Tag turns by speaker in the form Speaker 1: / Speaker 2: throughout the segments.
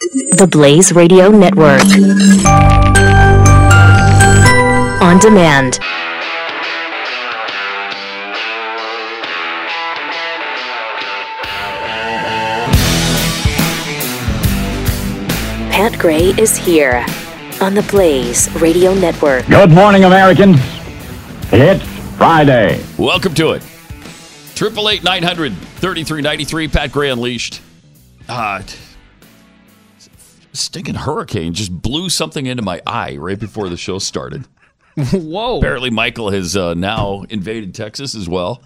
Speaker 1: the Blaze Radio Network. On demand. Pat Gray is here on the Blaze Radio Network.
Speaker 2: Good morning, Americans. It's Friday.
Speaker 3: Welcome to it. Triple eight nine hundred thirty three ninety three. Pat Gray unleashed. Uh, stinking hurricane just blew something into my eye right before the show started.
Speaker 4: Whoa.
Speaker 3: Apparently, Michael has uh, now invaded Texas as well.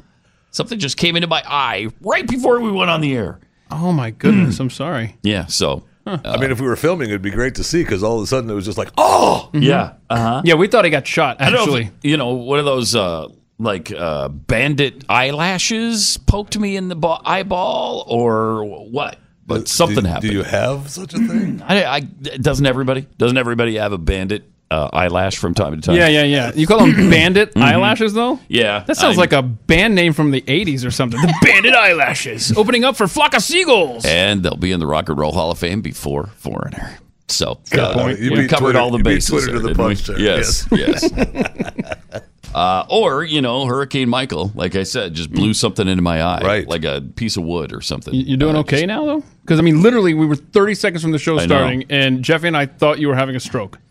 Speaker 3: Something just came into my eye right before we went on the air.
Speaker 4: Oh my
Speaker 3: Hmm.
Speaker 4: goodness, I'm sorry.
Speaker 3: Yeah. So. uh,
Speaker 5: I mean, if we were filming, it'd be great to see because all of a sudden it was just like, oh,
Speaker 3: Yeah. Uh huh.
Speaker 4: Mm-hmm. Yeah, we thought he got shot
Speaker 3: I don't know if,
Speaker 4: actually.
Speaker 3: you know, one of those uh, like uh, bandit eyelashes poked me in the ba- eyeball or what? But something
Speaker 5: do,
Speaker 3: happened. Mm,
Speaker 5: Do you have such a thing?
Speaker 3: I, I, doesn't everybody? Doesn't everybody have a bandit uh, eyelash from time to time?
Speaker 4: Yeah, yeah, yeah. You call them bandit eyelashes though?
Speaker 3: Yeah.
Speaker 4: That sounds
Speaker 3: Mm-hmm. I-
Speaker 4: like a band name from the 80s or something. The bandit eyelashes opening up for Flock of Seagulls.
Speaker 3: And they'll be in the Rock and Roll Hall of Fame before Foreigner. So uh,
Speaker 5: point. You
Speaker 3: we
Speaker 5: beat
Speaker 3: covered
Speaker 5: Twitter-
Speaker 3: all the
Speaker 5: you beat
Speaker 3: bases.
Speaker 5: Twitter to the
Speaker 3: didn't we?
Speaker 5: punch there,
Speaker 3: Yes, yes. uh, or you know, Hurricane Michael, like I said, just blew something into my eye,
Speaker 5: Right.
Speaker 3: like a piece of wood or something.
Speaker 4: You're doing
Speaker 3: Uh,
Speaker 4: okay now though? Because I mean literally we were 30 seconds from the show
Speaker 3: know.
Speaker 4: starting and Jeffy and I thought you were having a stroke.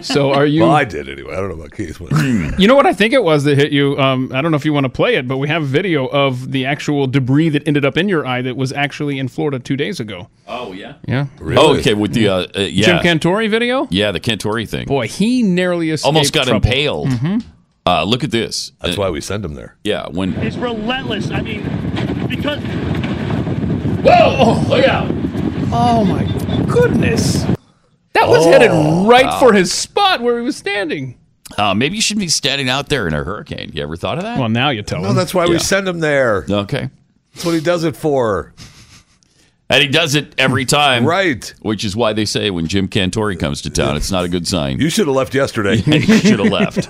Speaker 4: So are you
Speaker 5: Well, I did anyway. I don't know about Keith. but-
Speaker 3: Hmm.
Speaker 4: You know what I think it was that hit you? Um, I don't know if you want to play it, but we have video of the actual debris that ended up in your eye that was actually in Florida two days ago.
Speaker 3: Oh yeah.
Speaker 4: Yeah.
Speaker 5: Really?
Speaker 3: Oh, okay. With the uh, uh, yeah,
Speaker 4: Jim Cantori video?
Speaker 3: yeah, the Cantori thing.
Speaker 4: Boy, he nearly escaped
Speaker 3: Almost got
Speaker 4: trouble. Mm-hmm.
Speaker 3: impaled. Uh, look at this.
Speaker 5: That's why we send him there.
Speaker 3: Yeah, when
Speaker 6: is relentless. I mean, because
Speaker 4: Whoa! Look out! Oh my goodness! That was headed right for his spot where he was standing.
Speaker 3: uh, maybe you shouldn't be standing out there in a hurricane. You ever thought of that?
Speaker 4: Well, now you tell
Speaker 5: No,
Speaker 4: him.
Speaker 5: that's why we
Speaker 3: Yeah.
Speaker 5: send him there.
Speaker 3: okay.
Speaker 5: That's what he does it for.
Speaker 3: And he does it every time.
Speaker 5: Right.
Speaker 3: Which is why they say when Jim Cantori comes to town, it's not a good sign.
Speaker 5: You should have left yesterday.
Speaker 3: You should have left.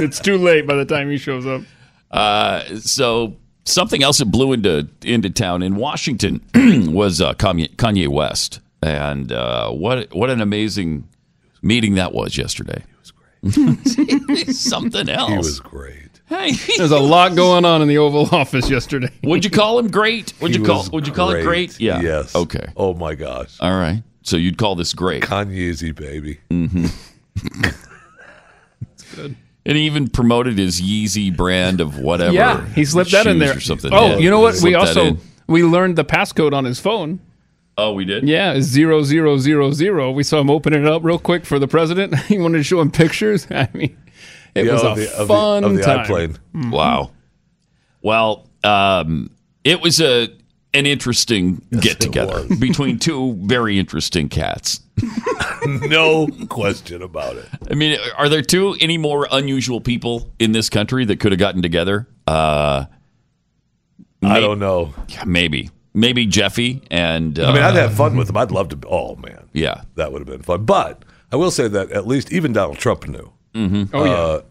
Speaker 4: it's too late by the time he shows up.
Speaker 3: Uh, So something else that blew into into town in Washington was uh, Kanye, Kanye West, and uh, what what an amazing meeting that was yesterday. something else.
Speaker 5: He was great.
Speaker 3: Hey.
Speaker 4: There's a lot going on in the Oval Office yesterday.
Speaker 3: Would you call him great? Would
Speaker 5: He
Speaker 3: you call
Speaker 5: was
Speaker 3: Would you call it great? Yeah.
Speaker 5: Yes.
Speaker 3: Okay.
Speaker 5: Oh my gosh.
Speaker 3: All right. So you'd call this great. Mm-hmm.
Speaker 5: Kanyezy baby.
Speaker 3: And he even promoted his Yeezy brand of whatever.
Speaker 4: Yeah, he slipped that in
Speaker 3: shoes
Speaker 4: there.
Speaker 3: Or something.
Speaker 4: Oh,
Speaker 3: Yeah,
Speaker 4: you know what?
Speaker 3: he
Speaker 4: We
Speaker 3: slipped that
Speaker 4: also
Speaker 3: in.
Speaker 4: we learned the passcode on his phone.
Speaker 3: Oh, we did.
Speaker 4: Yeah, it's zero zero zero zero. We saw him open it up real quick for the president. he wanted to show him pictures. I mean, it
Speaker 5: Yeah,
Speaker 4: was a
Speaker 5: of the, of the-
Speaker 4: fun
Speaker 5: of the Mm-hmm.
Speaker 4: time.
Speaker 5: airplane.
Speaker 3: Mm-hmm. Wow. Well, um, it was a an interesting get together
Speaker 5: was.
Speaker 3: between two very interesting cats.
Speaker 5: No question about it.
Speaker 3: I mean, are there two any more unusual people in this country that could have gotten together? Uh,
Speaker 5: I don't know.
Speaker 3: yeah, maybe, maybe Jeffy and uh,
Speaker 5: I mean, I'd have fun with him. I'd love to. Oh man.
Speaker 3: yeah,
Speaker 5: That would have been fun. But I will say that at least even Donald Trump knew
Speaker 3: Mm-hmm.
Speaker 4: Oh yeah,
Speaker 5: Uh,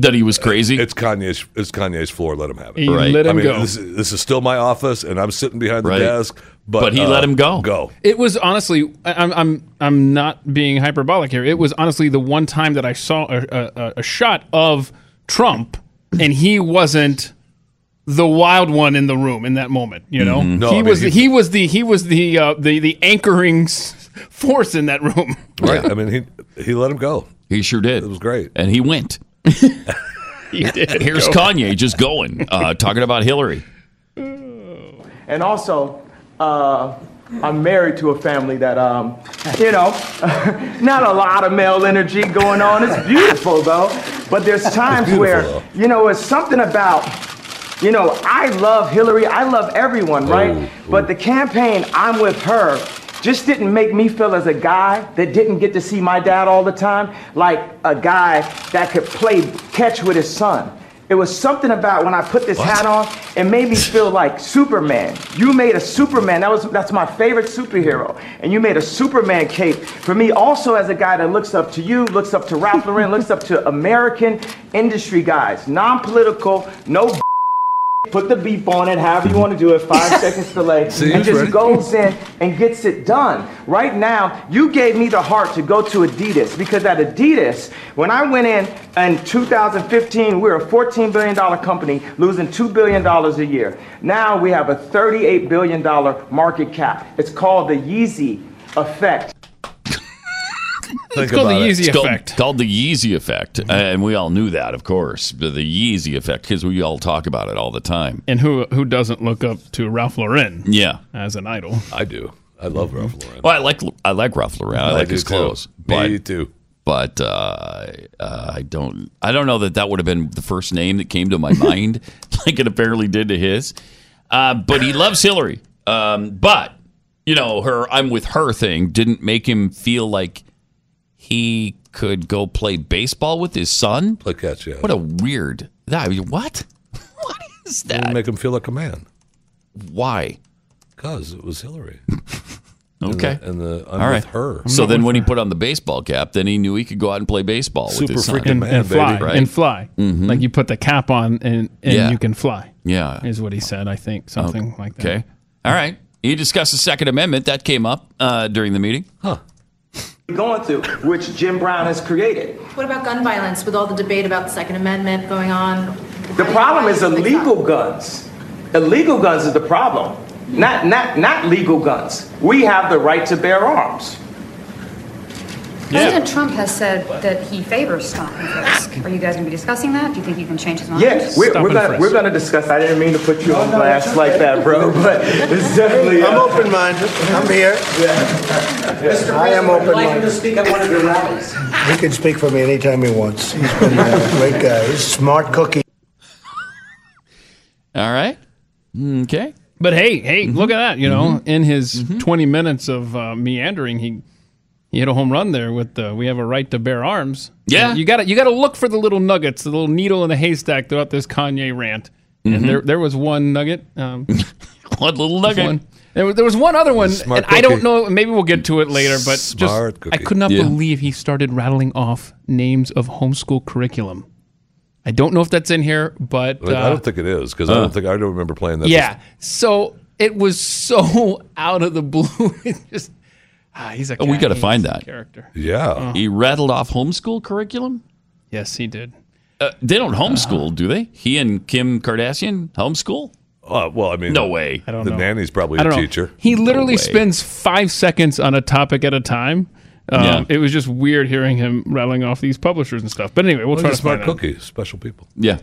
Speaker 3: that he was crazy.
Speaker 5: it's Kanye's. It's Kanye's floor. Let him have it.
Speaker 4: he
Speaker 3: right.
Speaker 4: let him
Speaker 5: I mean,
Speaker 4: go.
Speaker 5: this, is- this is still my office, and I'm sitting behind the
Speaker 3: Right.
Speaker 5: desk. But,
Speaker 3: But he
Speaker 5: uh,
Speaker 3: let him go.
Speaker 5: Go.
Speaker 4: It was honestly, I- I'm, I'm, I'm not being hyperbolic here. It was honestly the one time that I saw a, a, a- a shot of Trump, and he wasn't the wild one in the room in that moment. You know,
Speaker 5: No,
Speaker 4: he
Speaker 5: I mean,
Speaker 4: was,
Speaker 5: he-
Speaker 4: the, he was the, he was the, uh, the, the anchoring s- force in that room.
Speaker 5: Right. I mean, he he let him go.
Speaker 3: he sure did. It
Speaker 5: was great.
Speaker 3: and he went.
Speaker 4: He did.
Speaker 3: Here's Kanye just going, uh, talking about Hillary.
Speaker 7: And also, uh, I'm married to a family that, um, you know, not a lot of male energy going on. It's beautiful though, but there's times
Speaker 5: beautiful,
Speaker 7: where,
Speaker 5: though.
Speaker 7: you know, it's something about, you know, I love Hillary, I love everyone, right? But the campaign, I'm with her, just didn't make me feel as a guy that didn't get to see my dad all the time, like a guy that could play catch with his son. It was something about when I put this hat on, it made me feel like Superman. You made a Superman. That was that's my favorite superhero. And you made a Superman cape for me also as a guy that looks up to you, looks up to Ralph Lauren, looks up to American industry guys, non-political, no Put the beep on it, however you want to do it, five seconds delay,
Speaker 5: See,
Speaker 7: and
Speaker 5: it's
Speaker 7: just
Speaker 5: ready.
Speaker 7: goes in and gets it done. Right now, you gave me the heart to go to Adidas because at Adidas, when I went in in 2015, we were a $14 billion company losing $2 billion a year. Now we have a $38 billion market cap. It's called the Yeezy effect.
Speaker 5: Think
Speaker 4: It's called the
Speaker 5: about it. Mm-hmm.
Speaker 4: Yeezy
Speaker 3: It's called,
Speaker 4: effect.
Speaker 3: called the Yeezy effect, and we all knew that, of course, the, the Yeezy effect, because we all talk about it all the time.
Speaker 4: And who who doesn't look up to Ralph Lauren
Speaker 3: Yeah,
Speaker 4: as an idol?
Speaker 5: I do. I love Ralph Lauren.
Speaker 3: well, I like I like Ralph Lauren. I, like
Speaker 5: do
Speaker 3: his
Speaker 5: too.
Speaker 3: clothes,
Speaker 5: Me
Speaker 3: but
Speaker 5: too.
Speaker 3: but uh, uh, I don't I don't know that that would have been the first name that came to my mind, like it apparently did to his. Uh, but he loves Hillary. Um, but you know, her I'm with her thing didn't make him feel like he could go play baseball with his son.
Speaker 5: Play catch, yeah.
Speaker 3: What a weird. I mean, what? What is that?
Speaker 5: Make him feel like a man.
Speaker 3: Why?
Speaker 5: Because it was Hillary.
Speaker 3: Okay.
Speaker 5: And the I'm
Speaker 3: All
Speaker 5: with
Speaker 3: right.
Speaker 5: her.
Speaker 3: So then, when he put on the baseball cap, then he knew he could go out and play baseball with
Speaker 5: Super
Speaker 3: his son.
Speaker 5: freaking-
Speaker 4: And,
Speaker 5: Man,
Speaker 4: and fly
Speaker 5: baby,
Speaker 3: right?
Speaker 4: and fly like you put the cap on and, and
Speaker 3: Yeah.
Speaker 4: you can fly
Speaker 3: Yeah.
Speaker 4: is what he said I think something like that.
Speaker 3: Okay. All right. He discussed the Second Amendment that came up uh, during the meeting.
Speaker 7: Going through, which Jim Brown has created.
Speaker 8: What about gun violence with all the debate about the Second Amendment going on?
Speaker 7: The problem is illegal guns. Illegal guns is the problem. Not, not, not legal guns. We have the right to bear arms.
Speaker 9: President Trump has said that he favors stop and frisk. Are you guys going to be discussing that? Do you think you can change his mind?
Speaker 7: Yes, we're,
Speaker 4: Stop
Speaker 7: we're,
Speaker 4: and
Speaker 7: gonna,
Speaker 4: frisk.
Speaker 7: we're gonna discuss. I didn't mean to put you on blast like that, bro, but it's definitely.
Speaker 10: I'm open minded. I'm here. I am open minded.
Speaker 7: speak at one of your rallies.
Speaker 10: He can speak for me anytime he wants. He's been uh, a great guy. He's a smart cookie.
Speaker 3: All right. Okay. Mm-hmm.
Speaker 4: But hey, hey, look at that! You know, in his 20 minutes of uh, meandering, he he hit a home run there with the "We have a right to bear arms."
Speaker 3: Yeah.
Speaker 4: you got to you got to look for the little nuggets, the little needle in the haystack throughout this Kanye rant. And there there was one nugget. Um,
Speaker 3: Mm-hmm. One little nugget.
Speaker 4: one. There was, there was one other one,
Speaker 5: Smart
Speaker 4: and I don't
Speaker 5: cookie.
Speaker 4: know. Maybe we'll get to it later. But
Speaker 5: Smart
Speaker 4: just
Speaker 5: cookie.
Speaker 4: I could not
Speaker 3: Yeah.
Speaker 4: believe he started rattling off names of homeschool curriculum. I don't know if that's in here, but
Speaker 5: But I
Speaker 4: uh,
Speaker 5: don't think it is because I
Speaker 3: Uh.
Speaker 5: don't think I don't remember playing that.
Speaker 4: yeah. So it was so out of the blue. It just ah, he's a.
Speaker 3: Oh, we
Speaker 4: cat.
Speaker 3: gotta
Speaker 4: He's
Speaker 3: find
Speaker 4: a
Speaker 3: that.
Speaker 4: character. Uh-huh.
Speaker 5: Yeah.
Speaker 3: He rattled off homeschool curriculum.
Speaker 4: Yes, he did.
Speaker 3: Uh, they don't homeschool, do they? He and Kim Kardashian homeschool?
Speaker 5: Uh, well, I mean,
Speaker 3: No way.
Speaker 4: I don't
Speaker 5: The
Speaker 4: know.
Speaker 5: nanny's probably
Speaker 4: I don't
Speaker 5: a
Speaker 4: know.
Speaker 5: teacher.
Speaker 4: He literally
Speaker 3: way.
Speaker 4: spends five seconds on a topic at a time. Um,
Speaker 3: Yeah.
Speaker 4: It was just weird hearing him rattling off these publishers and stuff. But anyway, we'll try
Speaker 5: He's a
Speaker 4: to
Speaker 5: smart
Speaker 4: find out.
Speaker 5: cookie. Special people.
Speaker 3: Yeah.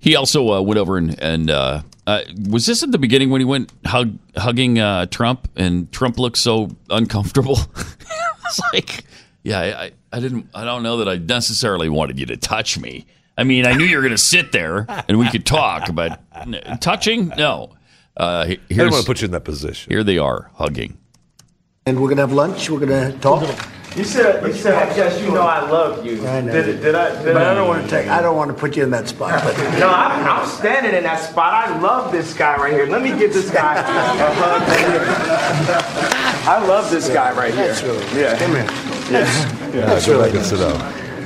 Speaker 3: He also uh, went over and, and uh, uh, was this at the beginning when he went hug, hugging uh, Trump and Trump looked so uncomfortable? it's like, yeah, I, I- I didn't, I don't know that I necessarily wanted you to touch me. I mean, I knew you were going to sit there and we could talk, but n- touching, no. Uh, he-
Speaker 5: I didn't
Speaker 3: here's,
Speaker 5: want to put you in that position.
Speaker 3: here they are hugging.
Speaker 10: And we're going to have lunch. We're going to talk.
Speaker 7: You said, you said, yes, you know I love you.
Speaker 10: I know.
Speaker 7: Did, did I, did
Speaker 10: But
Speaker 7: I?
Speaker 10: I don't want to take. I don't want to put you in that spot. But
Speaker 7: No, I'm, I'm standing in that spot. I love this guy right here. Let me give this guy a hug right here. I love this guy right here.
Speaker 10: that's really.
Speaker 7: Yeah.
Speaker 10: Come here. That's, that's
Speaker 5: I
Speaker 10: really
Speaker 5: can
Speaker 10: nice.
Speaker 5: sit down.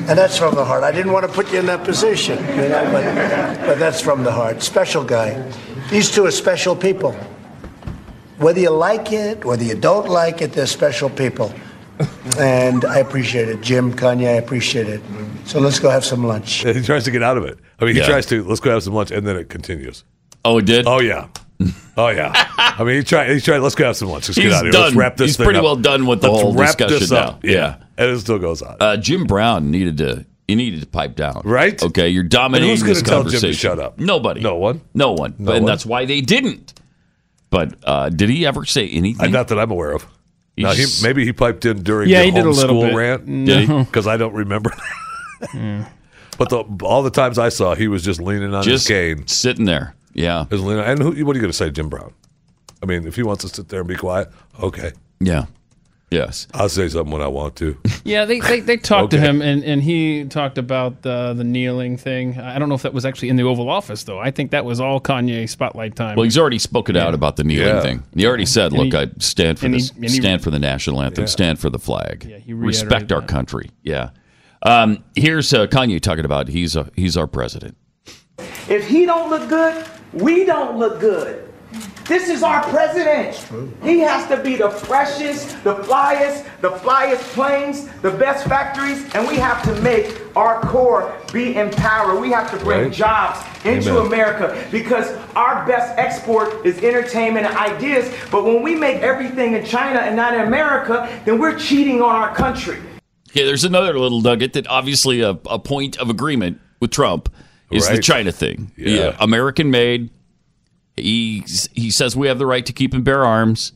Speaker 10: And that's from the heart. I didn't want to put you in that position, you know, but, but that's from the heart. Special guy. These two are special people. Whether you like it, whether you don't like it, they're special people. And I appreciate it. Jim, Kanye, I appreciate it. So let's go have some lunch.
Speaker 5: He tries to get out of it. I mean, he
Speaker 3: Yeah.
Speaker 5: tries to let's go have some lunch, and then it continues.
Speaker 3: Oh, it did?
Speaker 5: Oh yeah. Oh yeah. I mean, he tried. He tried. Let's go have some lunch. Let's get
Speaker 3: He's
Speaker 5: out of here. Let's
Speaker 3: done.
Speaker 5: wrap this
Speaker 3: He's
Speaker 5: thing
Speaker 3: pretty
Speaker 5: up.
Speaker 3: well done with the
Speaker 5: Let's
Speaker 3: whole
Speaker 5: wrap
Speaker 3: discussion
Speaker 5: this up.
Speaker 3: now. Yeah.
Speaker 5: and it still goes on.
Speaker 3: uh, Jim Brown needed to he needed to pipe down.
Speaker 5: Right?
Speaker 3: Okay, you're
Speaker 5: And
Speaker 3: dominating
Speaker 5: who's gonna
Speaker 3: this
Speaker 5: tell Jim to
Speaker 3: conversation.
Speaker 5: shut up?
Speaker 3: Nobody.
Speaker 5: No one?
Speaker 3: No one.
Speaker 5: No
Speaker 3: and
Speaker 5: one?
Speaker 3: that's why they didn't. But uh, did he ever say anything?
Speaker 5: Uh, Not that I'm aware of. Now, he,
Speaker 3: He's-
Speaker 5: maybe he piped in during
Speaker 4: Yeah,
Speaker 5: the
Speaker 4: he did a little
Speaker 5: homeschool
Speaker 4: bit.
Speaker 5: rant
Speaker 3: did he?
Speaker 5: because I don't remember. But the, all the times I saw, he was just leaning on
Speaker 3: Just
Speaker 5: his cane.
Speaker 3: sitting there. Yeah.
Speaker 5: He was leaning- and who, what are you going to say, Jim Brown? I mean, if he wants to sit there and be quiet, okay,
Speaker 3: Yeah. Yes.
Speaker 5: I'll say something when I want to.
Speaker 4: Yeah, they, they, they talked to
Speaker 5: Okay.
Speaker 4: him, and, and he talked about uh, the, the kneeling thing. I don't know if that was actually in the Oval Office, though. I think that was all Kanye spotlight time.
Speaker 3: Well, he's already spoken out about the kneeling
Speaker 5: Yeah.
Speaker 3: thing. He already said, "Look,
Speaker 4: he-
Speaker 3: I stand for
Speaker 4: and he-
Speaker 3: this,
Speaker 4: and he-
Speaker 3: stand for the national anthem, stand for the flag,
Speaker 4: he reiterated
Speaker 3: respect our
Speaker 4: that.
Speaker 3: country." Yeah. Um, here's uh, Kanye talking about he's a, he's our president.
Speaker 7: If he don't look good, We don't look good. This is our president. He has to be the freshest, the flyest, the flyest planes, the best factories, and we have to make our core be empowered. We have to bring
Speaker 5: Right.
Speaker 7: jobs into
Speaker 5: Amen.
Speaker 7: America because our best export is entertainment and ideas. But when we make everything in China and not in America, then we're cheating on our country.
Speaker 3: Yeah, there's another little nugget that obviously a, a point of agreement with Trump is the
Speaker 5: Right.
Speaker 3: China thing.
Speaker 5: Yeah.
Speaker 3: American made. He he says we have the right to keep and bear arms,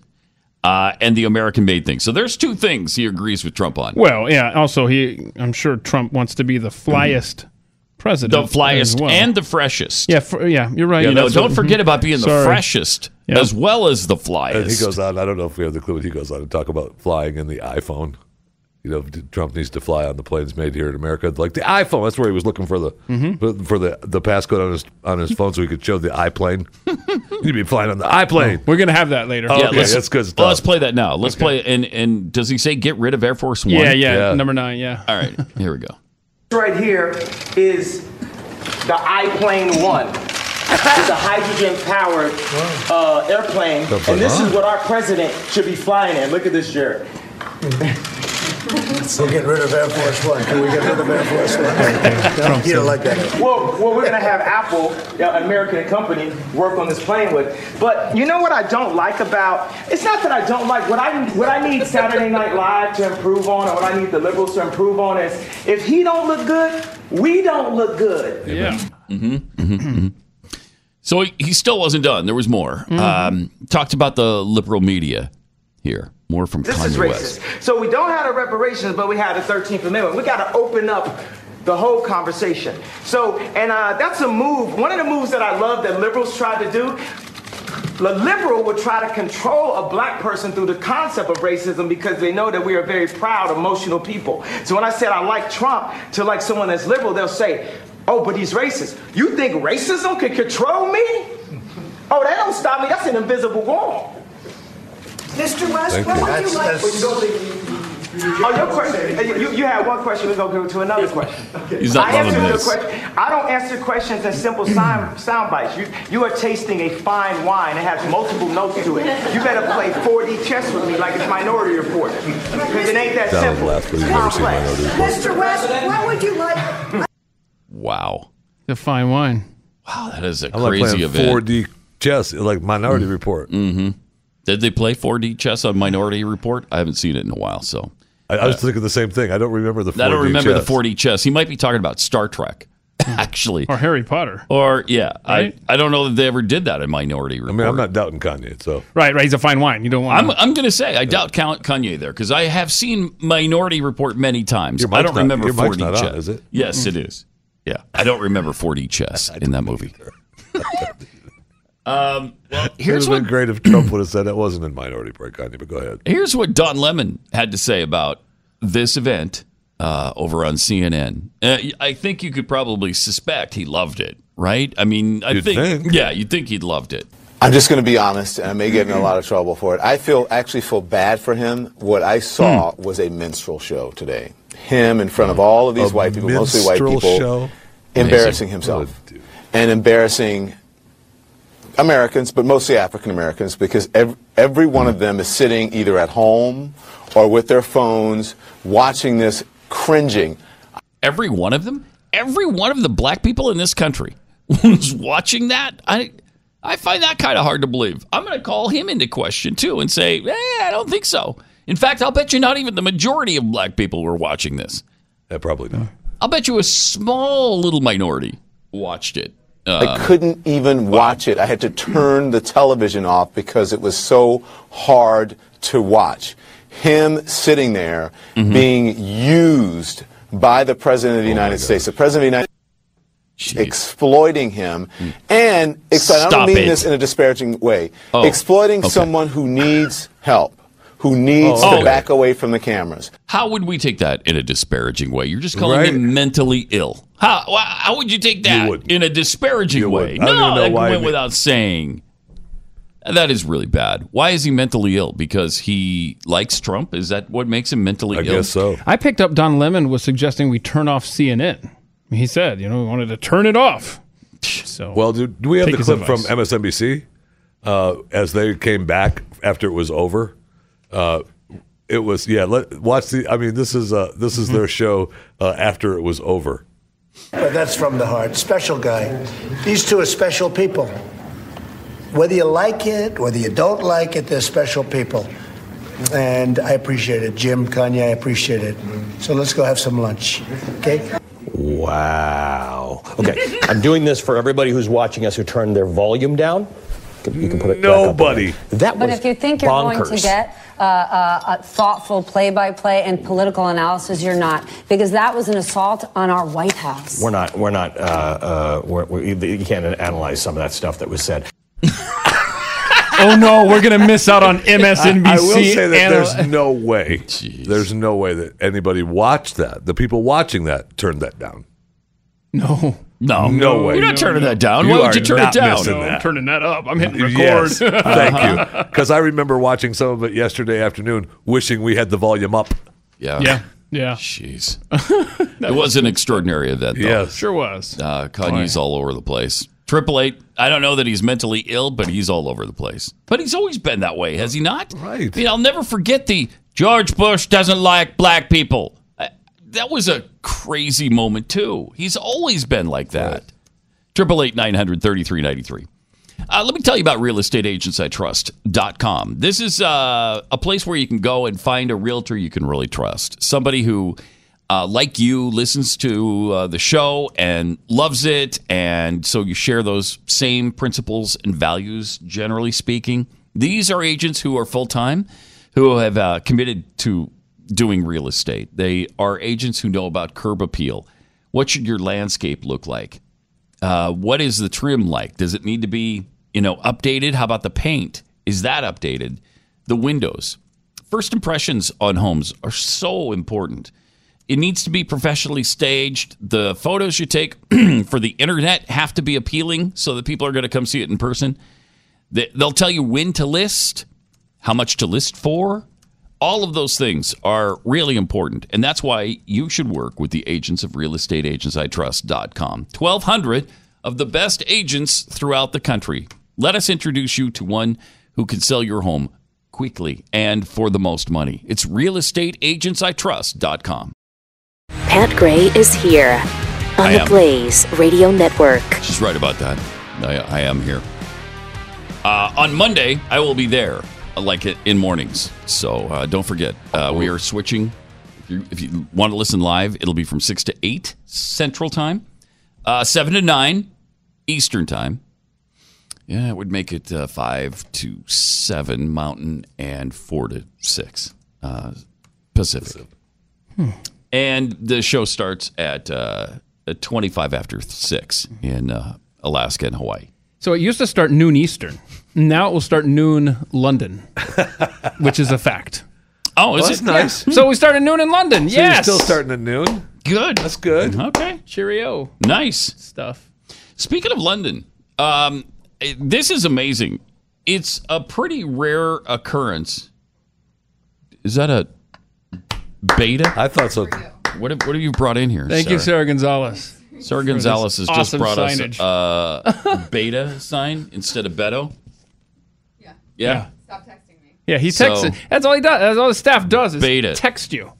Speaker 3: uh, and the American made thing. So there's two things he agrees with Trump on.
Speaker 4: Well, yeah. Also, he, I'm sure Trump wants to be the flyest
Speaker 3: The
Speaker 4: president. as
Speaker 3: flyest
Speaker 4: well.
Speaker 3: and the freshest.
Speaker 4: yeah, fr- yeah. You're right.
Speaker 3: You
Speaker 4: yeah,
Speaker 3: know,
Speaker 4: that's
Speaker 3: don't
Speaker 4: what-
Speaker 3: forget about being the
Speaker 4: mm-hmm. Sorry.
Speaker 3: freshest
Speaker 4: Yeah.
Speaker 3: as well as the
Speaker 5: And he
Speaker 3: flyest.
Speaker 5: goes on. I don't know if we have the clue. He goes on to talk about flying in the iPhone. You know, Trump needs to fly on the planes made here in America, like the iPhone. That's where he was looking for the for- for the the passcode on his on his phone, so he could show the iPlane. You'd be flying on the iPlane.
Speaker 4: We're gonna have that later.
Speaker 5: Oh,
Speaker 3: yeah,
Speaker 5: okay,
Speaker 3: let's,
Speaker 5: that's good stuff.
Speaker 3: Let's play that now. Let's play and and does he say get rid of Air Force One?
Speaker 4: yeah, yeah,
Speaker 5: Yeah.
Speaker 4: Number nine. Yeah.
Speaker 3: All right, here we go.
Speaker 7: right here is the iPlane One. It's a hydrogen-powered uh, airplane,
Speaker 5: That's
Speaker 7: and this
Speaker 5: right.
Speaker 7: is what our president should be flying in. Look at this, Jared.
Speaker 10: We'll get rid of Air Force One. Can we get rid of Air Force One? you don't like that.
Speaker 7: Well, well, we're gonna have Apple, uh, an American company, work on this plane with. But you know what I don't like about? It's not that I don't like what I what I need Saturday Night Live to improve on, and what I need the liberals to improve on is if he don't look good, we don't look good.
Speaker 4: Yeah.
Speaker 3: Mm-hmm. So he, he still wasn't done. There was more. Um, talked about the liberal media here. More from
Speaker 7: This
Speaker 3: Kanye
Speaker 7: is
Speaker 3: West.
Speaker 7: racist. So we don't have the reparations, but we have the 13th Amendment. We got to open up the whole conversation. So, and uh, that's a move. One of the moves that I love that liberals tried to do. The liberal would try to control a black person through the concept of racism because they know that we are very proud, emotional people. So when I said I like Trump to like someone that's liberal, they'll say, "Oh, but he's racist." You think racism can control me? Oh, that don't stop me. That's an invisible wall.
Speaker 10: Mr. West,
Speaker 5: Thank what you. would
Speaker 10: that's, that's,
Speaker 7: Oh, your question. You, you- you had one question. We're gonna go to another question.
Speaker 3: He's not
Speaker 7: I
Speaker 3: loving
Speaker 7: answer your
Speaker 3: this.
Speaker 7: question. I don't answer questions in simple sound, sound bites. You, you are tasting a fine wine. It has multiple notes to it. You better play 4D chess with me like it's Minority Report. Because it ain't that
Speaker 5: Donald
Speaker 7: simple.
Speaker 5: laughed, but
Speaker 7: It's
Speaker 5: he's never seen
Speaker 7: complex.
Speaker 5: Minority Report.
Speaker 11: Mr. West, why would you like
Speaker 3: Wow.
Speaker 4: The fine wine.
Speaker 3: Wow, that is a
Speaker 5: I'm like
Speaker 3: crazy
Speaker 5: playing
Speaker 3: event.
Speaker 5: 4D chess, like Minority Report.
Speaker 3: Mm-hmm. Did they play 4D chess on Minority Report? I haven't seen it in a while, so
Speaker 5: I, I was thinking the same thing. I don't remember the. 4D
Speaker 3: I don't remember
Speaker 5: chess.
Speaker 3: the 4D chess. He might be talking about Star Trek, actually.
Speaker 4: Or Harry Potter.
Speaker 3: Or yeah,
Speaker 4: Right?
Speaker 3: I, I don't know that they ever did that in Minority
Speaker 5: I
Speaker 3: Report.
Speaker 5: mean, I'm not doubting Kanye. So
Speaker 4: Right. Right. He's a fine wine. You don't want.
Speaker 3: I'm, I'm going to say I doubt Count Kanye there because I have seen Minority Report many times.
Speaker 5: Your
Speaker 3: I
Speaker 5: mic's
Speaker 3: don't
Speaker 5: not-
Speaker 3: remember
Speaker 5: your
Speaker 3: 40
Speaker 5: mic's not on,
Speaker 3: chess.
Speaker 5: is it?
Speaker 3: Yes, it is. Yeah, I don't remember 4D chess in that movie. um, well,
Speaker 5: it would
Speaker 3: here's
Speaker 5: have
Speaker 3: what
Speaker 5: been great if Trump would have said that wasn't in Minority Report, Kanye. But go ahead.
Speaker 3: here's what Don Lemon had to say about this event uh, over on CNN. Uh, I think you could probably suspect he loved it, right? I mean, I
Speaker 5: You'd think.
Speaker 3: yeah, you'd think he'd loved it.
Speaker 12: I'm just going to be honest, and I may get in a lot of trouble for it. I feel actually feel bad for him. What I saw
Speaker 5: Hmm.
Speaker 12: was a minstrel show today. Him in front of all of these
Speaker 5: A
Speaker 12: white people, mostly white
Speaker 5: minstrel
Speaker 12: people,
Speaker 5: show?
Speaker 12: embarrassing
Speaker 5: What
Speaker 12: himself
Speaker 5: a dude.
Speaker 12: and embarrassing Americans, but mostly African Americans, because ev- every one
Speaker 5: Hmm.
Speaker 12: of them is sitting either at home or with their phones watching this, cringing.
Speaker 3: Every one of them, every one of the black people in this country was watching that. I I find that kind of hard to believe. I'm going to call him into question too and say, eh, I don't think so. In fact, I'll bet you not even the majority of black people were watching this.
Speaker 5: Yeah, probably not.
Speaker 3: I'll bet you a small little minority watched it. Uh,
Speaker 12: I couldn't even watch it. I had to turn the television off because it was so hard to watch. Him sitting there
Speaker 3: Mm-hmm.
Speaker 12: being used by the President of the United States. The President of the United States
Speaker 3: Oh Jeez. Mm.
Speaker 12: exploiting him and ex- I
Speaker 3: Stop
Speaker 12: don't mean
Speaker 3: it.
Speaker 12: this in a disparaging way.
Speaker 3: Oh,
Speaker 12: exploiting
Speaker 3: okay.
Speaker 12: someone who needs help, who needs
Speaker 5: Oh,
Speaker 12: to
Speaker 5: okay.
Speaker 12: back away from the cameras.
Speaker 3: How would we take that in a disparaging way? You're just calling
Speaker 5: Right.
Speaker 3: him mentally ill. How wh- how would you take that
Speaker 5: wouldn't.
Speaker 3: in a disparaging
Speaker 5: You
Speaker 3: way?
Speaker 5: wouldn't. I don't
Speaker 3: No,
Speaker 5: even know
Speaker 3: that
Speaker 5: why
Speaker 3: went
Speaker 5: we-
Speaker 3: without saying. That is really bad. Why is he mentally ill? Because he likes Trump? Is that what makes him mentally
Speaker 5: I
Speaker 3: ill?
Speaker 5: guess so.
Speaker 4: I picked up Don Lemon was suggesting we turn off CNN. He said, you know, we wanted to turn it off. So
Speaker 5: well, do, do we have
Speaker 4: take
Speaker 5: the
Speaker 4: his
Speaker 5: clip
Speaker 4: advice.
Speaker 5: from MSNBC uh, as they came back after it was over? Uh, it was yeah. Let watch the. I mean, this is uh, this
Speaker 4: Mm-hmm.
Speaker 5: is their show uh, after it was over.
Speaker 10: But that's from the heart. Special guy. These two are special people. Whether you like it, whether you don't like it, they're special people. And I appreciate it, Jim, Kanye, I appreciate it. So let's go have some lunch. Okay?
Speaker 13: Wow. Okay, I'm doing this for everybody who's watching us who turned their volume down. You can put it Nobody. That was
Speaker 14: But if you think you're going
Speaker 13: bonkers.
Speaker 14: to get uh, uh, a thoughtful play-by-play and political analysis, you're not, because that was an assault on our White House.
Speaker 13: We're not. We're not. Uh, uh, we're, we you can't analyze some of that stuff that was said.
Speaker 4: oh no, we're gonna miss out on MSNBC.
Speaker 5: I, I will say that
Speaker 4: anal-
Speaker 5: there's no way. There's no way that anybody watched that. The people watching that turned that down.
Speaker 4: no.
Speaker 3: No,
Speaker 5: No way.
Speaker 3: You're not turning that down. Why would
Speaker 5: are
Speaker 3: you turn it
Speaker 5: not
Speaker 3: down?
Speaker 5: missing that.
Speaker 4: I'm turning that up. I'm hitting record.
Speaker 5: Yes, thank you. Because I remember watching some of it yesterday afternoon, wishing we had the volume up.
Speaker 3: Yeah.
Speaker 4: Yeah. Yeah.
Speaker 3: Jeez. it was an extraordinary event, though.
Speaker 5: Yes.
Speaker 4: Sure was.
Speaker 3: Uh, Kanye's all over the place. Triple Eight, I don't know that he's mentally ill, but he's all over the place. But he's always been that way, has he not? Right. I mean, I'll never forget the George Bush doesn't like black people. I, that was a crazy moment, too. He's always been like that. Triple Eight, 933 uh, let me tell you about realestateagentsitrust.com. This is uh, a place where you can go and find a realtor you can really trust. Somebody who, uh, like you, listens to uh, the show and loves it. And so you share those same principles and values, generally speaking. These are agents who are full time, who have uh, committed to doing real estate. They are agents who know about curb appeal. What should your landscape look like? Uh, what is the trim like? Does it need to be you know updated? How about the paint? Is that updated? The windows. First impressions on homes are so important. It needs to be professionally staged. The photos you take for the internet have to be appealing so that people are going to come see it in person. They- They'll tell you when to list, how much to list for. All of those things are really important. And that's why you should work with the agents of realestateagentsitrust.com. 1,200 of the best agents throughout the country. Let us introduce you to one who can sell your home quickly and for the most money. It's realestateagentsitrust.com.
Speaker 1: Pat Gray is here on
Speaker 3: I
Speaker 1: the
Speaker 3: am.
Speaker 1: Blaze Radio Network.
Speaker 3: She's right about that. I, I am here. Uh, on Monday, I will be there, uh, like i- in mornings. So uh, don't forget, uh, we are switching. If you, if you want to listen live, it'll be from 6 to 8 Central Time, uh, 7 to 9 Eastern Time. Yeah, it would make it uh, 5 to 7 Mountain and 4 to 6 uh, Pacific. And the show starts at uh, at 25 after 6 in uh, Alaska and Hawaii.
Speaker 4: So it used to start noon Eastern. Now it will start noon London, which is a fact.
Speaker 3: Oh, is Well, that's it? nice.
Speaker 4: Yeah. So we start at noon in London.
Speaker 5: So
Speaker 4: yes.
Speaker 5: you're still starting at noon.
Speaker 3: Good.
Speaker 5: That's good.
Speaker 3: Okay.
Speaker 4: Cheerio.
Speaker 3: Nice
Speaker 4: stuff.
Speaker 3: Speaking of London, um, it- this is amazing. It's a pretty rare occurrence. Is that a beta?
Speaker 5: I thought so.
Speaker 3: What have, what have you brought in here?
Speaker 4: Thank you, Sarah Gonzalez.
Speaker 3: Sarah Gonzalez
Speaker 4: for this
Speaker 3: has just
Speaker 4: awesome
Speaker 3: brought
Speaker 4: signage.
Speaker 3: us a beta sign instead of Beto. Yeah. Yeah.
Speaker 4: Yeah, he
Speaker 3: So-
Speaker 4: texts. that's all he does. That's all his staff does is
Speaker 3: Beta.
Speaker 4: text you.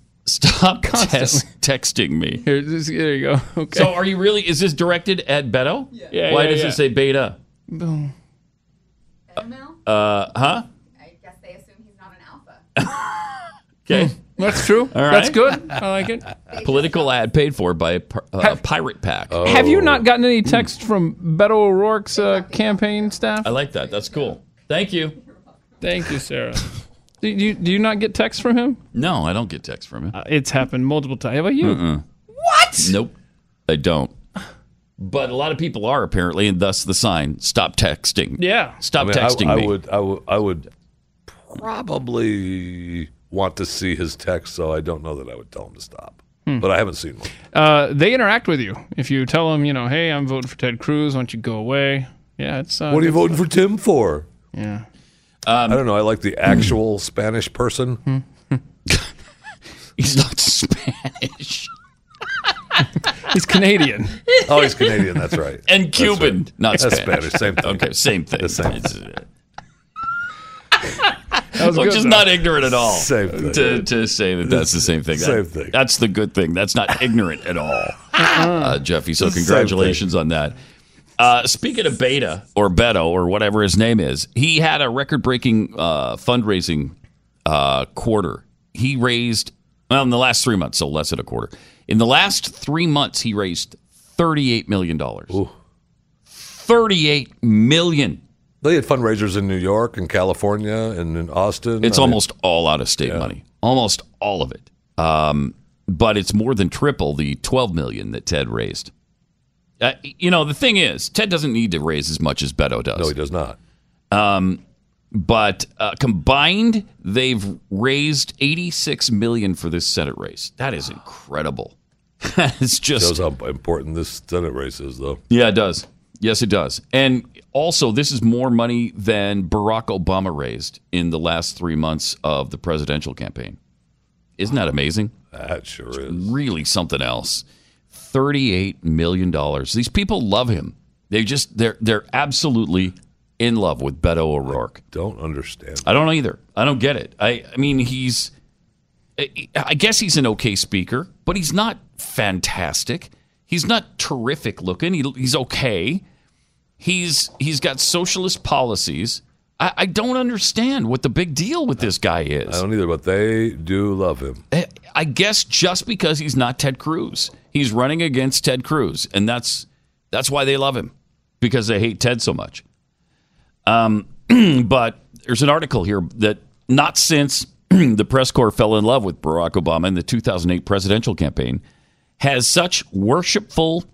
Speaker 3: Stop
Speaker 4: Constantly.
Speaker 3: text- texting me.
Speaker 4: Here, this- there you go. Okay.
Speaker 3: So, are you really? Is this directed at Beto?
Speaker 4: Yeah,
Speaker 3: Why
Speaker 4: yeah,
Speaker 3: does
Speaker 4: yeah.
Speaker 3: it say beta?
Speaker 4: Boom.
Speaker 3: Uh, huh? I guess they assume he's not an alpha. okay.
Speaker 4: That's true.
Speaker 3: All right.
Speaker 4: That's good. I like it.
Speaker 3: Political ad paid for by a pir- uh,
Speaker 4: Have-
Speaker 3: pirate pack.
Speaker 4: Have you not gotten any text from Beto O'Rourke's uh, campaign staff?
Speaker 3: I like that. That's cool. Thank you.
Speaker 4: Thank you, Sarah. do, you, do you not get texts from him?
Speaker 3: No, I don't get text from him.
Speaker 4: It's Uh, happened multiple times. How about you?
Speaker 3: Mm-mm.
Speaker 4: What?
Speaker 3: Nope. I don't. But a lot of people are apparently, and thus the sign: stop texting.
Speaker 4: Yeah.
Speaker 3: Stop
Speaker 5: I mean, I-
Speaker 3: texting
Speaker 5: I,
Speaker 3: me.
Speaker 5: would. I would. I would probably want to see his text, so I don't know that I would tell him to stop.
Speaker 4: Hmm.
Speaker 5: But I haven't seen one.
Speaker 4: Uh, they interact with you. If you tell them, you know, hey, I'm voting for Ted Cruz. Why don't you go away? Yeah, it's. Uh,
Speaker 5: what are you
Speaker 4: good
Speaker 5: voting for Tim for?
Speaker 4: Yeah.
Speaker 3: Um,
Speaker 5: I don't know. I like the
Speaker 3: hmm.
Speaker 5: actual Spanish person.
Speaker 3: He's not
Speaker 4: stuff.
Speaker 3: Spanish.
Speaker 4: He's Canadian.
Speaker 5: Oh, he's Canadian. That's right.
Speaker 3: And Cuban,
Speaker 5: That's right.
Speaker 3: not
Speaker 5: That's
Speaker 3: Spanish.
Speaker 5: Spanish. Same thing.
Speaker 3: Okay, same thing. It's-
Speaker 5: That was
Speaker 3: Look,
Speaker 5: good,
Speaker 3: just
Speaker 5: though.
Speaker 3: not ignorant at all.
Speaker 5: Same thing.
Speaker 3: To, to say that that's the same thing.
Speaker 5: Same
Speaker 3: That-
Speaker 5: thing.
Speaker 3: That's the good thing. That's not ignorant at all, uh, Jeffy. So
Speaker 5: Same thing.
Speaker 3: congratulations on that. Uh, speaking of Beta or Beto or whatever his name is, he had a record-breaking uh, fundraising uh, quarter. He raised well in the last three months, so less than a quarter. In the last three months, he raised thirty-eight million dollars. Thirty-eight million.
Speaker 5: They had fundraisers in New York and California and in Austin.
Speaker 3: It's
Speaker 5: I mean,
Speaker 3: almost all out of state money, almost all of it. Um, but it's more than triple the 12 million that Ted raised. Uh, you know, the thing is, Ted doesn't need to raise as much as Beto does. No, he
Speaker 5: does not.
Speaker 3: Um, but uh, combined, they've raised 86 million for this Senate race. That is incredible. it's just
Speaker 5: shows how important this Senate race is, though.
Speaker 3: Yeah, it does. Yes, it does. And also, this is more money than Barack Obama raised in the last three months of the presidential campaign. Isn't that amazing?
Speaker 5: That sure is.
Speaker 3: Really something else. $38 million. These people love him. They just, they're, they're absolutely in love with Beto O'Rourke.
Speaker 5: don't understand.
Speaker 3: I don't either. I don't get it. I, I mean, he's, I I guess he's an okay speaker, but he's not fantastic. He's not terrific looking. He, he's okay. He's he's got socialist policies. I, I don't understand what the big deal with this guy is. I
Speaker 5: don't either, but they do love him.
Speaker 3: I guess just because he's not Ted Cruz, he's running against Ted Cruz, and that's that's why they love him because they hate Ted so much. Um, but there's an article here that not since the press corps fell in love with Barack Obama in the 2008 presidential campaign has such worshipful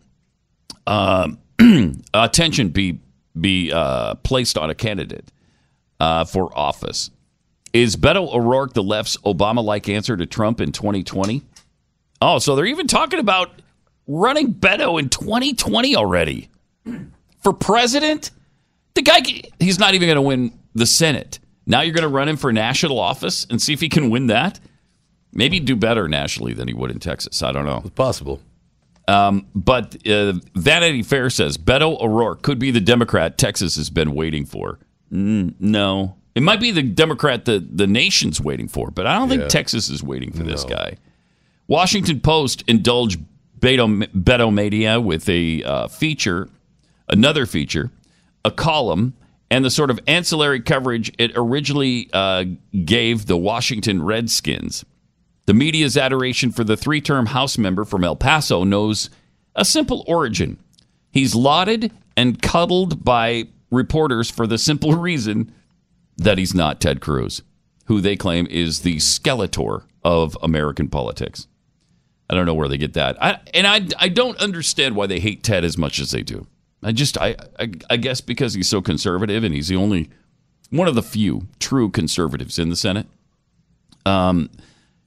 Speaker 3: um attention be be uh, placed on a candidate uh, for office. Is Beto O'Rourke the left's Obama-like answer to Trump in 2020? Oh, so they're even talking about running Beto in 2020 already for president. The guy, he's not even going to win the Senate. Now you're going to run him for national office and see if he can win that. Maybe do better nationally than he would in Texas. I don't know. It's
Speaker 5: possible.
Speaker 3: Um, but uh, Vanity Fair says Beto O'Rourke could be the Democrat Texas has been waiting for. Mm, no, it might be the Democrat the the nation's waiting for, but I don't think
Speaker 5: Yeah.
Speaker 3: Texas is waiting for this guy. Washington Post indulged Beto, Beto Media with a uh, feature, another feature, a column, and the sort of ancillary coverage it originally uh, gave the Washington Redskins. The media's adoration for the three term House member from El Paso knows a simple origin. He's lauded and cuddled by reporters for the simple reason that he's not Ted Cruz, who they claim is the skeletor of American politics. I don't know where they get that. I, and I, I don't understand why they hate Ted as much as they do. I just, I, I, I guess because he's so conservative and he's the only, one of the few true conservatives in the Senate. Um,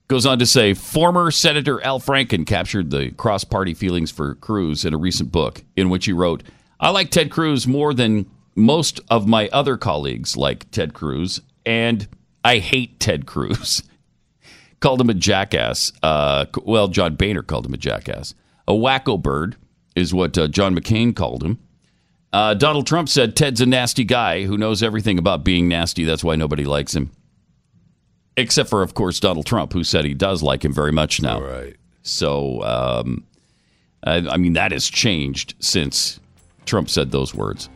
Speaker 3: goes on to say former Senator Al Franken captured the cross party feelings for Cruz in a recent book in which he wrote, I like Ted Cruz more than most of my other colleagues like Ted Cruz, and I hate Ted Cruz. called him a jackass. Uh, c- well, John Boehner called him a jackass. A wacko bird is what uh, John McCain called him. Uh, Donald Trump said Ted's a nasty guy who knows everything about being nasty. That's why nobody likes him except for of course Donald Trump, who said he does like him very much now.
Speaker 5: Right.
Speaker 3: So, um, I, I mean, that has changed since Trump said those words.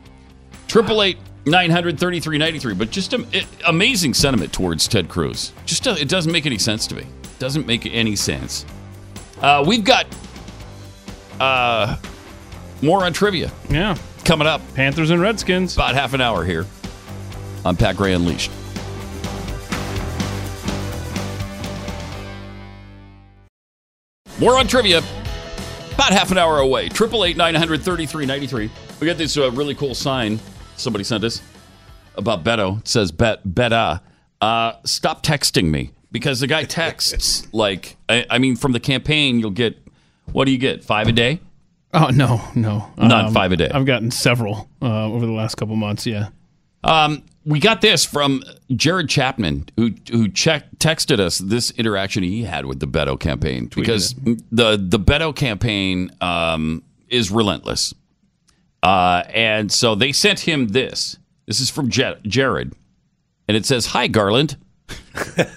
Speaker 3: Triple eight nine hundred thirty three ninety three. But just am- it, amazing sentiment towards Ted Cruz. Just do- it doesn't make any sense to me. Doesn't make any sense. Uh, we've got uh, more on trivia.
Speaker 4: Yeah,
Speaker 3: coming up.
Speaker 4: Panthers and Redskins.
Speaker 3: About half an hour here on Pat Gray Unleashed. More on trivia. About half an hour away. Triple eight nine hundred thirty three ninety three. We got this uh, really cool sign somebody sent us about Beto. It says Bet Beta. Uh, stop texting me because the guy texts like I, I mean from the campaign you'll get what do you get five a day?
Speaker 4: Oh no, Um, no,
Speaker 3: Not five a day.
Speaker 4: I've gotten several uh, over the last couple months. Yeah.
Speaker 3: Um, we got this from Jared Chapman, who who check, texted us this interaction he had with the Beto campaign because the the Beto campaign um, is relentless, uh, and so they sent him this. This is from Ja- Jared, and it says, "Hi Garland."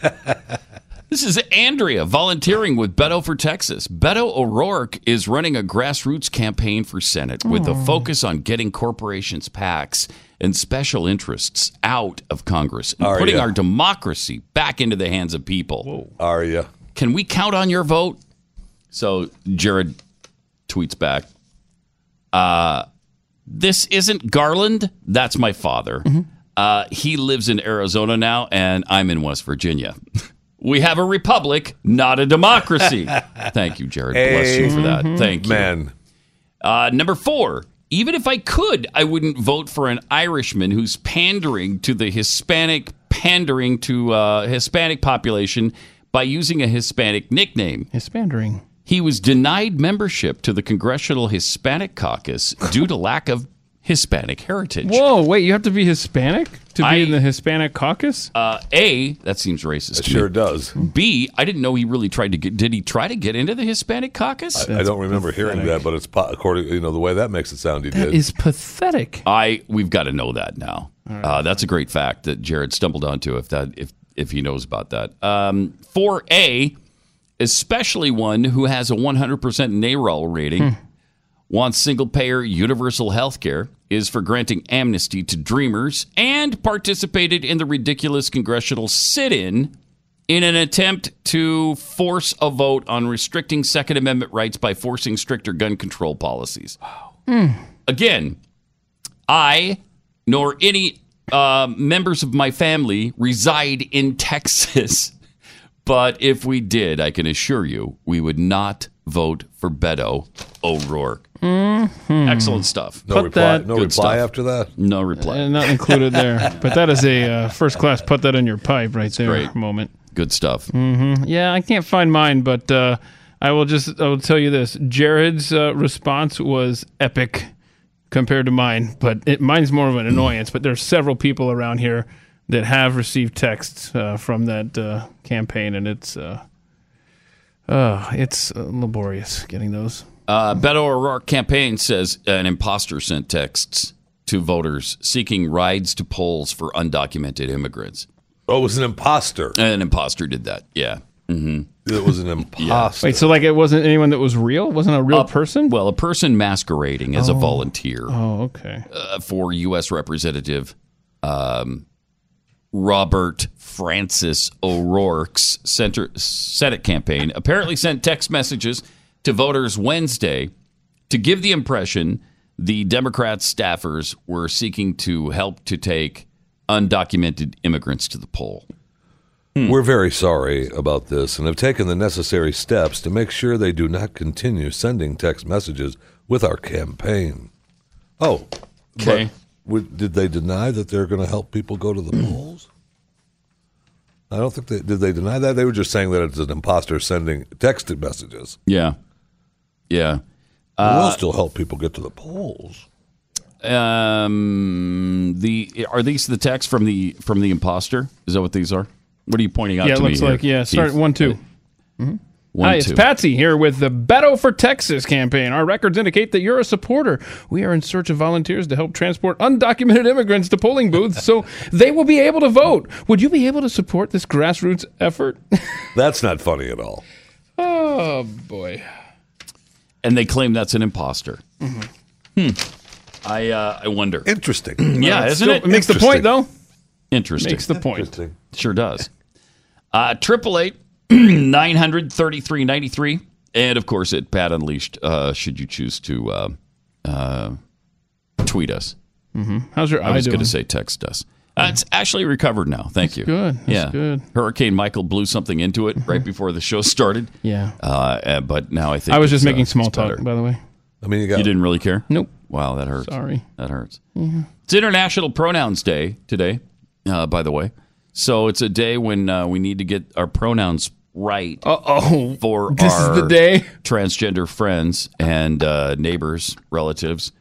Speaker 3: This is Andrea volunteering with Beto for Texas. Beto O'Rourke is running a grassroots campaign for Senate with a focus on getting corporations, PACs, and special interests out of Congress and
Speaker 5: Are
Speaker 3: putting
Speaker 5: ya?
Speaker 3: our democracy back into the hands of people.
Speaker 5: Are you?
Speaker 3: Can we count on your vote? So Jared tweets back uh, This isn't Garland. That's my father. Uh, he lives in Arizona now, and I'm in West Virginia. we have a republic, not a democracy. Thank you, Jared. Bless you for that.
Speaker 5: Amen.
Speaker 3: Thank you.
Speaker 5: Man.
Speaker 3: Uh, number four. Even if I could, I wouldn't vote for an Irishman who's pandering to the Hispanic, pandering to uh, Hispanic population by using a Hispanic nickname.
Speaker 4: Hispandering.
Speaker 3: He was denied membership to the Congressional Hispanic Caucus due to lack of Hispanic heritage.
Speaker 4: Whoa, wait, you have to be Hispanic to be in the Hispanic caucus?
Speaker 3: Uh, A, that seems racist. It
Speaker 5: sure does.
Speaker 3: B, I didn't know he really tried to get. Did he try to get into the Hispanic Caucus?
Speaker 5: I, I don't remember hearing that, but it's po- according you know the way that makes it sound. He did.
Speaker 4: pathetic.
Speaker 3: I we've got to know that now. Uh, that's a great fact that Jared stumbled onto. If that if if he knows about that. Um, Four A, especially one who has a 100 percent NARAL rating, wants single payer universal health care, is for granting amnesty to Dreamers, and participated in the ridiculous congressional sit-in. In an attempt to force a vote on restricting Second Amendment rights by forcing stricter gun control policies. Again, I nor any uh, members of my family reside in Texas. But if we did, I can assure you, we would not vote for Beto O'Rourke.
Speaker 4: Mm-hmm. Hmm.
Speaker 3: Excellent stuff.
Speaker 5: No reply. no
Speaker 3: Good
Speaker 5: reply
Speaker 3: stuff.
Speaker 5: after that.
Speaker 3: No reply.
Speaker 4: Uh, not included there. But that is a uh, first class put that in your pipe right there moment.
Speaker 3: Good stuff.
Speaker 4: hmm Yeah, I can't find mine, but uh, I will just I will tell you this: Jared's uh, response was epic compared to mine, but it, mine's more of an annoyance. But there's several people around here that have received texts uh, from that uh, campaign, and it's uh, uh, it's uh, laborious getting those.
Speaker 3: Uh, Beto O'Rourke campaign says an imposter sent texts to voters seeking rides to polls for undocumented immigrants.
Speaker 5: Oh, it was an imposter.
Speaker 3: An imposter did that. Yeah. Mm-hmm.
Speaker 5: It was an imposter.
Speaker 4: Wait, so like it wasn't anyone that was real? Oh, It wasn't a real person?
Speaker 3: Well, a person masquerading as a
Speaker 4: Oh.
Speaker 3: volunteer.
Speaker 4: Oh, okay.
Speaker 3: uh, for U.S. Representative um, Robert Francis O'Rourke's center, Senate campaign apparently sent text messages to voters Wednesday to give the impression the Democrats' staffers were seeking to help to take undocumented immigrants to the poll. Hmm.
Speaker 5: We're very sorry about this and have taken the necessary steps to make sure they do not continue sending text messages with our campaign. Oh, but
Speaker 3: Okay. Hmm.
Speaker 5: w- did they deny that they're going to help people go to the polls? I don't think they did. They deny that they were just saying that it's an imposter sending text messages.
Speaker 3: Yeah, yeah.
Speaker 5: we'll
Speaker 3: Uh,
Speaker 5: still help people get to the polls.
Speaker 3: Um, the are these the texts from the from the imposter? Is that what these are? What are you pointing out
Speaker 4: Yeah, it
Speaker 3: to
Speaker 4: looks
Speaker 3: me?
Speaker 4: like
Speaker 3: here,
Speaker 4: yeah. Start
Speaker 3: Keith? Mm-hmm.
Speaker 4: one two. Mhm.
Speaker 3: One,
Speaker 4: Hi, it's
Speaker 3: two.
Speaker 4: Patsy here with the Beto for Texas campaign. Our records indicate that you're a supporter. We are in search of volunteers to help transport undocumented immigrants to polling booths so they will be able to vote. Would you be able to support this grassroots effort?
Speaker 5: That's not funny at all.
Speaker 4: oh boy.
Speaker 3: and they claim that's an imposter.
Speaker 4: Mm-hmm.
Speaker 3: Hmm. I uh, I wonder.
Speaker 5: Interesting.
Speaker 3: yeah,
Speaker 4: Well, it's
Speaker 3: isn't
Speaker 4: still-
Speaker 3: it?
Speaker 4: it makes the point, though.
Speaker 3: Interesting.
Speaker 4: Makes the point.
Speaker 3: Sure does. Uh, Triple eight nine hundred thirty three ninety three, and of course at Pat Unleashed. Uh, should you choose to uh, uh, tweet us?
Speaker 4: hmm How's your eye
Speaker 3: Mm-hmm. I was
Speaker 4: doing?
Speaker 3: going to say text us. Uh, it's actually recovered now. Thank you.
Speaker 4: good. That's
Speaker 3: yeah.
Speaker 4: good. Mm-hmm.
Speaker 3: Hurricane Michael blew something into it right before the show started.
Speaker 4: Yeah.
Speaker 3: Uh, uh, but now I think
Speaker 4: I was just
Speaker 3: it's, uh,
Speaker 4: making small
Speaker 3: it's
Speaker 4: talk,
Speaker 3: better.
Speaker 4: by the way.
Speaker 5: I mean, you,
Speaker 3: you didn't really care.
Speaker 4: Nope.
Speaker 3: Wow, that hurts.
Speaker 4: Sorry. Mm-hmm.
Speaker 3: that hurts.
Speaker 4: Yeah.
Speaker 3: It's International Pronouns Day today, uh, by the way. So it's a day when uh, we need to get our pronouns right.
Speaker 4: Uh oh.
Speaker 3: For
Speaker 4: This is
Speaker 3: our
Speaker 4: the day?
Speaker 3: transgender friends and uh, neighbors, relatives.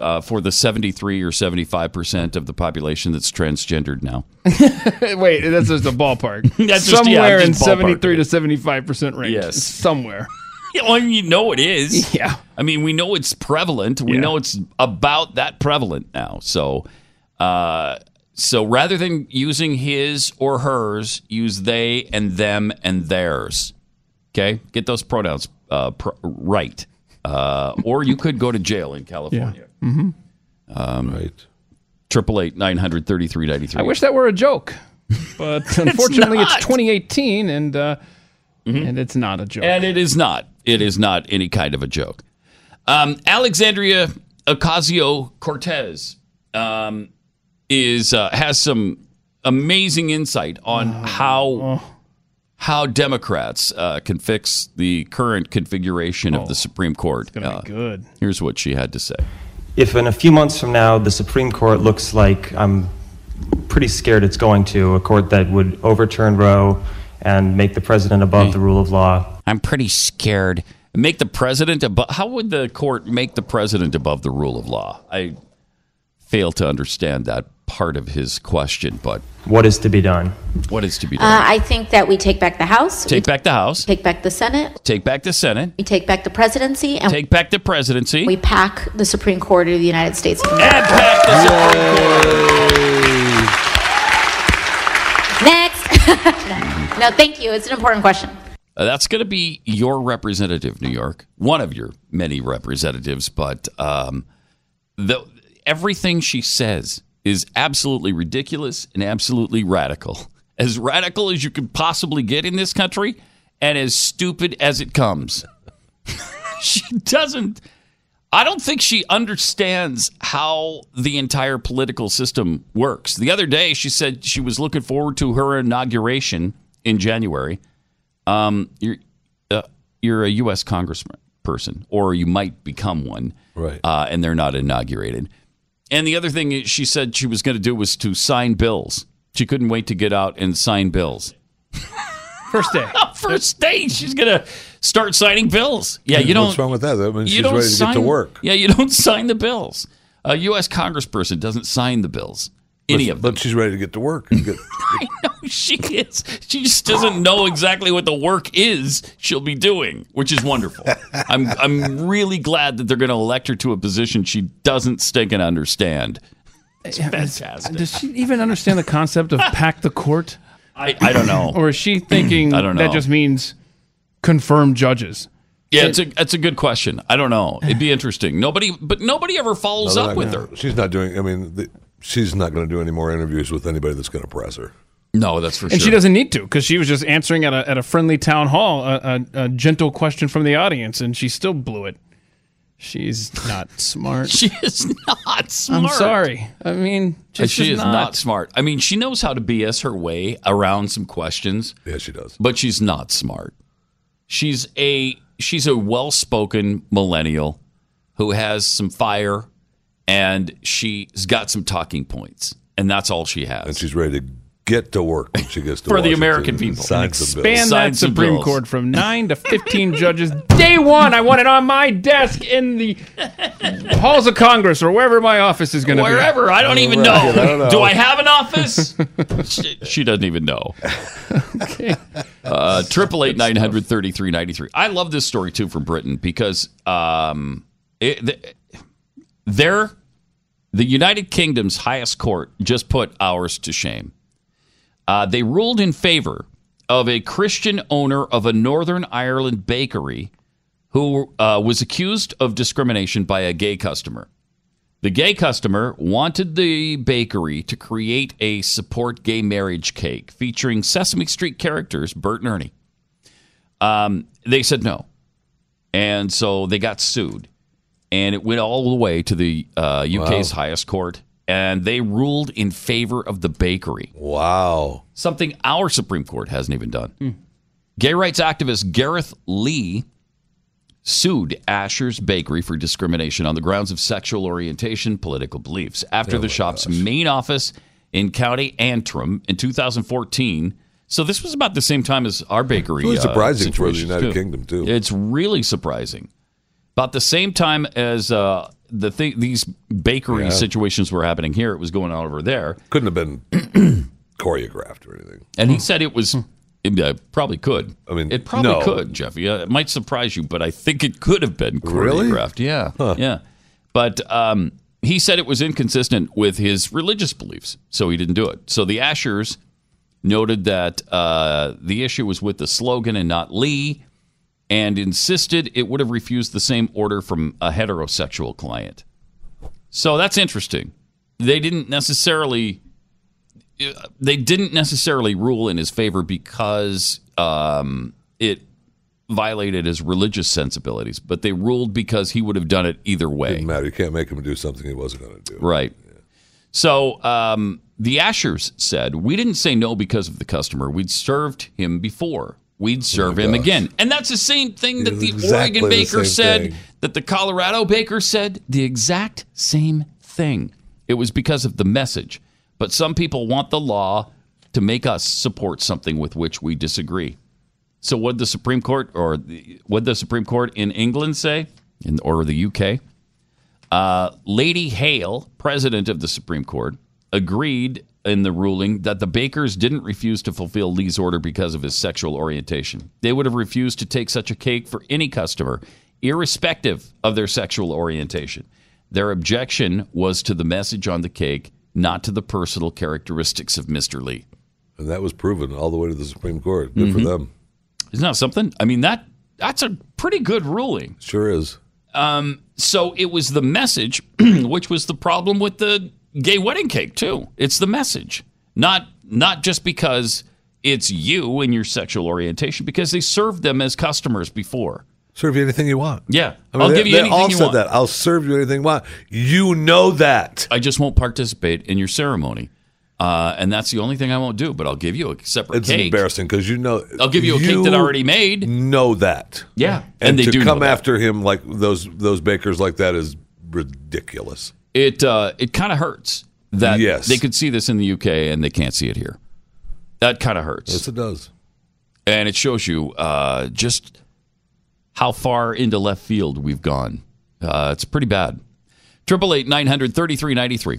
Speaker 3: uh, for the 73 or 75 percent of the population that's transgendered now.
Speaker 4: Wait, that's just a ballpark.
Speaker 3: That's just- yeah,
Speaker 4: somewhere
Speaker 3: just
Speaker 4: in
Speaker 3: ballpark.
Speaker 4: seventy-three to seventy-five percent range.
Speaker 3: Yes.
Speaker 4: somewhere.
Speaker 3: well, you know it is. Yeah. I mean, we know it's prevalent. We know it's about that prevalent now. So, uh, so rather than using his or hers, use they and them and theirs. Okay, get those pronouns uh, pr- right, uh, or you could go to jail in California.
Speaker 4: Mhm.
Speaker 3: Um, right. Triple eight nine hundred thirty three ninety three.
Speaker 4: I wish that were a joke, but unfortunately, it's, 2018, and uh,
Speaker 3: Mm-hmm.
Speaker 4: and it's not a joke.
Speaker 3: And it is not. It is not any kind of a joke. Um, Alexandria Ocasio Cortez um, is uh, has some amazing insight on how how Democrats uh, can fix the current configuration of the Supreme Court. Uh,
Speaker 4: good.
Speaker 3: Here's what she had to say.
Speaker 15: if in a few months from now the Supreme Court looks like I'm pretty scared it's going to, a court that would overturn Roe and make the president above
Speaker 4: Hmm.
Speaker 15: the rule of law.
Speaker 3: I'm pretty scared. Make the president above. How would the court make the president above the rule of law? I fail to understand that part of his question, but
Speaker 15: what is to be done?
Speaker 3: What is to be
Speaker 16: Uh,
Speaker 3: done?
Speaker 16: I think that we take back the House,
Speaker 3: take back the House,
Speaker 16: take back the Senate,
Speaker 3: take back the Senate,
Speaker 16: we take back the presidency, and
Speaker 3: take back the presidency.
Speaker 16: we pack the Supreme Court of the United States. of America. Next. no, no, thank you. It's an important question.
Speaker 3: Uh, that's going to be your representative, New York, one of your many representatives. But um, the, everything she says is absolutely ridiculous and absolutely radical. As radical as you could possibly get in this country, and as stupid as it comes. she doesn't. I don't think she understands how the entire political system works. The other day, she said she was looking forward to her inauguration in January. Um, you're uh, you're a U.S. congressman person, or you might become one, right? Uh, and they're not inaugurated. And the other thing she said she was going to do was to sign bills. She couldn't wait to get out and sign bills.
Speaker 4: First day.
Speaker 3: First day, she's gonna start signing bills. Yeah, you don't.
Speaker 5: What's wrong with that? That means
Speaker 3: you
Speaker 5: she's
Speaker 3: don't
Speaker 5: ready to get to
Speaker 3: sign-
Speaker 5: work.
Speaker 3: Yeah, you don't sign the bills. A U.S. congressperson doesn't sign the bills. Any
Speaker 5: but,
Speaker 3: of
Speaker 5: But she's ready to get to work. and get-
Speaker 3: I know she is. She just doesn't know exactly what the work is she'll be doing, which is wonderful. I'm I'm really glad that they're going to elect her to a position she doesn't stinking understand. It's fantastic.
Speaker 4: Does she even understand the concept of pack the court?
Speaker 3: I, I don't know.
Speaker 4: or is she thinking
Speaker 3: I don't know.
Speaker 4: that just means confirm judges?
Speaker 3: Yeah, it's a that's a good question. I don't know. It'd be interesting. Nobody, but nobody ever follows
Speaker 5: No, they're
Speaker 3: up
Speaker 5: not
Speaker 3: with
Speaker 5: gonna-
Speaker 3: her.
Speaker 5: She's not doing. I mean, the, she's not going to do any more interviews with anybody that's going to press her.
Speaker 3: No, that's for
Speaker 4: And she doesn't need to because she was just answering at a, at a friendly town hall a, a, a gentle question from the audience, and she still blew it. She's not smart.
Speaker 3: she is not smart. Uh,
Speaker 4: I'm sorry. I mean, just
Speaker 3: she
Speaker 4: is
Speaker 3: is not. smart. I mean, she knows how to BS her way around some questions.
Speaker 5: Yeah, she does.
Speaker 3: But she's not smart. She's a she's a well-spoken millennial who has some fire and she's got some talking points. And that's all she has. And
Speaker 5: she's ready to get to work when she gets to
Speaker 3: For the
Speaker 5: Washington
Speaker 3: American
Speaker 5: and
Speaker 3: people.
Speaker 5: sign some bills.
Speaker 4: Ban that
Speaker 3: some
Speaker 4: Supreme
Speaker 3: bills.
Speaker 4: Court from nine to fifteen judges day one. I want it on my desk in the halls of Congress or wherever my office is going to be.
Speaker 3: Wherever, I don't even know.
Speaker 4: Right, I don't know.
Speaker 3: Do I have an office? she, she doesn't even know. Uh, Triple eight nine hundred thirty three ninety three. I love this story too from Britain because um, it, th- their the United Kingdom's highest court just put ours to shame. Uh, they ruled in favor of a Christian owner of a Northern Ireland bakery who uh, was accused of discrimination by a gay customer. The gay customer wanted the bakery to create a support gay marriage cake featuring Sesame Street characters Bert and Ernie. Um, they said no. And so they got sued. And it went all the way to the uh, UK's highest court. And they ruled in favor of the bakery.
Speaker 5: Wow.
Speaker 3: Something our Supreme Court hasn't even done. Gay rights activist Gareth Lee sued Asher's Bakery for discrimination on the grounds of sexual orientation, political beliefs. After the shop's main office in County Antrim in 2014, so this was about the same time as our bakery.
Speaker 5: Really
Speaker 3: uh,
Speaker 5: surprising for the
Speaker 3: situations,
Speaker 5: United Kingdom, too.
Speaker 3: It's really surprising. About the same time as uh, the thing, these bakery
Speaker 5: Yeah.
Speaker 3: situations were happening here. It was going on over there. Couldn't have been choreographed or anything. And he said it was. It uh, probably could. I mean, it probably
Speaker 5: no.
Speaker 3: could, Jeffy. Uh, it might surprise you, but I think it could have been
Speaker 5: Really?
Speaker 3: choreographed. Yeah, yeah. But um, he said it was inconsistent with his religious beliefs, so he didn't do it. So the Ashers noted that uh, the issue was with the slogan and not Lee, and insisted it would have refused the same order from a heterosexual client. So that's interesting. They didn't necessarily they didn't necessarily rule in his favor because um, it violated his religious sensibilities, but they ruled because he would have done it either way. Didn't matter. You can't make him do something he wasn't going to do. Right. So um, the Ashers said, "We didn't say no because of the customer. We'd served him before. We'd serve him
Speaker 5: gosh.
Speaker 3: again." And that's the same thing that the
Speaker 5: Exactly
Speaker 3: Oregon
Speaker 5: the same
Speaker 3: baker said
Speaker 5: thing. Oh.
Speaker 3: that the Colorado baker said the exact same thing. It was because of the message. But some people want the law to make us support something with which we disagree. So what the Supreme Court or what the Supreme Court in England say, in, or the UK, uh, Lady Hale, president of the Supreme Court, agreed in the ruling that the bakers didn't refuse to fulfill Lee's order because of his sexual orientation. They would have refused to take such a cake for any customer, irrespective of their sexual orientation. Their objection was to the message on the cake, not to the personal characteristics of Mr. Lee.
Speaker 5: And that was proven all the way to the Supreme Court. Good for
Speaker 3: Mhm.
Speaker 5: them.
Speaker 3: Isn't that something? I mean that that's a pretty good ruling.
Speaker 5: Sure is.
Speaker 3: Um, so it was the message, which was the problem with the gay wedding cake too. It's the message, not not just because it's you and your sexual orientation, because they served them as customers before.
Speaker 5: Serve you anything you want.
Speaker 3: Yeah,
Speaker 5: I mean,
Speaker 3: will
Speaker 5: they,
Speaker 3: give you
Speaker 5: they
Speaker 3: anything
Speaker 5: all
Speaker 3: you
Speaker 5: said
Speaker 3: want.
Speaker 5: that. I'll serve you anything you want. You know that.
Speaker 3: I just won't participate in your ceremony, uh, and that's the only thing I won't do. But I'll give you a separate
Speaker 5: It's
Speaker 3: cake.
Speaker 5: embarrassing because you know.
Speaker 3: I'll give you a cake that I already made.
Speaker 5: Know that.
Speaker 3: Yeah,
Speaker 5: And,
Speaker 3: and they
Speaker 5: to
Speaker 3: do know
Speaker 5: come
Speaker 3: that.
Speaker 5: after him like those those bakers like that is ridiculous.
Speaker 3: It uh, it kind of hurts that
Speaker 5: Yes.
Speaker 3: they could see this in the UK and they can't see it here. That kind of hurts.
Speaker 5: Yes, it does.
Speaker 3: and it shows you uh, just how far into left field we've gone. Uh, it's pretty bad. Triple eight nine hundred thirty three ninety three.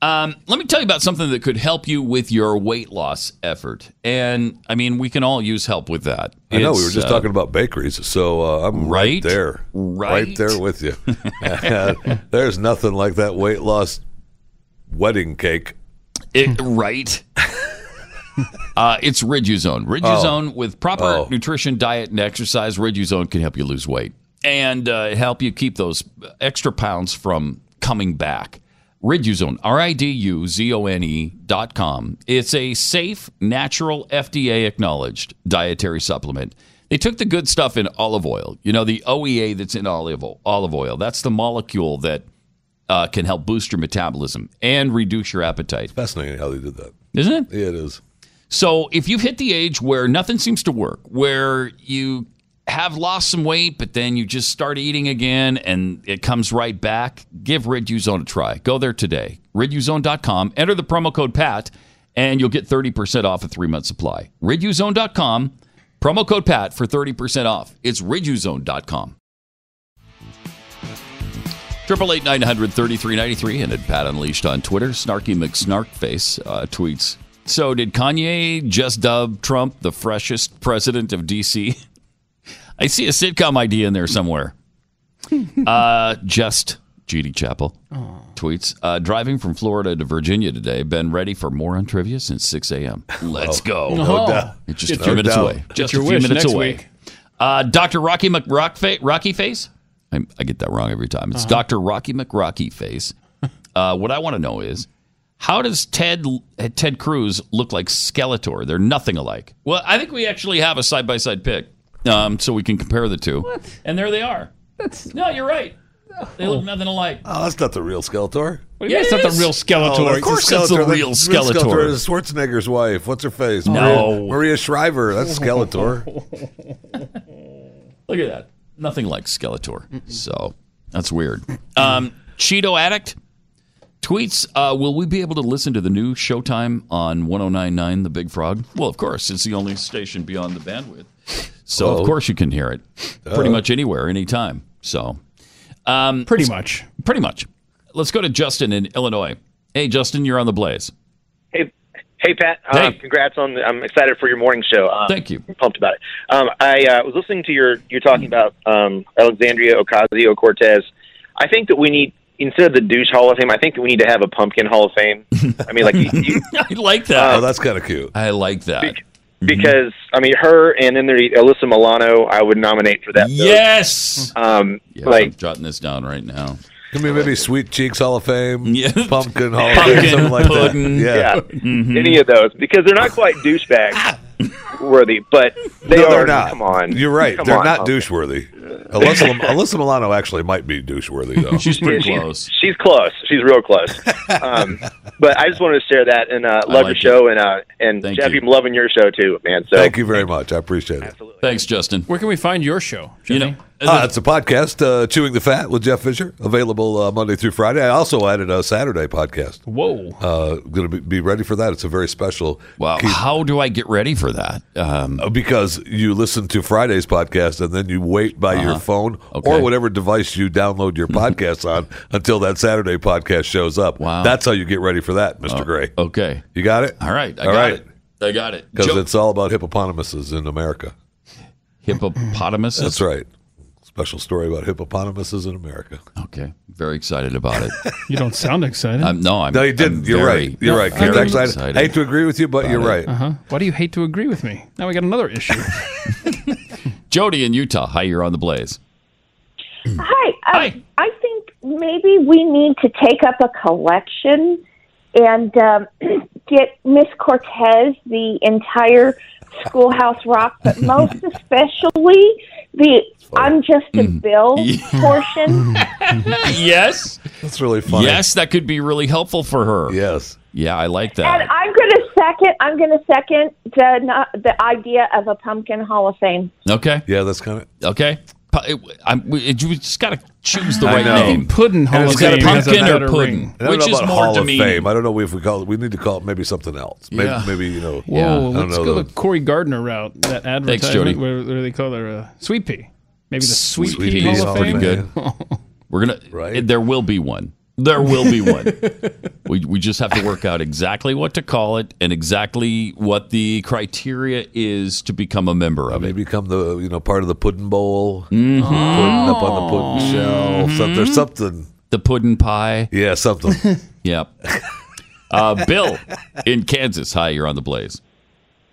Speaker 3: Um, let me tell you about something that could help you with your weight loss effort, and I mean we can all use help with that.
Speaker 5: I know we were
Speaker 3: It's,
Speaker 5: just
Speaker 3: uh,
Speaker 5: talking about bakeries, so uh, I'm right,
Speaker 3: Right?
Speaker 5: there,
Speaker 3: Right?
Speaker 5: there with you. There's nothing like that weight loss wedding cake.
Speaker 3: It, right. Uh, it's Riduzone. Riduzone with proper nutrition, diet, and exercise, Riduzone can help you lose weight and uh, help you keep those extra pounds from coming back. Riduzone, R I D U Z O N E dot com. It's a safe, natural, FDA acknowledged dietary supplement. They took the good stuff in olive oil, you know, the OEA that's in olive oil. Olive oil. That's the molecule that uh, can help boost your metabolism and reduce your appetite.
Speaker 5: fascinating how they did that,
Speaker 3: isn't it?
Speaker 5: Yeah, it is.
Speaker 3: So if you've hit the age where nothing seems to work, where you have lost some weight, but then you just start eating again and it comes right back, give Riduzone a try. Go there today. Riduzone.com. Enter the promo code PAT and you'll get 30% off a three-month supply. Riduzone.com. Promo code PAT for 30% off. It's Riduzone.com. Triple eight nine hundred thirty three ninety three and at Pat Unleashed on Twitter. Snarky McSnarkface uh, tweets. So did Kanye just dub Trump the freshest president of DC? I see a sitcom idea in there somewhere. uh, just Judy Chapel tweets. Uh, driving from Florida to Virginia today. Been ready for more on trivia since six a.m. Let's go.
Speaker 5: Oh. No doubt.
Speaker 3: It's just
Speaker 5: Get
Speaker 3: a few
Speaker 5: your-
Speaker 3: minutes
Speaker 5: no doubt.
Speaker 3: away.
Speaker 5: Get
Speaker 3: Just a
Speaker 5: your
Speaker 3: few
Speaker 5: wish
Speaker 3: minutes
Speaker 5: next
Speaker 3: away.
Speaker 5: week.
Speaker 3: Uh, Dr. Rocky McRockfa- Rocky Face. I, I get that wrong every time. It's
Speaker 5: Uh-huh.
Speaker 3: Dr. Rocky McRocky Face. Uh, what I want to know is how does Ted Ted Cruz look like Skeletor? They're nothing alike. Well, I think we actually have a side by side pic, um, so we can compare the two. And there they are. That's no, you're right. They look nothing alike.
Speaker 5: Oh, that's not the real Skeletor.
Speaker 3: What do you mean it's not the real Skeletor?
Speaker 5: that's
Speaker 3: Of course it's the
Speaker 5: That's-
Speaker 3: real Skeletor.
Speaker 5: is Schwarzenegger's wife. What's her face?
Speaker 3: No.
Speaker 5: Maria, Maria Shriver. That's Skeletor.
Speaker 3: Look at that. Nothing like Skeletor. So that's weird. Um, Cheeto Addict tweets uh, Will we be able to listen to the new Showtime on 1099 The Big Frog? Well, of course. It's the only station beyond the bandwidth. So, of
Speaker 5: Oh.
Speaker 3: course, you can hear it
Speaker 5: Oh.
Speaker 3: pretty much anywhere, anytime. So, Um,
Speaker 4: pretty much.
Speaker 3: Pretty much. Let's go to Justin in Illinois. Hey, Justin, you're on the Blaze.
Speaker 17: Hey, hey, Pat. Uh, congrats on. The, I'm excited for your morning show. Um,
Speaker 3: Thank you.
Speaker 17: Pumped about it. Um, I uh, was listening to your. You're talking about um, Alexandria Ocasio Cortez. I think that we need instead of the douche Hall of Fame. I think that we need to have a pumpkin Hall of Fame. I mean, like you, you,
Speaker 3: I like that. Uh,
Speaker 5: oh, that's kind of cute.
Speaker 3: I like that. Mm-hmm.
Speaker 17: because I mean, her and then there Alyssa Milano. I would nominate for that. vote.
Speaker 3: Yes.
Speaker 17: Um,
Speaker 3: Yeah, I'm
Speaker 17: like
Speaker 3: jotting this down right now.
Speaker 5: I mean, maybe Sweet Cheeks Hall of Fame, Pumpkin Hall of Fame,
Speaker 3: Pumpkin,
Speaker 5: something like
Speaker 3: pudding.
Speaker 5: that. Yeah.
Speaker 17: yeah,
Speaker 5: Mm-hmm.
Speaker 17: any of those because they're not quite
Speaker 5: Ah.
Speaker 17: douchebag worthy, but they
Speaker 5: no,
Speaker 17: are.
Speaker 5: they're not.
Speaker 17: Come on,
Speaker 5: You're right.
Speaker 17: Come
Speaker 5: they're
Speaker 17: on,
Speaker 5: not
Speaker 17: Pumpkin.
Speaker 5: douche-worthy. Alyssa, Lam- Alyssa Milano actually might be douche-worthy, though.
Speaker 3: She's pretty
Speaker 17: Yeah,
Speaker 3: close.
Speaker 17: She's close. She's real close. Um, but I just wanted to share that and uh,
Speaker 5: I
Speaker 17: love
Speaker 5: like
Speaker 17: your show and uh, and
Speaker 5: Thank
Speaker 17: Jeff,
Speaker 5: you.
Speaker 17: I'm loving your show too, man. So
Speaker 5: Thank you very much. I appreciate it.
Speaker 3: Thanks, Justin.
Speaker 4: Where can we find your show? You know,
Speaker 5: Uh, it's a podcast, uh, Chewing the Fat with Jeff Fisher, available uh, Monday through Friday. I also added a Saturday podcast.
Speaker 4: Whoa.
Speaker 5: Uh, going to be, be ready for that. It's a very special. Uh,
Speaker 3: Wow. How do I get ready for that? Um,
Speaker 5: because you listen to Friday's podcast and then you wait by your
Speaker 3: Uh-huh.
Speaker 5: phone
Speaker 3: Okay.
Speaker 5: or whatever device you download your podcast on until that Saturday podcast shows up. Wow. That's how you get ready for that, Mr. Gray.
Speaker 3: Uh, Okay.
Speaker 5: You got it?
Speaker 3: All right. I
Speaker 5: All
Speaker 3: got
Speaker 5: right.
Speaker 3: it. I got it.
Speaker 5: Because
Speaker 3: Joe-
Speaker 5: it's all about hippopotamuses in America.
Speaker 3: Hippopotamuses?
Speaker 5: That's right. Special story about hippopotamuses in America.
Speaker 3: Okay. Very excited about it.
Speaker 4: you don't sound excited.
Speaker 3: I'm, Um, no, I'm.
Speaker 5: No, you didn't.
Speaker 3: I'm
Speaker 5: You're
Speaker 3: very,
Speaker 5: right. You're right.
Speaker 4: I'm
Speaker 5: Keith.
Speaker 4: very
Speaker 5: Actually, I
Speaker 3: excited
Speaker 5: hate to agree with you, but
Speaker 3: about
Speaker 5: you're
Speaker 3: it.
Speaker 5: right.
Speaker 4: Uh huh. Why do you hate to agree with me? Now we got another issue.
Speaker 3: Jody in Utah. Hi, you're on the Blaze.
Speaker 18: Hi. I, I think maybe we need to take up a collection and um, get Miss Cortez the entire Schoolhouse Rock, but most especially the "I'm Just a Bill" portion.
Speaker 3: yes.
Speaker 5: That's really funny.
Speaker 3: Yes, that could be really helpful for her.
Speaker 5: Yes.
Speaker 3: Yeah, I like
Speaker 18: And
Speaker 3: that.
Speaker 18: I'm going to second. I'm going to second the not, the idea of a pumpkin Hall of Fame.
Speaker 3: Okay.
Speaker 5: Yeah, that's kind of
Speaker 3: okay. Pu- it- I'm, we, it- you just gotta choose the
Speaker 5: I
Speaker 3: right
Speaker 5: know.
Speaker 3: name.
Speaker 5: And it's gotta be
Speaker 3: pumpkin
Speaker 5: something
Speaker 3: or
Speaker 5: that-
Speaker 3: pudding,
Speaker 5: I don't
Speaker 3: which
Speaker 5: know
Speaker 3: is
Speaker 5: about
Speaker 3: more
Speaker 5: Hall of
Speaker 3: demeaning.
Speaker 5: Fame. I don't know if we call it. We need to call it maybe something else. Maybe,
Speaker 3: Yeah.
Speaker 5: maybe you know.
Speaker 4: Whoa,
Speaker 5: I don't
Speaker 4: let's
Speaker 5: know
Speaker 4: go
Speaker 5: the-
Speaker 4: the Cory Gardner route. That advertisement.
Speaker 3: Thanks, Jody.
Speaker 4: Where, where do they call their uh, sweet pea? Maybe the sweet,
Speaker 3: Sweet
Speaker 4: pea,
Speaker 3: pea
Speaker 4: Hall
Speaker 3: is
Speaker 4: of
Speaker 3: pretty
Speaker 4: Fame?
Speaker 3: good. We're gonna. Right? There will be one. There will be one. we we just have to work out exactly what to call it and exactly what the criteria is to become a member of
Speaker 5: Maybe become the you know part of the pudding bowl, pudding
Speaker 3: Mhm.
Speaker 5: up on the pudding shell. Some, there's something.
Speaker 3: Mm-hmm. The pudding pie.
Speaker 5: Yeah, something.
Speaker 3: Yep. Uh, Bill in Kansas. Hi, you're on the Blaze.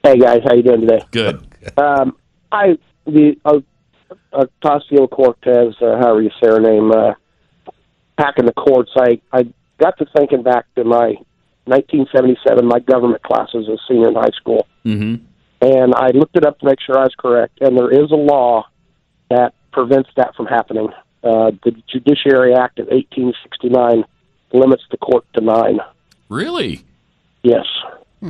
Speaker 19: Hey guys, how you doing today?
Speaker 3: Good.
Speaker 19: Um, I the uh, Ocasio Cortez, uh, however you say her name, uh, packing the courts. I I got to thinking back to my 1977, my government classes as a senior in high school,
Speaker 20: Mm-hmm.
Speaker 19: and I looked it up to make sure I was correct. And there is a law that prevents that from happening. Uh, the Judiciary Act of 1869 limits the court to nine.
Speaker 3: Really?
Speaker 19: Yes.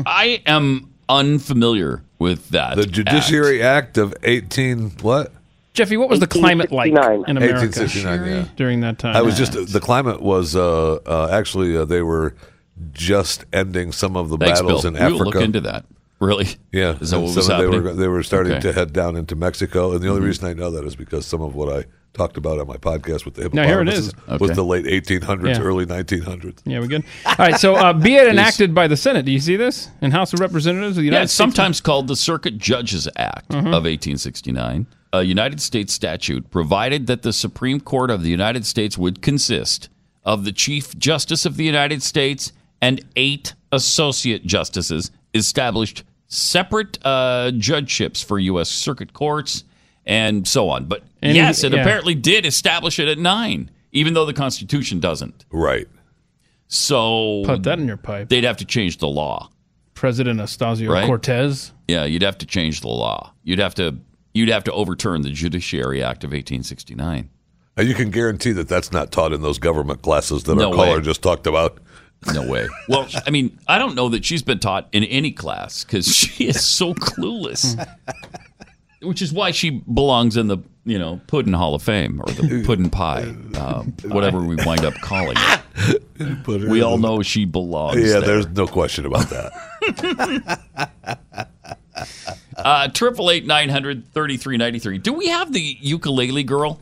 Speaker 3: I am unfamiliar with that. The
Speaker 5: Judiciary Act of 18 what?
Speaker 4: Jeffy, what was the climate like in America
Speaker 5: 1869, yeah.
Speaker 4: during that time?
Speaker 5: I was just the climate was uh, uh, actually uh, they were just ending some of the
Speaker 3: Thanks,
Speaker 5: battles
Speaker 3: Bill.
Speaker 5: in
Speaker 3: We
Speaker 5: Africa.
Speaker 3: will look into that. Really?
Speaker 5: Yeah,
Speaker 3: Is that
Speaker 5: and
Speaker 3: what was
Speaker 5: some of They were,
Speaker 3: happening?
Speaker 5: they were starting
Speaker 3: Okay. Mm-hmm.
Speaker 5: to head down into Mexico, and the only reason I know that is because some of what I talked about on my podcast with the
Speaker 4: Now, here it is.
Speaker 5: hippopotamuses was
Speaker 4: Okay.
Speaker 5: the late 1800s,
Speaker 4: Yeah.
Speaker 5: early 1900s.
Speaker 4: Yeah, we good. All right, so uh, be it enacted by the Senate. Do you see this in House of Representatives of the United
Speaker 3: yeah, it's
Speaker 4: States?
Speaker 3: sometimes called the Circuit Judges Act
Speaker 4: Mhm.
Speaker 3: of 1869, a United States statute provided that the Supreme Court of the United States would consist of the Chief Justice of the United States and eight associate justices, established separate uh, judgeships for U.S. circuit courts, and so on. But
Speaker 4: And
Speaker 3: yes, it
Speaker 4: yeah.
Speaker 3: apparently did establish it at nine, even though the Constitution doesn't.
Speaker 5: Right.
Speaker 3: So
Speaker 4: Put that in your pipe.
Speaker 3: They'd have to change the law.
Speaker 4: President Astasio
Speaker 3: Right.
Speaker 4: Cortez.
Speaker 3: Yeah, you'd have to change the law. You'd have to you'd have to overturn the Judiciary Act of 1869.
Speaker 5: Now, you can guarantee that that's not taught in those government classes that
Speaker 3: No
Speaker 5: our caller
Speaker 3: way.
Speaker 5: just talked about.
Speaker 3: No way. Well, I mean, I don't know that she's been taught in any class because she is so clueless,
Speaker 4: Hmm.
Speaker 3: which is why she belongs in the you know Puddin Hall of Fame or the Puddin Pie, um, whatever we wind up calling it.
Speaker 5: Put her
Speaker 3: We
Speaker 5: in
Speaker 3: all
Speaker 5: the-
Speaker 3: know she belongs.
Speaker 5: Yeah,
Speaker 3: there.
Speaker 5: there's no question about that.
Speaker 3: Uh, triple eight nine hundred thirty three ninety three. Do we have the ukulele girl?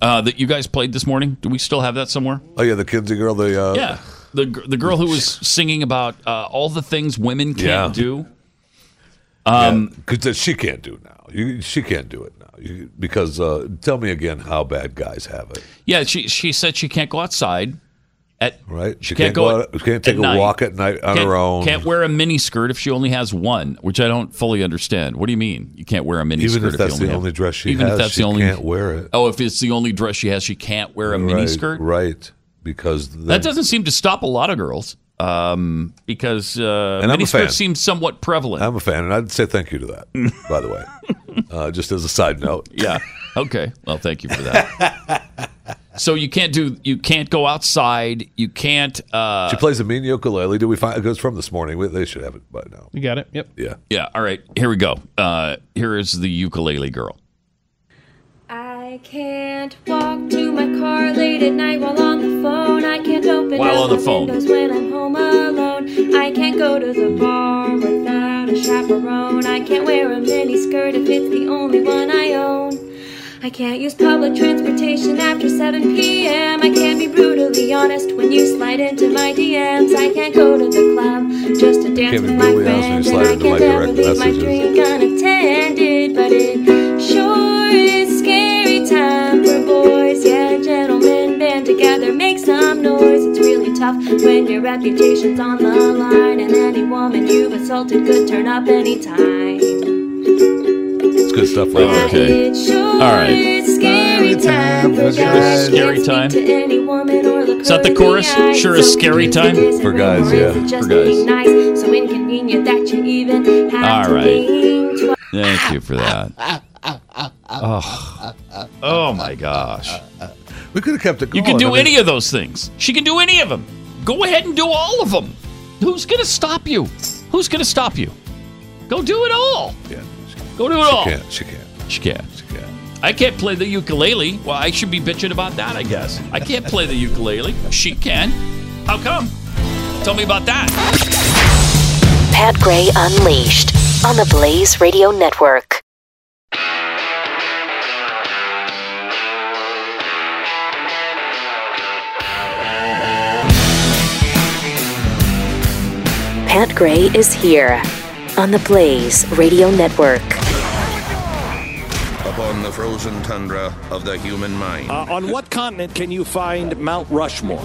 Speaker 3: uh, that you guys played this morning? Do we still have that somewhere?
Speaker 5: Oh yeah, the Kinsey girl. The uh,
Speaker 3: yeah, the gr- the girl who was singing about uh, all the things women can't
Speaker 5: Yeah.
Speaker 3: do.
Speaker 5: Um, because she can't do it now. You, she can't do it now. You, because uh, tell me again how bad guys have it.
Speaker 3: Yeah, she she said she can't go outside. At
Speaker 5: right, she,
Speaker 3: can't go
Speaker 5: out-
Speaker 3: at-
Speaker 5: she can't take
Speaker 3: at
Speaker 5: a
Speaker 3: night.
Speaker 5: walk at night on
Speaker 3: can't,
Speaker 5: her own.
Speaker 3: Can't wear a mini skirt if she only has one, which I don't fully understand. What do you mean? You can't wear a mini
Speaker 5: Even
Speaker 3: skirt
Speaker 5: if that's
Speaker 3: you
Speaker 5: the
Speaker 3: have-
Speaker 5: only dress she
Speaker 3: even
Speaker 5: has,
Speaker 3: if that's
Speaker 5: she
Speaker 3: the only
Speaker 5: can't wear it.
Speaker 3: Oh, if it's the only dress she has, she can't wear a mini
Speaker 5: right,
Speaker 3: skirt.
Speaker 5: right? Because
Speaker 3: That doesn't seem to stop a lot of girls um, because uh,
Speaker 5: And I'm a
Speaker 3: mini
Speaker 5: fan.
Speaker 3: skirts seem somewhat prevalent.
Speaker 5: I'm a fan, and I'd say thank you to that. by the way, uh, just as a side note.
Speaker 3: Yeah. Okay. Well, thank you for that. so you can't do you can't go outside. You can't. Uh,
Speaker 5: She plays a mean ukulele. Did we find it goes from this morning? We, they should have it by now.
Speaker 4: You got it. Yep.
Speaker 5: Yeah.
Speaker 3: Yeah. All right. Here we go. Uh, here is the ukulele girl.
Speaker 20: I can't walk to my car late at night while on the phone. I can't open
Speaker 3: While
Speaker 20: up
Speaker 3: on the phone.
Speaker 20: windows when I'm home alone. I can't go to the bar without a chaperone. I can't wear a mini skirt if it's the only one I own. I can't use public transportation after 7 p.m. I can't be brutally honest when you slide into my DMs. I can't go to the club just to dance
Speaker 5: Can't be
Speaker 20: with my
Speaker 5: brutally honest when you
Speaker 20: friends. And
Speaker 5: slide
Speaker 20: I
Speaker 5: into my
Speaker 20: can't ever
Speaker 5: direct
Speaker 20: leave my
Speaker 5: messages.
Speaker 20: drink unattended, but it sure is scary time for boys. Yeah, gentlemen, band together, make some noise. It's really tough when your reputation's on the line, and any woman you've assaulted could turn up anytime.
Speaker 5: It's good stuff. Right there.
Speaker 20: It sure is scary time for guys.
Speaker 3: Scary time.
Speaker 20: To any woman or the
Speaker 3: Is that the chorus?
Speaker 20: curly-eyed.
Speaker 3: Sure is scary time
Speaker 5: for guys. Yeah,
Speaker 20: It's
Speaker 3: for
Speaker 20: just
Speaker 3: guys.
Speaker 20: being nice, so inconvenient that you even have
Speaker 3: All
Speaker 20: to
Speaker 3: right.
Speaker 20: think twice.
Speaker 3: Thank you for that.
Speaker 5: Ah,
Speaker 3: Oh, oh my gosh.
Speaker 5: We could have kept it
Speaker 3: You can
Speaker 5: going.
Speaker 3: do
Speaker 5: I mean-
Speaker 3: any of those things. She can do any of them. Go ahead and do all of them. Who's going to stop you? Who's going to stop you? Go do it all.
Speaker 5: Yeah.
Speaker 3: Go do it all.
Speaker 5: She can't. She can't.
Speaker 3: Oh. She can't. I can't play the ukulele. Well, I should be bitching about that, I guess. I can't play the ukulele. She can. How come? Tell me about that.
Speaker 1: Pat Gray Unleashed on the Blaze Radio Network. Pat Gray is here on the Blaze Radio Network.
Speaker 21: upon the frozen tundra of the human mind.
Speaker 13: Uh, on what continent can you find Mount Rushmore?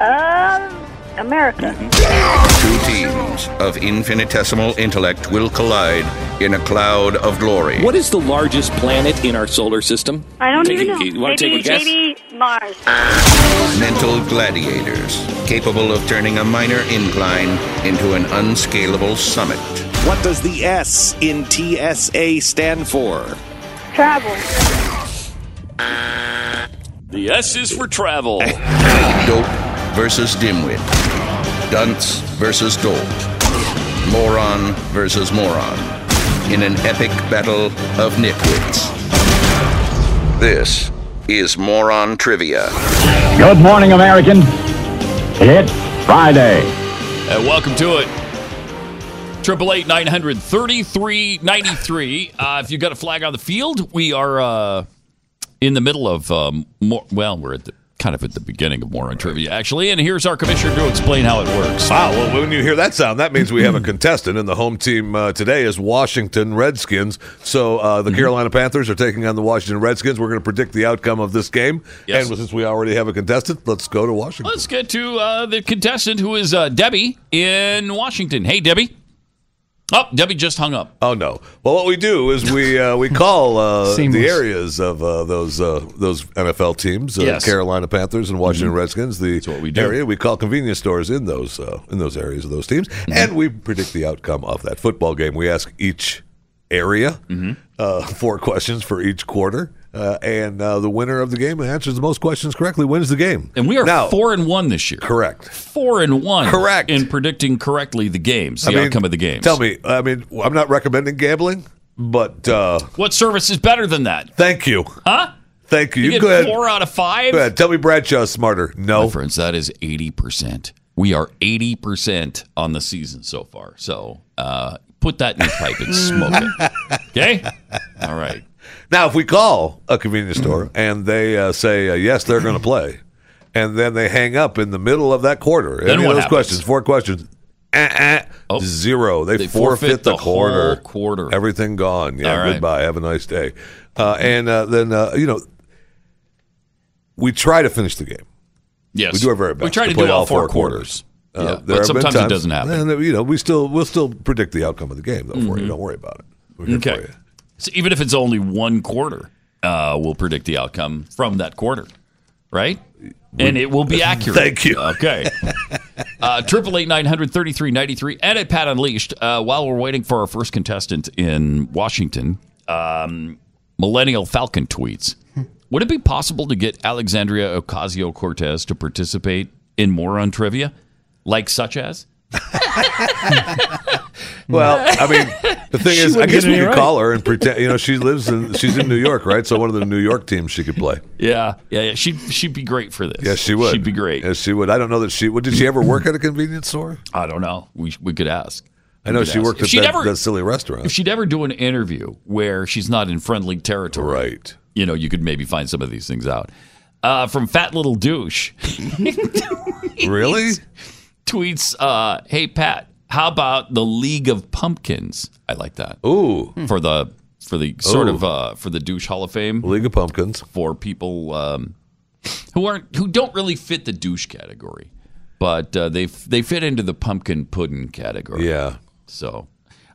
Speaker 22: Um, America.
Speaker 5: Mm-hmm.
Speaker 21: Two teams of infinitesimal intellect will collide in a cloud of glory.
Speaker 23: What is the largest planet in our solar system?
Speaker 22: I don't
Speaker 23: Take
Speaker 22: even
Speaker 23: a-
Speaker 22: know.
Speaker 23: You want to take
Speaker 22: maybe,
Speaker 23: a guess?
Speaker 22: maybe Mars.
Speaker 21: Mental gladiators, capable of turning a minor incline into an unscalable summit.
Speaker 13: What does the S in TSA stand for?
Speaker 22: Travel.
Speaker 3: The S is for travel.
Speaker 21: Dope versus dimwit. Dunce versus dope. Moron versus moron. In an epic battle of nitwits. This is Moron Trivia.
Speaker 2: Good morning, Americans. It's Friday.
Speaker 3: And Uh, welcome to it. Triple eight nine hundred thirty three ninety three. Uh, if you got a flag on the field, we are uh, in the middle of um, more. Well, we're at the kind of at the beginning of more on trivia, actually. And here's our commissioner to explain how it works.
Speaker 5: Wow. Well, when you hear that sound, that means we have a contestant, and the home team uh, today is Washington Redskins. So uh,
Speaker 3: Mm-hmm.
Speaker 5: the Carolina Panthers are taking on the Washington Redskins. We're going to predict the outcome of this game.
Speaker 3: Yes.
Speaker 5: And since we already have a contestant, let's go to Washington.
Speaker 3: Let's get to uh, the contestant who is uh, Debbie in Washington. Hey, Debbie. Oh, Debbie just hung up.
Speaker 5: Oh no! Well, what we do is we uh, we call uh,
Speaker 3: Seamless.
Speaker 5: the areas of uh, those uh, those NFL teams, uh,
Speaker 3: Yes. Mm-hmm.
Speaker 5: Carolina Panthers and Washington Redskins. The
Speaker 3: we do.
Speaker 5: area we call convenience stores in those uh, in those areas of those teams,
Speaker 3: Mm-hmm.
Speaker 5: and we predict the outcome of that football game. We ask each area
Speaker 3: Mm-hmm.
Speaker 5: uh, four questions for each quarter, uh, and uh, the winner of the game who answers the most questions correctly wins the game.
Speaker 3: And we are
Speaker 5: Now-
Speaker 3: four and one this year.
Speaker 5: Correct.
Speaker 3: Four and one.
Speaker 5: Correct.
Speaker 3: In predicting correctly the games, the
Speaker 5: I mean,
Speaker 3: outcome of the games.
Speaker 5: Tell me, I mean, I'm not recommending gambling, but uh,
Speaker 3: what service is better than that?
Speaker 5: Thank you.
Speaker 3: Huh?
Speaker 5: Thank you.
Speaker 3: You, get
Speaker 5: go ahead.
Speaker 3: four uh, out of five.
Speaker 5: Go ahead. Tell me Bradshaw's smarter. No.
Speaker 3: My friends, that is 80%. We are 80% on the season so far. So uh, put that in your pipe and smoke it. Okay? All right. Mm-hmm.
Speaker 5: Now, if we call a convenience store and they uh, say uh, yes, they're going to play, and then they hang up in the middle of that quarter,
Speaker 3: Then
Speaker 5: any of
Speaker 3: what
Speaker 5: those
Speaker 3: happens? Oh.
Speaker 5: questions, four questions, eh, eh, zero. They,
Speaker 3: They
Speaker 5: forfeit,
Speaker 3: forfeit
Speaker 5: the,
Speaker 3: the whole
Speaker 5: quarter.
Speaker 3: quarter.
Speaker 5: Everything gone. Yeah.
Speaker 3: All right.
Speaker 5: Goodbye. Have a nice day. Uh, and uh, then uh, you know, we try to finish the game.
Speaker 3: Yes.
Speaker 5: we do our very best.
Speaker 3: We try to
Speaker 5: play
Speaker 3: do all four quarters.
Speaker 5: Uh,
Speaker 3: Yeah,
Speaker 5: there
Speaker 3: but
Speaker 5: have been
Speaker 3: sometimes it
Speaker 5: times-
Speaker 3: doesn't happen.
Speaker 5: And, you know, we still we'll still predict the outcome of the game though for you.
Speaker 3: Mhm.
Speaker 5: Don't worry about it. We're here for
Speaker 3: Okay. So even if it's only one quarter, uh, we'll predict the outcome from that quarter, right? And it will be accurate.
Speaker 5: Thank you.
Speaker 3: Okay. Uh, Triple eight nine hundred thirty three ninety three and at Pat Unleashed. Uh, while we're waiting for our first contestant in Washington, um, Millennial Falcon tweets:
Speaker 5: Hmm.
Speaker 3: Would it be possible to get Alexandria Ocasio Cortez to participate in moron trivia, like such as?
Speaker 5: Well, I mean, the thing
Speaker 3: She
Speaker 5: is, I
Speaker 3: wouldn't
Speaker 5: guess
Speaker 3: get
Speaker 5: we
Speaker 3: any
Speaker 5: could
Speaker 3: right.
Speaker 5: call her and pretend. You know, she lives in she's in New York, right? So one of the New York teams she could play.
Speaker 3: Yeah, yeah, yeah. She'd she'd be great for this.
Speaker 5: Yes, she would. She'd be
Speaker 3: great.
Speaker 5: Yes, she would. I don't know that she. Would, did she ever work at a convenience store?
Speaker 3: I don't know. We we could ask.
Speaker 5: I know
Speaker 3: We could
Speaker 5: she
Speaker 3: ask.
Speaker 5: worked
Speaker 3: If
Speaker 5: at
Speaker 3: she'd
Speaker 5: that,
Speaker 3: ever-
Speaker 5: that silly restaurant.
Speaker 3: If she'd ever do an interview where she's not in friendly territory,
Speaker 5: right?
Speaker 3: You know, you could maybe find some of these things out. Uh, from Fat Little Douche.
Speaker 5: really?
Speaker 3: Tweets, uh, hey, Pat, how about the League of Pumpkins? I like that.
Speaker 5: Ooh.
Speaker 3: For the. For the sort
Speaker 5: Ooh.
Speaker 3: of uh, for the douche Hall of Fame,
Speaker 5: League of Pumpkins,
Speaker 3: for people um, who aren't who don't really fit the douche category, but uh, they they fit into the pumpkin pudding category.
Speaker 5: Yeah.
Speaker 3: So,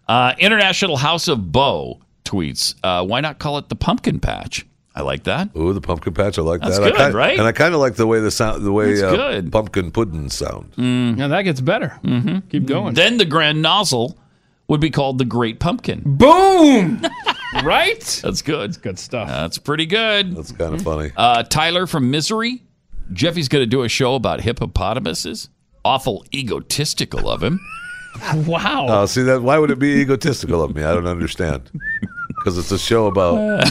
Speaker 3: uh, International House of Bow tweets, uh, why not call it the Pumpkin Patch? I like that.
Speaker 5: Ooh, the pumpkin patch. I like
Speaker 3: That's
Speaker 5: that. I
Speaker 3: good,
Speaker 5: kinda-
Speaker 3: right?
Speaker 5: And I kind of like the way the sound, the way
Speaker 3: That's
Speaker 5: uh,
Speaker 3: good.
Speaker 5: pumpkin pudding sound.
Speaker 4: Now that gets better. Mm-hmm. Keep going.
Speaker 3: Mm. Then the Grand Nozzle would be called the Great Pumpkin.
Speaker 4: Boom! right?
Speaker 3: That's good. That's
Speaker 4: good stuff.
Speaker 3: That's pretty good.
Speaker 5: That's kind of funny.
Speaker 3: Uh, Tyler from Misery. Jeffy's going to do a show about hippopotamuses. Awful egotistical of him.
Speaker 4: Wow.
Speaker 5: Oh, see that? Why would it be egotistical of me? I don't understand. Because it's a show about.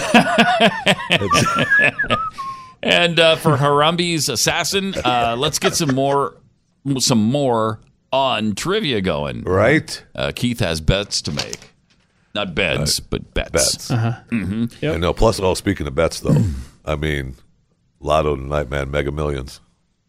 Speaker 3: And uh, for Harambe's assassin, uh, let's get some more, some more on trivia going.
Speaker 5: Right.
Speaker 3: Uh, Keith has bets to make, not beds, but bets.
Speaker 5: uh, bets.
Speaker 3: Uh-huh. hmm
Speaker 5: I know. Plus, oh, speaking of bets, though, I mean, Lotto tonight, man, Mega Millions.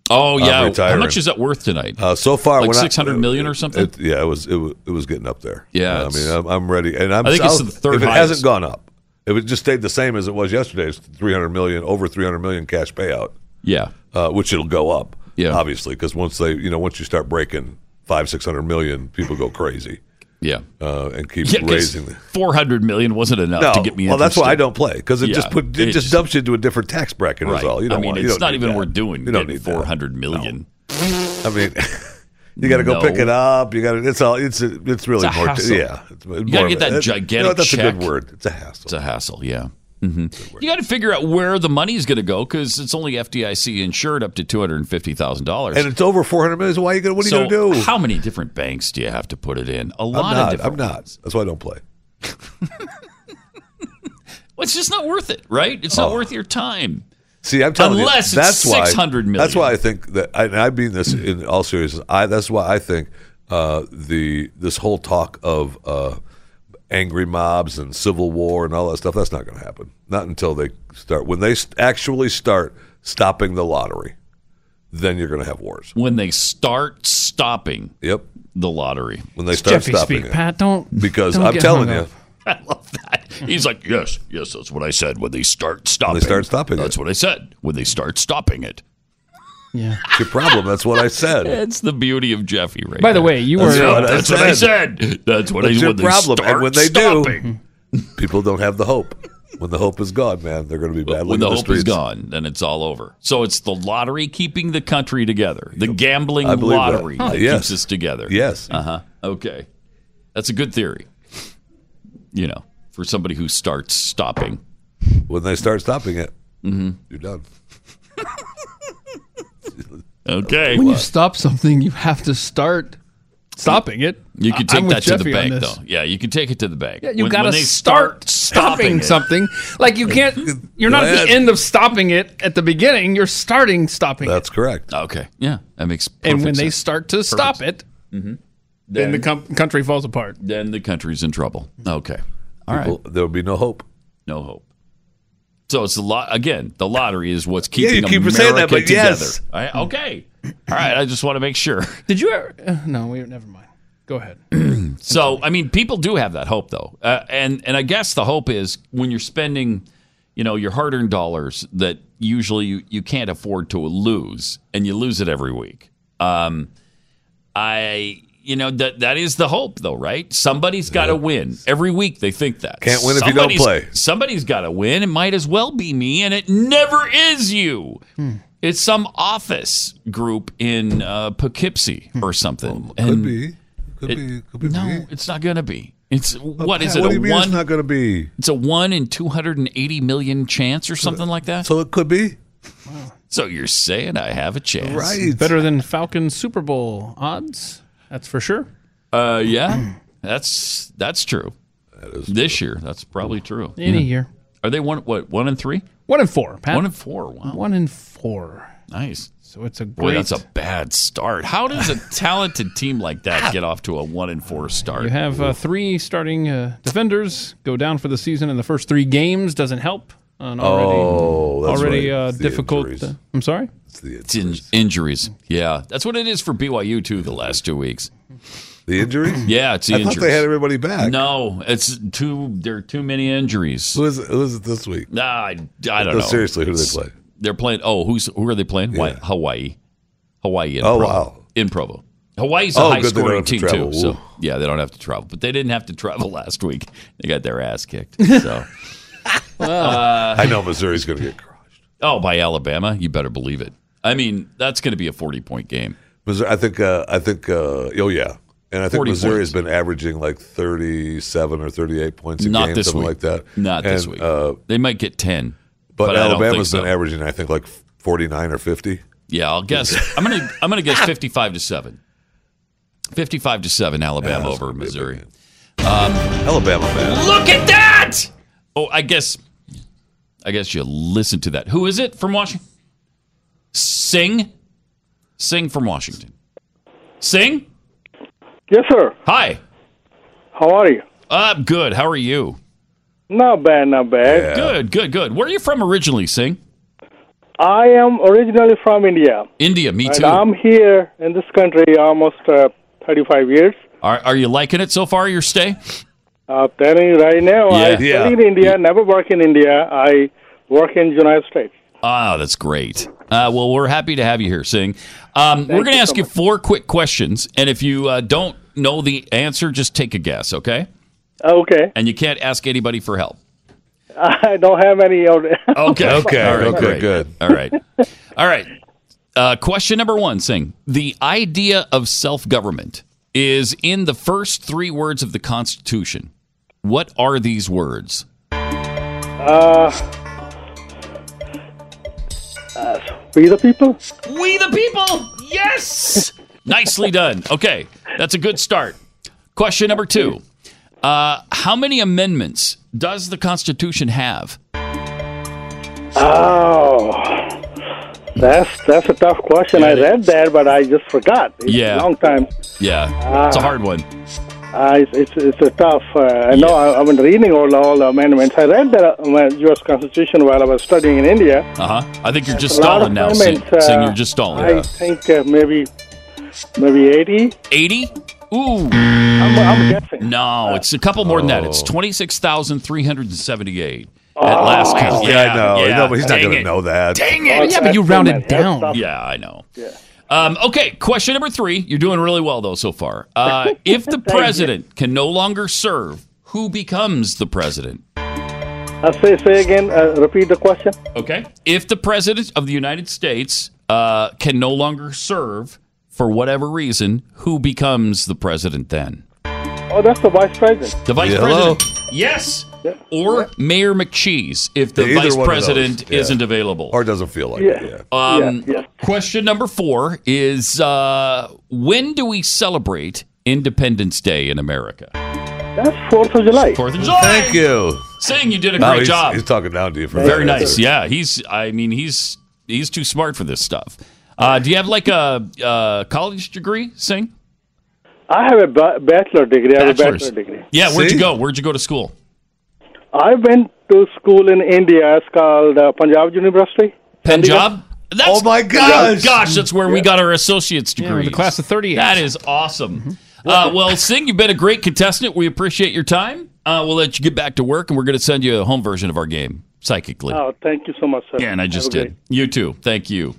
Speaker 3: Oh
Speaker 5: I'm
Speaker 3: yeah, how
Speaker 5: retiring.
Speaker 3: much is that worth tonight?
Speaker 5: Uh, so far,
Speaker 3: like
Speaker 5: when I-
Speaker 3: six hundred million or something.
Speaker 5: It, yeah, it was, it was it was getting up there.
Speaker 3: Yeah,
Speaker 5: I
Speaker 3: it's-
Speaker 5: mean, I'm, I'm ready, and I'm.
Speaker 3: I think it's the third
Speaker 5: If it
Speaker 3: highest.
Speaker 5: hasn't gone up, if it just stayed the same as it was yesterday, it's 300 million over 300 million cash payout.
Speaker 3: Yeah,
Speaker 5: uh, which it'll go up.
Speaker 3: Yeah.
Speaker 5: obviously, because once they, you know, once you start breaking five, six hundred million, people go crazy.
Speaker 3: Yeah,
Speaker 5: uh, and keep
Speaker 3: yeah,
Speaker 5: raising. The,
Speaker 3: four hundred million wasn't enough to get me.
Speaker 5: well, that's why
Speaker 3: interested.
Speaker 5: I don't play because it
Speaker 3: Yeah,
Speaker 5: just put it, just dumps you into a different tax bracket. Is
Speaker 3: right.
Speaker 5: all. You don't
Speaker 3: I mean,
Speaker 5: want- you
Speaker 3: it's
Speaker 5: don't
Speaker 3: not
Speaker 5: need
Speaker 3: even
Speaker 5: that.
Speaker 3: worth doing.
Speaker 5: You don't need
Speaker 3: getting four hundred million.
Speaker 5: I mean, you got to go
Speaker 3: No.
Speaker 5: pick it up. You got to. It's all. It's it's really
Speaker 3: It's a
Speaker 5: more.
Speaker 3: hassle.
Speaker 5: Yeah, it's
Speaker 3: You gotta
Speaker 5: more of
Speaker 3: get that
Speaker 5: a- it- You know,
Speaker 3: gigantic
Speaker 5: what, that's a
Speaker 3: check.
Speaker 5: good word. It's a hassle.
Speaker 3: It's a hassle. Yeah. hmm You got to figure out where the money's going to go because it's only FDIC insured up to two hundred and fifty thousand dollars.
Speaker 5: And it's over four hundred million. So why you gonna? What are
Speaker 3: So
Speaker 5: you gonna do?
Speaker 3: How many different banks do you have to put it in? A
Speaker 5: I'm
Speaker 3: lot of
Speaker 5: not.
Speaker 3: different.
Speaker 5: I'm not. That's why I don't play.
Speaker 3: Well, it's just not worth it, right? It's
Speaker 5: Oh.
Speaker 3: not worth your time.
Speaker 5: See, I'm telling
Speaker 3: Unless it's
Speaker 5: you, that's why
Speaker 3: 600 million.
Speaker 5: That's why I think that, and I mean this in all seriousness. I that's why I think uh, the this whole talk of uh, angry mobs and civil war and all that stuff that's not going to happen. Not until they start when they st- actually start stopping the lottery, then you're going to have wars.
Speaker 3: When they start stopping
Speaker 5: Yep,
Speaker 3: the lottery.
Speaker 5: when they start
Speaker 4: Jeffy
Speaker 5: stopping
Speaker 4: speak,
Speaker 5: it.
Speaker 4: Pat. Don't
Speaker 5: because
Speaker 4: don't
Speaker 5: I'm
Speaker 4: get
Speaker 5: telling
Speaker 4: hung
Speaker 5: you,
Speaker 4: up.
Speaker 3: I love that. He's like, yes, yes, that's what I said. When they start stopping,
Speaker 5: start stopping
Speaker 3: That's what I said. When they start stopping it,
Speaker 5: it's your problem. That's what I said.
Speaker 3: that's the beauty of Jeffy, right?
Speaker 4: By the way, you
Speaker 5: That's
Speaker 4: were
Speaker 5: what
Speaker 3: that's what I said. That's what
Speaker 5: That's
Speaker 3: I.
Speaker 5: your
Speaker 3: when they
Speaker 5: problem.
Speaker 3: start
Speaker 5: And when they
Speaker 3: stopping,
Speaker 5: do, people don't have the hope. When the hope is gone, man, they're going to be battling in
Speaker 3: when the
Speaker 5: the
Speaker 3: hope
Speaker 5: streets.
Speaker 3: is gone, then it's all over. So it's the lottery keeping the country together. The gambling
Speaker 5: I believe that.
Speaker 3: lottery
Speaker 5: Huh.
Speaker 3: that
Speaker 5: Yes.
Speaker 3: keeps us together.
Speaker 5: Yes.
Speaker 3: Uh huh. Okay. That's a good theory. You know, for somebody who starts stopping.
Speaker 5: When they start stopping it,
Speaker 3: Mm-hmm.
Speaker 5: you're done.
Speaker 3: Okay.
Speaker 4: When you stop something, you have to start stopping it.
Speaker 3: You can
Speaker 4: I-
Speaker 3: take
Speaker 4: I'm with
Speaker 3: that to the
Speaker 4: Jeffy on
Speaker 3: bank,
Speaker 4: this.
Speaker 3: though. Yeah, you can take it to the bank.
Speaker 4: Yeah, you
Speaker 3: When-
Speaker 4: got
Speaker 3: when
Speaker 4: to
Speaker 3: they
Speaker 4: start, stopping
Speaker 3: stopping it.
Speaker 4: something. Like you can't. You're not at the
Speaker 3: Glenn.
Speaker 4: end of stopping it at the beginning. You're starting stopping. it.
Speaker 5: That's correct.
Speaker 3: Okay. Yeah, that makes.
Speaker 4: And when
Speaker 3: perfect
Speaker 4: they
Speaker 3: sense.
Speaker 4: start to stop it,
Speaker 5: Mm-hmm.
Speaker 4: then, the com- country falls apart.
Speaker 3: then the country's in trouble. Okay. All right.
Speaker 5: People- There will be no hope.
Speaker 3: No hope. So it's a lot. Again, the lottery is what's
Speaker 5: Yeah,
Speaker 3: keeping
Speaker 5: you keep
Speaker 3: America
Speaker 5: saying that, but
Speaker 3: together.
Speaker 5: yes.
Speaker 3: I-
Speaker 4: Mm-hmm.
Speaker 3: okay. All right. I just want to make sure.
Speaker 4: Did you ever? Uh, no, we never mind. Go ahead.
Speaker 3: So I mean, people do have that hope though, uh, and and I guess the hope is when you're spending, you know, your hard-earned dollars that usually you, you can't afford to lose, and you lose it every week. Um, I you know that that is the hope though, right? Somebody's got to win every week. They think that
Speaker 5: Can't win if you don't
Speaker 3: Somebody's-
Speaker 5: play.
Speaker 3: Somebody's got to win. It might as well be me, and it never is you. It's some office group in uh, Poughkeepsie or something.
Speaker 5: Could
Speaker 3: And-
Speaker 5: be. Could be. Could be.
Speaker 3: no,
Speaker 5: me.
Speaker 3: it's not going to be. It's what is
Speaker 5: Pat,
Speaker 3: it?
Speaker 5: what
Speaker 3: a
Speaker 5: do you mean
Speaker 3: one?
Speaker 5: it's not going to be?
Speaker 3: It's a one in two hundred and eighty million chance or something like that. So
Speaker 5: it could be.
Speaker 3: So you're saying I have a chance,
Speaker 4: Better than Falcons Super Bowl odds. That's for sure.
Speaker 3: Uh, yeah, that's that's true. this year, that's probably true.
Speaker 4: Any
Speaker 3: Yeah.
Speaker 4: year.
Speaker 3: Are they one? What one and three?
Speaker 4: One in four. Pat.
Speaker 3: One in four. Wow.
Speaker 4: One in four.
Speaker 3: Nice.
Speaker 4: So it's a great. Ah.
Speaker 3: Boy, that's a bad start. How does a talented team like that get off to a one in four start?
Speaker 4: You have uh, three starting uh, defenders go down for the season in the first three games. Doesn't help. An already
Speaker 3: Oh, that's
Speaker 4: already
Speaker 3: right.
Speaker 4: uh,
Speaker 3: It's the
Speaker 4: difficult.
Speaker 3: injuries.
Speaker 4: uh, I'm sorry.
Speaker 3: It's in- injuries. Yeah, that's what it is for BYU too. The last two weeks.
Speaker 5: The injuries?
Speaker 3: Yeah, it's the
Speaker 5: I
Speaker 3: injuries.
Speaker 5: thought they had everybody back.
Speaker 3: No, it's too. There are too many injuries.
Speaker 5: Who is it, who is it this week?
Speaker 3: Nah, I, I don't
Speaker 5: No,
Speaker 3: know.
Speaker 5: seriously, who do they
Speaker 3: It's-
Speaker 5: play?
Speaker 3: They're playing. Oh, who's who are they playing? Why, Hawaii, Hawaii. In
Speaker 5: Oh,
Speaker 3: Provo.
Speaker 5: wow.
Speaker 3: in Provo. Hawaii's a
Speaker 5: Oh,
Speaker 3: high
Speaker 5: good, they don't
Speaker 3: scoring
Speaker 5: have to
Speaker 3: team too.
Speaker 5: travel.
Speaker 3: So
Speaker 5: Ooh.
Speaker 3: yeah, they don't have to travel, but they didn't have to travel last week. They got their ass kicked. So uh,
Speaker 5: I know Missouri's going to get crushed.
Speaker 3: Oh, by Alabama, you better believe it. I mean, that's going to be a forty point game.
Speaker 5: Missouri, I think. Uh, I think. Uh, oh yeah, and I think
Speaker 3: 40
Speaker 5: Missouri has
Speaker 3: points.
Speaker 5: been averaging like thirty-seven or thirty-eight points a
Speaker 3: Not
Speaker 5: game,
Speaker 3: this
Speaker 5: something like
Speaker 3: week.
Speaker 5: that.
Speaker 3: Not this
Speaker 5: And,
Speaker 3: week.
Speaker 5: Uh,
Speaker 3: they might get ten,
Speaker 5: but,
Speaker 3: but I don't think
Speaker 5: Alabama's been
Speaker 3: so.
Speaker 5: averaging, I think, like forty-nine or fifty.
Speaker 3: Yeah, I'll guess. I'm gonna I'm gonna guess 55 to seven. 55 to seven, Alabama over Missouri. Um,
Speaker 5: Alabama man.
Speaker 3: Look at that! Oh, I guess. I guess you listen to that. Who is it from Washington? Sing, Sing from Washington. Sing.
Speaker 6: Yes, sir.
Speaker 3: Hi.
Speaker 6: How are you?
Speaker 3: Uh, good. How are you?
Speaker 6: Not bad, not bad.
Speaker 3: Good, good, good. Where are you from originally, Sing?
Speaker 6: I am originally from India.
Speaker 3: India. Me
Speaker 6: and
Speaker 3: too.
Speaker 6: I'm here in this country almost uh, 35 years.
Speaker 3: Are Are you liking it so far? Your stay?
Speaker 6: I'm telling you right now,
Speaker 3: Yeah.
Speaker 6: I
Speaker 3: Yeah.
Speaker 6: studied in India, never work in India. I work in United States.
Speaker 3: Ah, that's great. Uh, well, we're happy to have you here, Singh. Um, we're going to
Speaker 6: you
Speaker 3: ask you four quick questions, and if you uh, don't know the answer, just take a guess, okay?
Speaker 6: Oh, Okay.
Speaker 3: And you can't ask anybody for help.
Speaker 6: I don't have any. Okay.
Speaker 3: Okay. All right,
Speaker 5: okay,
Speaker 3: great.
Speaker 5: good.
Speaker 3: All right. All right. Uh, question number one, Singh. The idea of self government is in the first three words of the Constitution. What are these words?
Speaker 6: Uh, uh, we the people?
Speaker 3: We the people. Yes. Nicely done. Okay, that's a good start. Question number two: uh, How many amendments does the Constitution have?
Speaker 6: Oh, that's that's a tough question. I read that, but I just forgot. It's
Speaker 3: Yeah.
Speaker 6: a long time.
Speaker 3: Yeah, it's a hard one.
Speaker 6: Uh, it's, it's it's a tough. Uh, I know. I, I've been reading all all the amendments. I read the uh, U.S. Constitution while I was studying in India.
Speaker 3: Uh huh. I think you're just
Speaker 6: A lot of
Speaker 3: stalling now, Sing.
Speaker 6: amendments, uh,
Speaker 3: Sing, you're just stalling.
Speaker 6: I think uh, maybe maybe eighty.
Speaker 3: Eighty. Ooh.
Speaker 6: I'm, I'm guessing.
Speaker 3: No, it's a couple more than that.
Speaker 5: Oh.
Speaker 3: It's twenty-six thousand three hundred and seventy-eight.
Speaker 6: Oh,
Speaker 3: At last count.
Speaker 5: Yeah, I know.
Speaker 3: yeah.
Speaker 5: No, but he's not
Speaker 3: Dang
Speaker 5: gonna
Speaker 3: it.
Speaker 5: know that.
Speaker 3: Dang
Speaker 5: Oh,
Speaker 3: it!
Speaker 5: Yeah, but you that's rounded too many. down. That's tough.
Speaker 3: Yeah, I know. Um, okay, question number three. You're doing really well though so far. Uh, if the
Speaker 6: Thank you.
Speaker 3: president can no longer serve, who becomes the president?
Speaker 6: Uh, say say again. Uh, repeat the question.
Speaker 3: Okay. If the president of the United States uh, can no longer serve for whatever reason, who becomes the president then?
Speaker 6: Oh, that's the vice president.
Speaker 3: The vice
Speaker 6: Yeah, hello.
Speaker 3: president. Yes. Or Mayor McCheese if the
Speaker 5: Either
Speaker 3: vice
Speaker 5: one of those,
Speaker 3: president
Speaker 5: yeah.
Speaker 3: isn't available.
Speaker 5: Or doesn't feel like it. Yeah.
Speaker 3: Um, Question number four is uh, When do we celebrate Independence Day in America?
Speaker 6: That's Fourth of July.
Speaker 3: Fourth of July.
Speaker 5: Thank you.
Speaker 3: Saying you did a
Speaker 5: No,
Speaker 3: great
Speaker 5: he's-
Speaker 3: job.
Speaker 5: He's talking down to you for
Speaker 3: Very
Speaker 5: that.
Speaker 3: nice. Yeah, he's. I mean, he's he's too smart for this stuff. Uh, do you have like a, uh college degree, Singh?
Speaker 6: I have a ba- bachelor degree. I have a bachelor degree.
Speaker 3: Yeah, where'd
Speaker 6: See?
Speaker 3: you go? Where'd you go to school?
Speaker 6: I went to school in India. It's called uh, Punjab University.
Speaker 3: Punjab? That's, oh my
Speaker 6: gosh.
Speaker 3: gosh, that's where we got our associate's
Speaker 6: with the
Speaker 3: degree.
Speaker 4: class of 38.
Speaker 3: That is awesome.
Speaker 4: Mm-hmm.
Speaker 3: Uh, well, Singh, you've been a great contestant. We appreciate your time. Uh, we'll let you get back to work, and we're going to send you a home version of our game psychically.
Speaker 6: Oh, thank you so much, sir.
Speaker 3: yeah, and I just
Speaker 6: Have a
Speaker 3: did. You too. Thank you.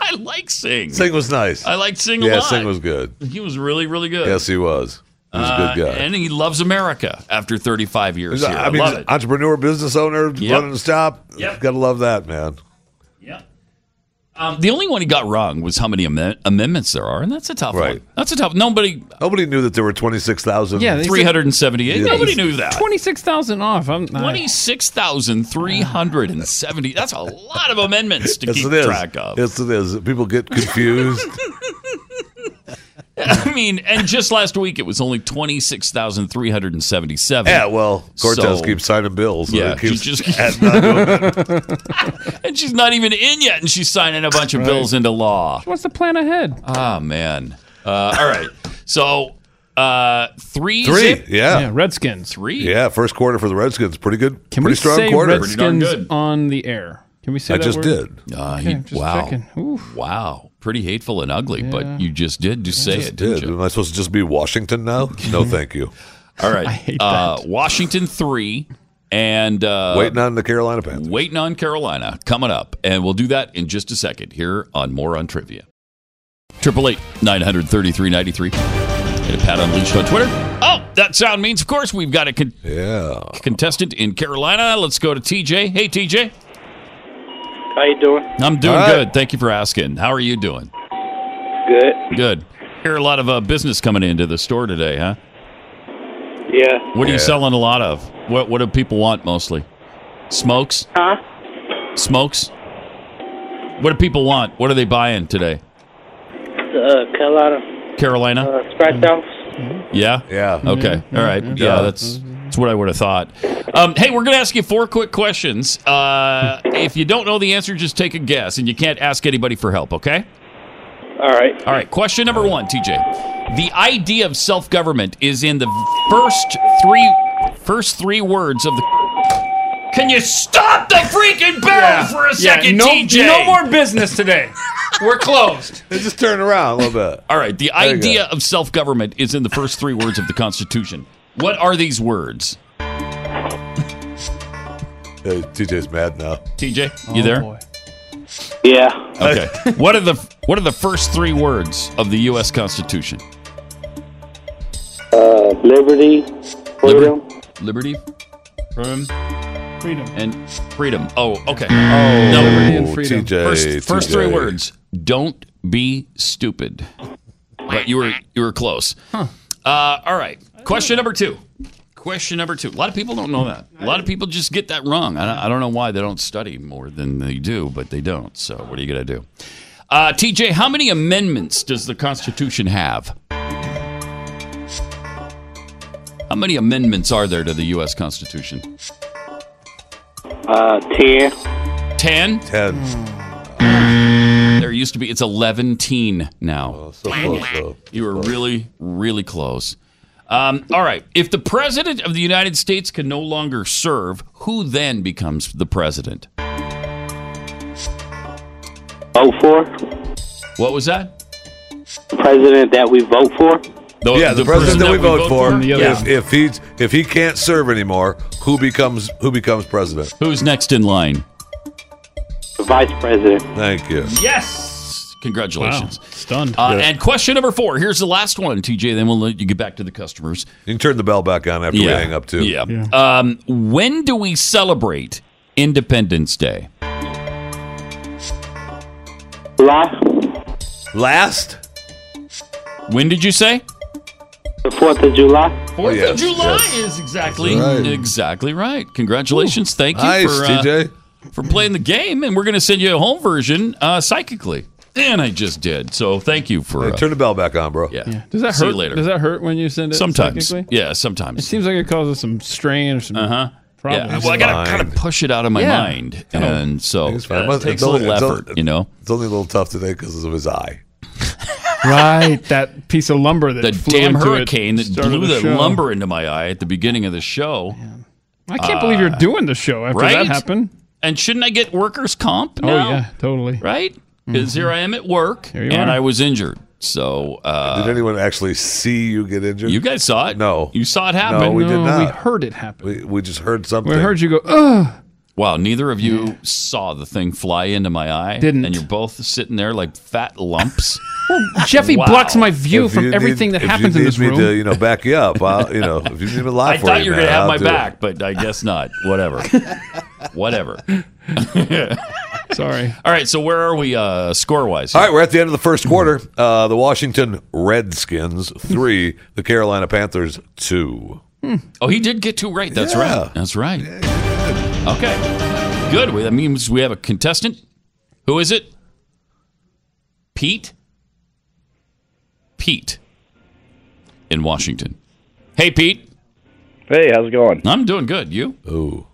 Speaker 3: I like Singh.
Speaker 5: Singh was nice.
Speaker 3: I liked Singh a
Speaker 5: Yeah,
Speaker 3: lot.
Speaker 5: Singh was good.
Speaker 3: He was really, really good.
Speaker 5: Yes, he was. He was a good
Speaker 3: Uh,
Speaker 5: guy.
Speaker 3: and he loves America after 35 years here.
Speaker 5: I mean,
Speaker 3: love it.
Speaker 5: entrepreneur, business owner,
Speaker 3: Yep.
Speaker 5: running the stop.
Speaker 3: Yep.
Speaker 5: Gotta love that, man.
Speaker 3: Um, the only one he got wrong was how many amend- amendments there are, and that's a tough
Speaker 5: Right.
Speaker 3: one. That's a tough. Nobody.
Speaker 5: Nobody knew that there were twenty six thousand.
Speaker 4: Yeah, they said-
Speaker 3: 378. Nobody knew that.
Speaker 4: Twenty six thousand off. I'm I-
Speaker 3: 26,370. That's a lot of amendments to
Speaker 5: Yes,
Speaker 3: keep
Speaker 5: it is.
Speaker 3: track of.
Speaker 5: Yes, it is. People get confused.
Speaker 3: I mean, and just last week it was only 26,377.
Speaker 5: yeah, well, Cortez
Speaker 3: So-
Speaker 5: keeps signing bills. so
Speaker 3: Yeah,
Speaker 5: it keeps
Speaker 3: she just-
Speaker 5: adding on to it.
Speaker 3: And she's not even in yet, and she's signing a bunch of bills into law.
Speaker 4: What's the plan ahead?
Speaker 3: Ah, man. Uh, all right. So, uh, three.
Speaker 5: Three,
Speaker 3: zip?
Speaker 5: yeah. Yeah,
Speaker 4: Redskins.
Speaker 3: Three.
Speaker 5: yeah, first quarter for the Redskins, pretty good.
Speaker 4: Can
Speaker 5: pretty
Speaker 4: we
Speaker 5: strong
Speaker 4: say
Speaker 5: quarter.
Speaker 4: Redskins on the air? Can we say
Speaker 5: I
Speaker 4: that
Speaker 5: just
Speaker 4: word?
Speaker 5: did.
Speaker 3: Uh,
Speaker 4: Okay,
Speaker 3: he-
Speaker 4: just
Speaker 3: wow.
Speaker 4: checking.
Speaker 3: Wow. Pretty hateful and ugly,
Speaker 4: Yeah.
Speaker 3: but you just did just say
Speaker 5: Just
Speaker 3: it.
Speaker 5: did. Am I supposed to just be Washington now? No, thank you.
Speaker 3: All right. Uh, Washington three and uh,
Speaker 5: Waiting on the Carolina Panthers.
Speaker 3: waiting on Carolina coming up, and we'll do that in just a second here on more on trivia. Triple eight nine hundred thirty three ninety three. And a Pat Unleashed on Twitter. Oh, that sound means, of course, we've got a con- contestant in Carolina. Let's go to TJ. Hey, TJ.
Speaker 7: How you doing?
Speaker 3: I'm doing
Speaker 7: All right.
Speaker 3: good. Thank you for asking. How are you doing?
Speaker 7: Good.
Speaker 3: Good. Hear a lot of uh, business coming into the store today, huh?
Speaker 7: Yeah.
Speaker 3: What are you selling a lot of? What What do people want mostly? Smokes?
Speaker 7: Huh?
Speaker 3: Smokes? What do people want? What are they buying today?
Speaker 7: Uh, Carolina.
Speaker 3: Carolina?
Speaker 7: Uh, Sprite House.
Speaker 3: Yeah.
Speaker 5: Yeah.
Speaker 3: Okay. All right. Yeah. That's that's what I would have thought. Um, hey, we're gonna ask you four quick questions. Uh, if you don't know the answer, just take a guess, and you can't ask anybody for help. Okay.
Speaker 7: All right.
Speaker 3: All right. Question number one, TJ. The idea of self government is in the first three first three words of the. Can you stop the freaking barrel for a
Speaker 4: Yeah,
Speaker 3: second,
Speaker 4: no,
Speaker 3: TJ?
Speaker 4: no more business today. We're closed.
Speaker 5: just turn around a little bit.
Speaker 3: All right. The
Speaker 5: There you go.
Speaker 3: idea of self government is in the first three words of the Constitution. What are these words?
Speaker 5: Hey, TJ's mad now.
Speaker 3: TJ, you there?
Speaker 7: Yeah.
Speaker 3: Okay. what are the What are the first three words of the U.S. Constitution?
Speaker 7: Uh, Liberty. Freedom.
Speaker 3: Liberty, freedom,
Speaker 4: freedom,
Speaker 3: and freedom. Oh, okay. Oh, no.
Speaker 5: Liberty and freedom. TJ,
Speaker 3: First, first three
Speaker 5: TJ.
Speaker 3: words. Don't be stupid. But you were you were close. Uh, all right. Question number two. Question number two. A lot of people don't know that. A lot of people just get that wrong. I don't, I don't know why they don't study more than they do, but they don't. So what are you gonna do? Uh, TJ, how many amendments does the Constitution have? How many amendments are there to the U.S. Constitution?
Speaker 7: Uh, ten.
Speaker 3: Ten?
Speaker 5: Ten.
Speaker 3: Ah. There used to be, it's 11 teen now.
Speaker 5: Oh, so close, though.
Speaker 3: You were really, really close. Um, all right. If the president of the United States can no longer serve, who then becomes the president?
Speaker 7: Vote for
Speaker 3: What was that?
Speaker 7: the president that we vote for.
Speaker 3: The,
Speaker 5: yeah, the, president that we vote, for.
Speaker 7: the other-
Speaker 5: If, if he's if he can't serve anymore, who becomes who becomes president?
Speaker 3: Who's next in line?
Speaker 7: The vice president.
Speaker 5: Thank you.
Speaker 3: Yes. Congratulations.
Speaker 4: Wow. Stunned.
Speaker 3: Uh, And question number four. Here's the last one, TJ. Then we'll let you get back to the customers.
Speaker 5: You can turn the bell back on after we
Speaker 3: Yeah.
Speaker 5: hang up too.
Speaker 3: Yeah. Um, when do we celebrate Independence Day?
Speaker 7: Last.
Speaker 5: Last.
Speaker 3: When did you say?
Speaker 7: The Fourth of July.
Speaker 5: Oh,
Speaker 3: Fourth
Speaker 7: yes,
Speaker 3: of July
Speaker 7: yes.
Speaker 3: is exactly
Speaker 7: That's right.
Speaker 3: exactly right. Congratulations, thank you
Speaker 5: Nice,
Speaker 3: for uh,
Speaker 5: TJ.
Speaker 3: for playing the game, and we're going to send you a home version uh, psychically. And I just did, so thank you for uh,
Speaker 5: Hey, turn the bell back on, bro.
Speaker 3: Yeah.
Speaker 4: Does that
Speaker 3: See
Speaker 4: hurt?
Speaker 3: you later.
Speaker 4: Does that hurt when you send it?
Speaker 3: sometimes,
Speaker 4: psychically?
Speaker 3: yeah,
Speaker 4: It
Speaker 3: sometimes.
Speaker 4: seems like it causes some strain or some uh-huh. problems.
Speaker 3: Yeah. Well, I got to kind of push it out of my
Speaker 4: Yeah.
Speaker 3: mind, and so
Speaker 5: It's fine.
Speaker 3: uh, it takes a little
Speaker 5: it's
Speaker 3: effort. you know.
Speaker 5: It's only a little tough today because of his eye.
Speaker 4: right, that piece of lumber that
Speaker 3: The
Speaker 4: flew
Speaker 3: damn
Speaker 4: into it
Speaker 3: hurricane that
Speaker 4: started
Speaker 3: blew
Speaker 4: the
Speaker 3: the
Speaker 4: show.
Speaker 3: lumber into my eye at the beginning of the show.
Speaker 4: I can't believe you're doing the show after
Speaker 3: Uh, right?
Speaker 4: that happened.
Speaker 3: And shouldn't I get workers' comp?
Speaker 4: Oh
Speaker 3: now?
Speaker 4: yeah, totally.
Speaker 3: Right? Because here I am at work,
Speaker 4: you
Speaker 3: and
Speaker 4: are.
Speaker 3: I was injured. So uh,
Speaker 5: did anyone actually see you get injured? You
Speaker 3: guys saw it.
Speaker 5: No,
Speaker 3: you saw it happen.
Speaker 5: No, we did
Speaker 3: No,
Speaker 5: not.
Speaker 3: we
Speaker 4: heard it happen.
Speaker 5: We, we just heard something.
Speaker 4: you go, ugh.
Speaker 3: Wow, neither of you saw the thing fly into my eye.
Speaker 4: Didn't.
Speaker 3: And you're both sitting there like fat lumps.
Speaker 4: Jeffy
Speaker 3: Wow.
Speaker 4: blocks my view
Speaker 5: If
Speaker 4: from
Speaker 5: you
Speaker 4: everything
Speaker 5: need-
Speaker 4: that
Speaker 5: if
Speaker 4: happens
Speaker 5: you
Speaker 4: in
Speaker 5: need
Speaker 4: this
Speaker 5: me
Speaker 4: room.
Speaker 5: To, you know, back you up. I'll, you know, if you need me to lie
Speaker 3: I
Speaker 5: for
Speaker 3: thought
Speaker 5: you,
Speaker 3: you were
Speaker 5: man,
Speaker 3: going to have
Speaker 5: I'll
Speaker 3: my
Speaker 5: do it.
Speaker 3: back, but I guess not. Whatever. Whatever.
Speaker 4: Sorry.
Speaker 3: All right, so where are we uh, score wise?
Speaker 5: All right, we're at the end of the first quarter. Uh, the Washington Redskins three, the Carolina Panthers two.
Speaker 3: Oh, he did get two right. That's
Speaker 5: Yeah.
Speaker 3: right. That's right. Okay. Good. We- That means we have a contestant. Who is it? Pete? Pete in Washington. Hey, Pete.
Speaker 8: Hey, how's it going?
Speaker 3: I'm doing good. You?
Speaker 5: Ooh.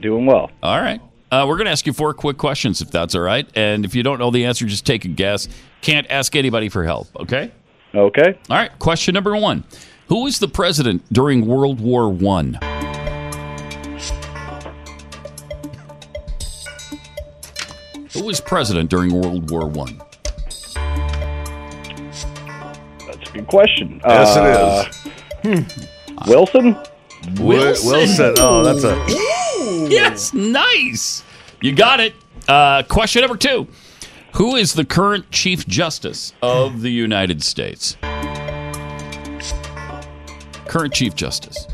Speaker 8: Doing well.
Speaker 3: All right. Uh, we're going to ask you four quick questions, if that's all right. And if you don't know the answer, just take a guess. Can't ask anybody for help, okay?
Speaker 8: Okay.
Speaker 3: All right. Question number one Who was the president during World War One? Who was president during World War One?
Speaker 8: That's a good question. Uh, hmm.
Speaker 3: Yes, it
Speaker 8: it is. Wilson?
Speaker 3: Wilson. Wilson. Oh, that's a- Yes, nice. You got it. Uh, question number two Who is the current Chief Justice of the United States? Current Chief Justice.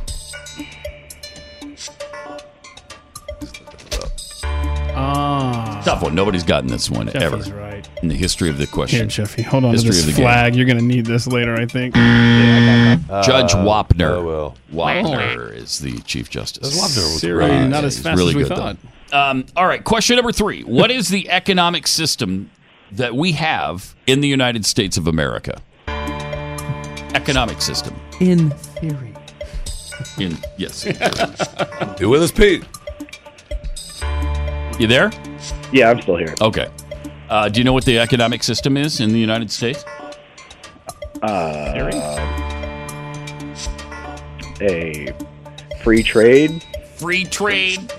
Speaker 4: Ah.
Speaker 3: Tough one. Nobody's gotten this one
Speaker 4: Jeffy's
Speaker 3: ever
Speaker 4: right.
Speaker 3: in the history of the question.
Speaker 4: Here, Jeffy, hold on
Speaker 3: history
Speaker 4: to
Speaker 3: of the
Speaker 4: this
Speaker 3: game. Mm.
Speaker 4: flag. You're going to need this later, I think.
Speaker 3: Judge
Speaker 4: Uh,
Speaker 3: Wapner.
Speaker 4: I will.
Speaker 3: Wapner is the Chief Justice.
Speaker 4: Does Wapner was
Speaker 3: Seriously,
Speaker 4: great. Not as
Speaker 3: he's
Speaker 4: fast
Speaker 3: really
Speaker 4: as we
Speaker 3: good, though.
Speaker 4: thought.
Speaker 3: Um, all right, question number three. What is the economic system that we have in the United States of America? Economic system.
Speaker 4: In theory.
Speaker 3: In yes.
Speaker 5: You with us, Pete?
Speaker 3: You there?
Speaker 8: Yeah, I'm still here.
Speaker 3: Okay. Uh, do you know what the economic system is in the United States?
Speaker 8: Uh, a free trade?
Speaker 3: Free trade.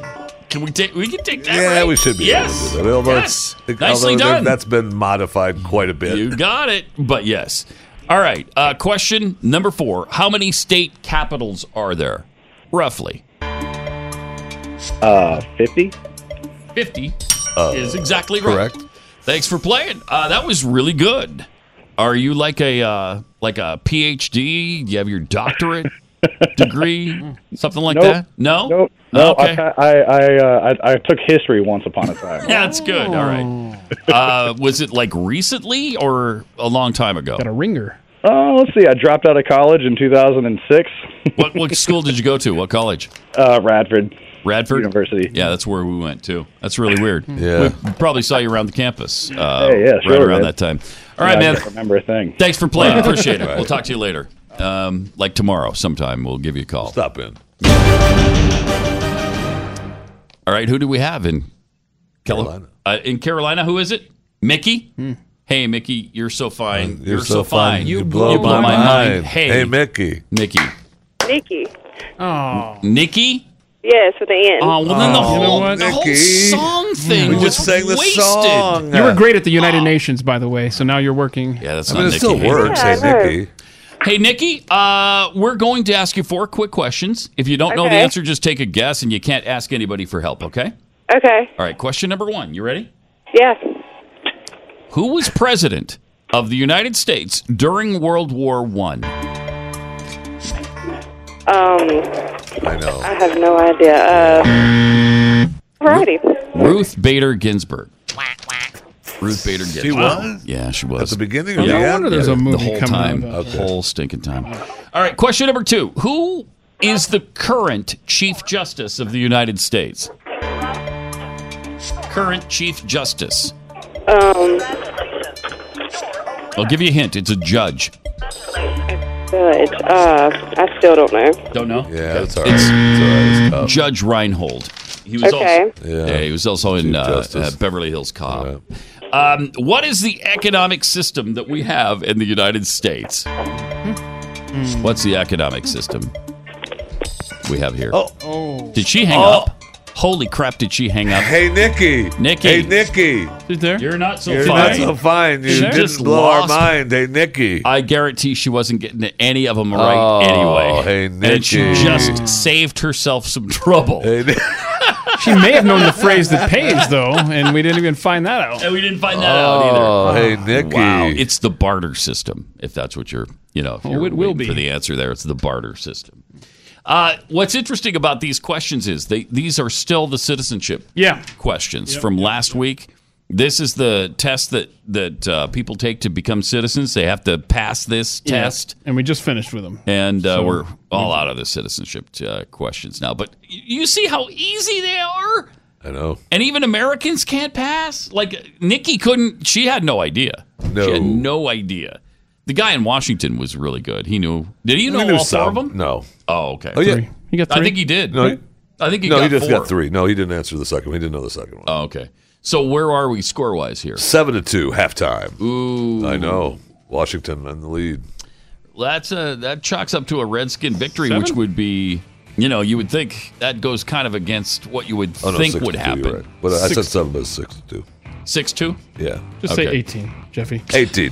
Speaker 3: Can we take? We can take that.
Speaker 5: Yeah,
Speaker 3: right?
Speaker 5: we should be
Speaker 3: Yes.
Speaker 5: able to do that. Although
Speaker 3: yes.
Speaker 5: it's-
Speaker 3: Nicely
Speaker 5: although
Speaker 3: done.
Speaker 5: That's been modified quite a bit.
Speaker 3: You got it. But yes. All right. Uh, question number four. How many state capitals are there? Roughly.
Speaker 8: Uh, 50?
Speaker 3: 50
Speaker 5: Oh,
Speaker 3: is exactly right. Correct. Thanks for playing. Uh, that was really good. Are you like a uh, like a PhD? Do you have your doctorate degree? Something like
Speaker 8: Nope.
Speaker 3: that? No? Nope.
Speaker 8: No,
Speaker 3: okay.
Speaker 8: I, I, I, uh, I, I took history once upon a time.
Speaker 3: That's good. All right.
Speaker 8: Oh.
Speaker 3: Uh, was it like recently or a long time ago?
Speaker 8: a ringer. Uh, let's see. I dropped out of college in 2006.
Speaker 3: What, what school did you go to? What college?
Speaker 8: Uh, Radford.
Speaker 3: Radford
Speaker 8: University.
Speaker 3: Yeah, that's where we went too. That's really weird.
Speaker 8: Yeah.
Speaker 3: we probably saw you around the campus. Uh,
Speaker 8: Hey, yeah,
Speaker 3: right
Speaker 8: sure,
Speaker 3: around
Speaker 8: man.
Speaker 3: that time. All right,
Speaker 8: Yeah, I
Speaker 3: man.
Speaker 8: can't remember a thing.
Speaker 3: Thanks for playing.
Speaker 8: Wow.
Speaker 3: Appreciate it.
Speaker 8: Right.
Speaker 3: We'll talk to you later. Um, like tomorrow, sometime we'll give you a call.
Speaker 5: Stop in.
Speaker 3: All right, who do we have in Cali- Uh, in Carolina, who is it? Mickey. Hey, Mickey, you're so fine.
Speaker 5: You're so fine.
Speaker 3: You, blow, my mind. Hey,
Speaker 5: Hey, Mickey.
Speaker 3: Mickey.
Speaker 22: Nikki.
Speaker 4: Oh.
Speaker 3: Nikki.
Speaker 22: Yes, with the end.
Speaker 3: Oh, well, then the whole, the whole
Speaker 22: Nikki.
Speaker 3: song thing
Speaker 4: We
Speaker 3: was
Speaker 4: just
Speaker 5: sang the
Speaker 3: wasted.
Speaker 5: song.
Speaker 3: uh,
Speaker 4: You were great at the United Nations, by the way, so now you're working.
Speaker 3: Yeah, that's
Speaker 5: I mean, it still works. hey, Mickey.
Speaker 3: Hey, Nikki, uh, we're going to ask you four quick questions. If you don't know the
Speaker 22: Okay.
Speaker 3: answer, just take a guess, and you can't ask anybody for help, okay?
Speaker 22: Okay.
Speaker 3: All right, question number one. You ready?
Speaker 22: Yes.
Speaker 3: Who was president of the United States during World War One?
Speaker 22: Um,
Speaker 5: I know.
Speaker 22: I have no idea. Uh, righty.
Speaker 3: Ruth Bader Ginsburg. Ruth Bader Ginsburg.
Speaker 5: She was?
Speaker 3: Yeah, she was.
Speaker 5: At the beginning or
Speaker 3: yeah.
Speaker 5: the No wonder end? there's a
Speaker 3: The
Speaker 5: movie
Speaker 3: whole
Speaker 5: coming out
Speaker 3: time.
Speaker 5: about
Speaker 3: The
Speaker 5: that.
Speaker 3: whole stinking time. All right, question number two. Who is the current Chief Justice of the United States? Current Chief Justice.
Speaker 22: Um,
Speaker 3: I'll give you a hint. It's a judge.
Speaker 22: good. Uh, I still don't know.
Speaker 3: Don't know?
Speaker 5: Yeah, that's all right.
Speaker 3: It's
Speaker 5: It's all right.
Speaker 3: Mm. Judge Reinhold. He was
Speaker 22: Okay.
Speaker 3: also yeah. he was also in uh, uh, Beverly Hills Cop. Um, what is the economic system that we have in the United States?
Speaker 5: Hmm.
Speaker 3: What's the economic system we have here?
Speaker 5: Oh.
Speaker 4: Oh.
Speaker 3: Did she hang
Speaker 5: Oh.
Speaker 3: up? Holy crap! Did she hang up?
Speaker 5: Hey, Nikki.
Speaker 3: Nikki.
Speaker 5: Hey, Nikki.
Speaker 4: She's there.
Speaker 3: You're not so
Speaker 5: You're
Speaker 3: fine.
Speaker 5: not so fine. You
Speaker 3: She
Speaker 5: didn't
Speaker 3: just
Speaker 5: blow our
Speaker 3: lost-
Speaker 5: mind. Hey, Nikki.
Speaker 3: I guarantee she wasn't getting any of them right
Speaker 5: Oh,
Speaker 3: anyway.
Speaker 5: hey,
Speaker 3: And she
Speaker 5: Nikki.
Speaker 3: just saved herself some trouble.
Speaker 4: She may have known the phrase that pays, though, and we didn't even find that out.
Speaker 3: And we didn't find that out either.
Speaker 5: Oh, hey,
Speaker 4: Oh,
Speaker 5: Nikki.
Speaker 3: Wow, it's the barter system. If that's what you're, you know, if
Speaker 4: Oh,
Speaker 3: you're
Speaker 4: it will
Speaker 3: waiting
Speaker 4: be.
Speaker 3: for the answer there. It's the barter system. Uh, what's interesting about these questions is they these are still the citizenship
Speaker 4: Yeah.
Speaker 3: questions from last week. This is the test that that uh, people take to become citizens. They have to pass this
Speaker 4: Yeah.
Speaker 3: test.
Speaker 4: And we just finished with them.
Speaker 3: And uh,
Speaker 4: So-
Speaker 3: we're all out of the citizenship uh, questions now. But you see how easy they are?
Speaker 5: I know.
Speaker 3: And even Americans can't pass? Like, Nikki couldn't, she had no idea. No. She had no idea. The guy in Washington was really good. He knew. Did he
Speaker 5: We
Speaker 3: know
Speaker 5: knew
Speaker 3: all four
Speaker 5: some.
Speaker 3: of them?
Speaker 5: No.
Speaker 3: Oh, okay.
Speaker 5: Oh, yeah. Three.
Speaker 4: He got
Speaker 3: I
Speaker 4: three?
Speaker 3: think he did.
Speaker 5: No, he-
Speaker 3: I think he
Speaker 5: no,
Speaker 3: got
Speaker 5: he just
Speaker 3: four.
Speaker 5: got three. No, he didn't answer the second one. He didn't know the second one.
Speaker 3: Oh, okay. So where are we score wise here?
Speaker 5: Seven to two, halftime.
Speaker 3: Ooh.
Speaker 5: I know. Washington in the lead.
Speaker 3: That's a that chalks up to a Redskin victory,
Speaker 5: Seven?
Speaker 3: which would be, you know, you would think that goes kind of against what you would
Speaker 5: Oh, no,
Speaker 3: think
Speaker 5: six
Speaker 3: would
Speaker 5: to two,
Speaker 3: happen.
Speaker 5: you're right. But I said seven, but it's six to two.
Speaker 3: six two.
Speaker 5: Yeah.
Speaker 4: Just say 18, Jeffy.
Speaker 5: 18.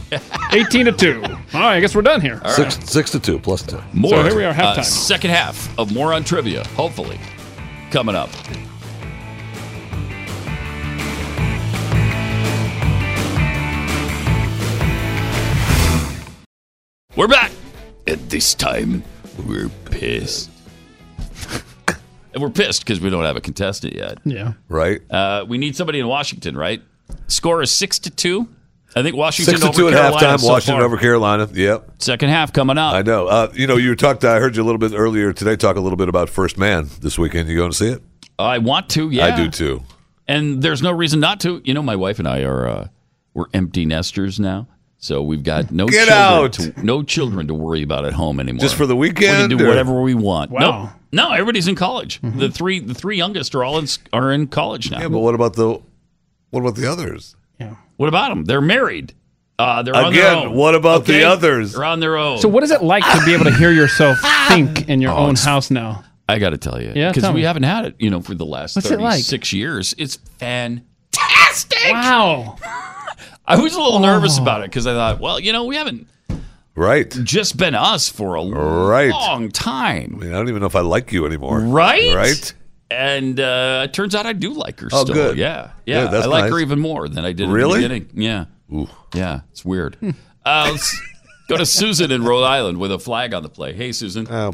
Speaker 4: 18 to 2. All right, I guess we're done here.
Speaker 5: six, six to two, plus ten.
Speaker 3: More.
Speaker 4: So here we are,
Speaker 3: Uh,
Speaker 4: halftime.
Speaker 3: second half of more on trivia, hopefully, coming up. We're back. And this time, we're pissed. and we're pissed because we don't have a contestant yet.
Speaker 4: Yeah.
Speaker 5: Right?
Speaker 3: Uh, we need somebody in Washington, right? Score is six to two. I think Washington
Speaker 5: Six to
Speaker 3: over
Speaker 5: two at
Speaker 3: Carolina
Speaker 5: halftime.
Speaker 3: so
Speaker 5: Washington
Speaker 3: far.
Speaker 5: over Carolina. Yep.
Speaker 3: Second half coming up.
Speaker 5: I know. Uh, you know, you talked. I heard you a little bit earlier today. Talk a little bit about First Man this weekend. You going to see it?
Speaker 3: I want to. Yeah,
Speaker 5: I do too.
Speaker 3: and there's no reason not to. You know, my wife and I are uh, we're empty nesters now, so we've got no
Speaker 5: Get
Speaker 3: children
Speaker 5: out.
Speaker 3: to, no children to worry about at home anymore.
Speaker 5: Just for the
Speaker 3: we
Speaker 5: weekend,
Speaker 3: can do
Speaker 5: or-
Speaker 3: whatever we want.
Speaker 5: Wow.
Speaker 3: Uh, No, no, everybody's in college. The three the three youngest are all in, s- are in college now.
Speaker 5: Yeah, but what about the what about the others?
Speaker 3: What about them? They're married. Uh, they're on their
Speaker 5: Again,
Speaker 3: own.
Speaker 5: what about
Speaker 3: Okay?
Speaker 5: the others?
Speaker 3: They're on their own.
Speaker 4: So, what is it like to be able to hear yourself think in your
Speaker 3: Oh,
Speaker 4: own
Speaker 3: it's-
Speaker 4: house now?
Speaker 3: I got to tell you,
Speaker 4: Yeah,
Speaker 3: because
Speaker 4: tell
Speaker 3: we
Speaker 4: me.
Speaker 3: haven't had it, you know, for the last
Speaker 4: What's it like?
Speaker 3: thirty-six years. It's fan.
Speaker 4: Fantastic! Wow.
Speaker 3: I was a little nervous about it because I thought, well, you know, we haven't
Speaker 5: Right.
Speaker 3: just been us for a
Speaker 5: Right.
Speaker 3: long time.
Speaker 5: I mean, I don't even know if I like you anymore.
Speaker 3: Right?
Speaker 5: Right.
Speaker 3: And uh, it turns out I do like her
Speaker 5: Oh,
Speaker 3: still.
Speaker 5: good.
Speaker 3: Yeah.
Speaker 5: Yeah,
Speaker 3: Yeah.
Speaker 5: that's
Speaker 3: I like
Speaker 5: nice.
Speaker 3: her even more than I did
Speaker 5: Really? Hmm.
Speaker 3: in the beginning. Yeah. Yeah. It's weird. uh, let's go to Susan in Rhode Island with a flag on the play. Hey, Susan.
Speaker 5: Oh,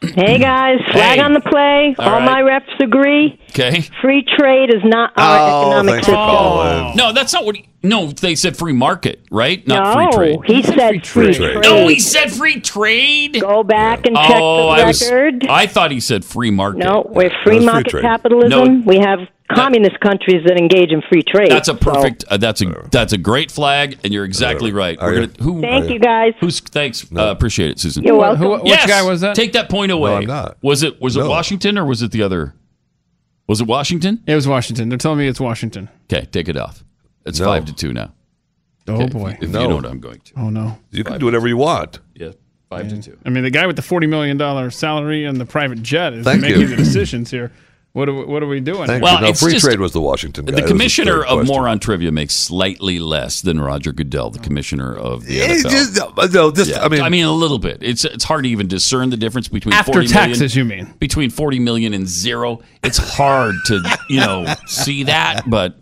Speaker 9: Hey guys, flag
Speaker 3: Hey.
Speaker 9: on the play.
Speaker 3: All
Speaker 9: All,
Speaker 3: right. Oh,
Speaker 9: my reps agree.
Speaker 3: Okay.
Speaker 9: Free trade is not our Oh,
Speaker 5: Oh,
Speaker 9: economic system.
Speaker 3: No, that's not what he. No, they said free market, right? Not
Speaker 9: no,
Speaker 3: free trade.
Speaker 9: he said free trade.
Speaker 3: No, he said free trade.
Speaker 9: Go back and check
Speaker 3: Oh,
Speaker 9: the
Speaker 3: I was.
Speaker 9: record.
Speaker 3: I thought he said free market.
Speaker 9: no, we're free market capitalism. we have communist countries that engage in free trade.
Speaker 3: That's a
Speaker 9: So,
Speaker 3: perfect. Uh, that's a that's a great flag, and you're exactly right. We're gonna, who,
Speaker 9: Thank you guys.
Speaker 3: Who's thanks? Uh, appreciate it, Susan.
Speaker 9: You're Who- welcome. who- which
Speaker 3: yes,
Speaker 9: guy was that?
Speaker 3: Take that point away.
Speaker 4: I'm not.
Speaker 3: Was it was it
Speaker 4: No.
Speaker 3: Washington or was it the other? Was it Washington?
Speaker 4: It was Washington. They're telling me it's Washington.
Speaker 3: Okay, take it off. It's five to two now.
Speaker 4: Oh,
Speaker 3: Okay, if-
Speaker 4: boy.
Speaker 3: If, you
Speaker 4: No.
Speaker 3: know what I'm going to.
Speaker 4: Oh, no.
Speaker 5: You can do whatever you want.
Speaker 3: Yeah, five to two.
Speaker 4: I mean, the guy with the $40 million salary and the private jet is
Speaker 5: Thank
Speaker 4: making
Speaker 5: you.
Speaker 4: the decisions here. What are, we- what are we doing?
Speaker 5: Thank you. No, free trade was the Washington. Guy.
Speaker 3: The
Speaker 5: That was
Speaker 3: commissioner
Speaker 5: third
Speaker 3: of
Speaker 5: question.
Speaker 3: Moron Trivia makes slightly less than Roger Goodell, the commissioner of the
Speaker 5: It
Speaker 3: NFL.
Speaker 5: just- no, no, just- I mean-
Speaker 3: I mean, a little bit. It's it's hard to even discern the difference between
Speaker 4: After
Speaker 3: 40 million
Speaker 4: taxes, you mean.
Speaker 3: between forty million and zero. It's hard to you know see that, but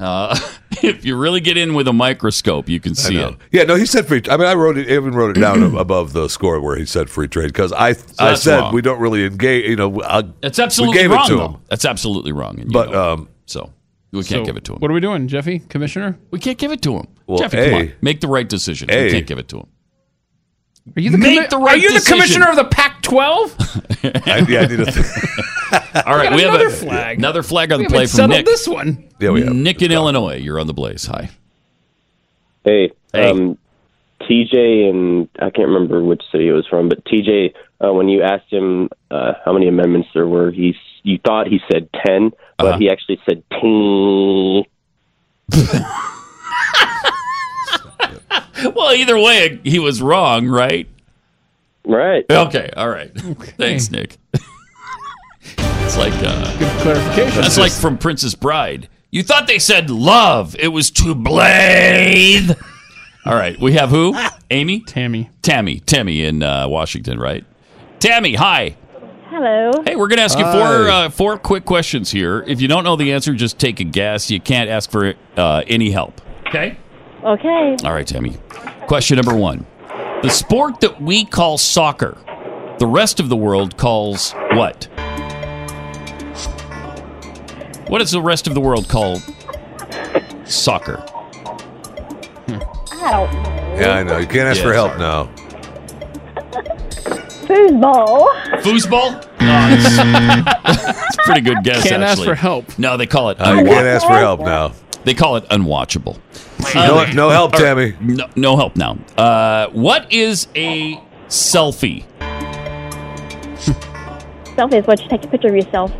Speaker 3: uh, if you really get in with a microscope, you can see it.
Speaker 5: Yeah, no, he said free. I mean, I wrote it, even wrote it down ab- above the score where he said free trade because I, I
Speaker 3: that's
Speaker 5: said
Speaker 3: wrong.
Speaker 5: we don't really engage. You know, I,
Speaker 3: That's absolutely
Speaker 5: we gave
Speaker 3: wrong.
Speaker 5: it to
Speaker 3: though.
Speaker 5: him.
Speaker 3: That's absolutely wrong. and you
Speaker 5: But,
Speaker 3: know it.
Speaker 5: um,
Speaker 3: so we can't give it to him.
Speaker 4: What are we doing, Jeffy? Commissioner?
Speaker 3: We can't give it to him.
Speaker 5: Well,
Speaker 3: Jeffy,
Speaker 5: A-
Speaker 3: come on, make the right decision.
Speaker 5: A-
Speaker 3: we can't give it to him.
Speaker 4: Are you the,
Speaker 3: Make the right
Speaker 4: Are you
Speaker 3: decision.
Speaker 4: the commissioner of the Pac 12?
Speaker 5: I, yeah, I need a
Speaker 3: All right,
Speaker 4: got
Speaker 3: we have
Speaker 4: another
Speaker 3: a-
Speaker 4: flag.
Speaker 3: Another flag on
Speaker 4: We
Speaker 3: the play
Speaker 4: haven't
Speaker 3: from
Speaker 4: settled
Speaker 3: Nick.
Speaker 4: this one.
Speaker 5: Yeah, we have.
Speaker 3: Nick in Illinois. You're on the blaze. Hi.
Speaker 24: Hey, um, TJ, and um, I can't remember which city it was from, but TJ, uh, when you asked him uh, how many amendments there were, he s- you thought he said 10 but
Speaker 3: Uh-huh.
Speaker 24: he actually said teen.
Speaker 3: Well, either way, he was wrong, right?
Speaker 24: Right.
Speaker 3: Okay. All right. Thanks, Nick. That's like uh,
Speaker 4: Good clarification.
Speaker 3: That's like from Princess Bride. You thought they said love. It was to blade. All right, we have who? Amy,
Speaker 4: Tammy,
Speaker 3: Tammy, Tammy in uh, Washington, right? Tammy, hi.
Speaker 10: Hello.
Speaker 3: Hey, we're gonna ask you four uh, four quick questions here. If you don't know the answer, just take a guess. You can't ask for uh, any help. Okay.
Speaker 10: Okay.
Speaker 3: All right, Tammy. Question number one: The sport that we call soccer, the rest of the world calls what? What does the rest of the world call soccer?
Speaker 10: I don't know.
Speaker 5: Yeah, I know. You can't ask
Speaker 3: Yeah,
Speaker 5: for help
Speaker 3: sorry.
Speaker 5: now.
Speaker 10: Foosball.
Speaker 3: Foosball? It's a pretty good guess.
Speaker 5: Can't ask
Speaker 3: actually.
Speaker 5: for
Speaker 4: help.
Speaker 3: No, they call it.
Speaker 5: Oh, you can't ask for help now.
Speaker 3: They call it unwatchable. Um,
Speaker 5: No- no help,
Speaker 3: or-
Speaker 5: Tammy.
Speaker 3: No, no help now. Uh, what is a selfie?
Speaker 10: Selfie is what you take a picture of yourself.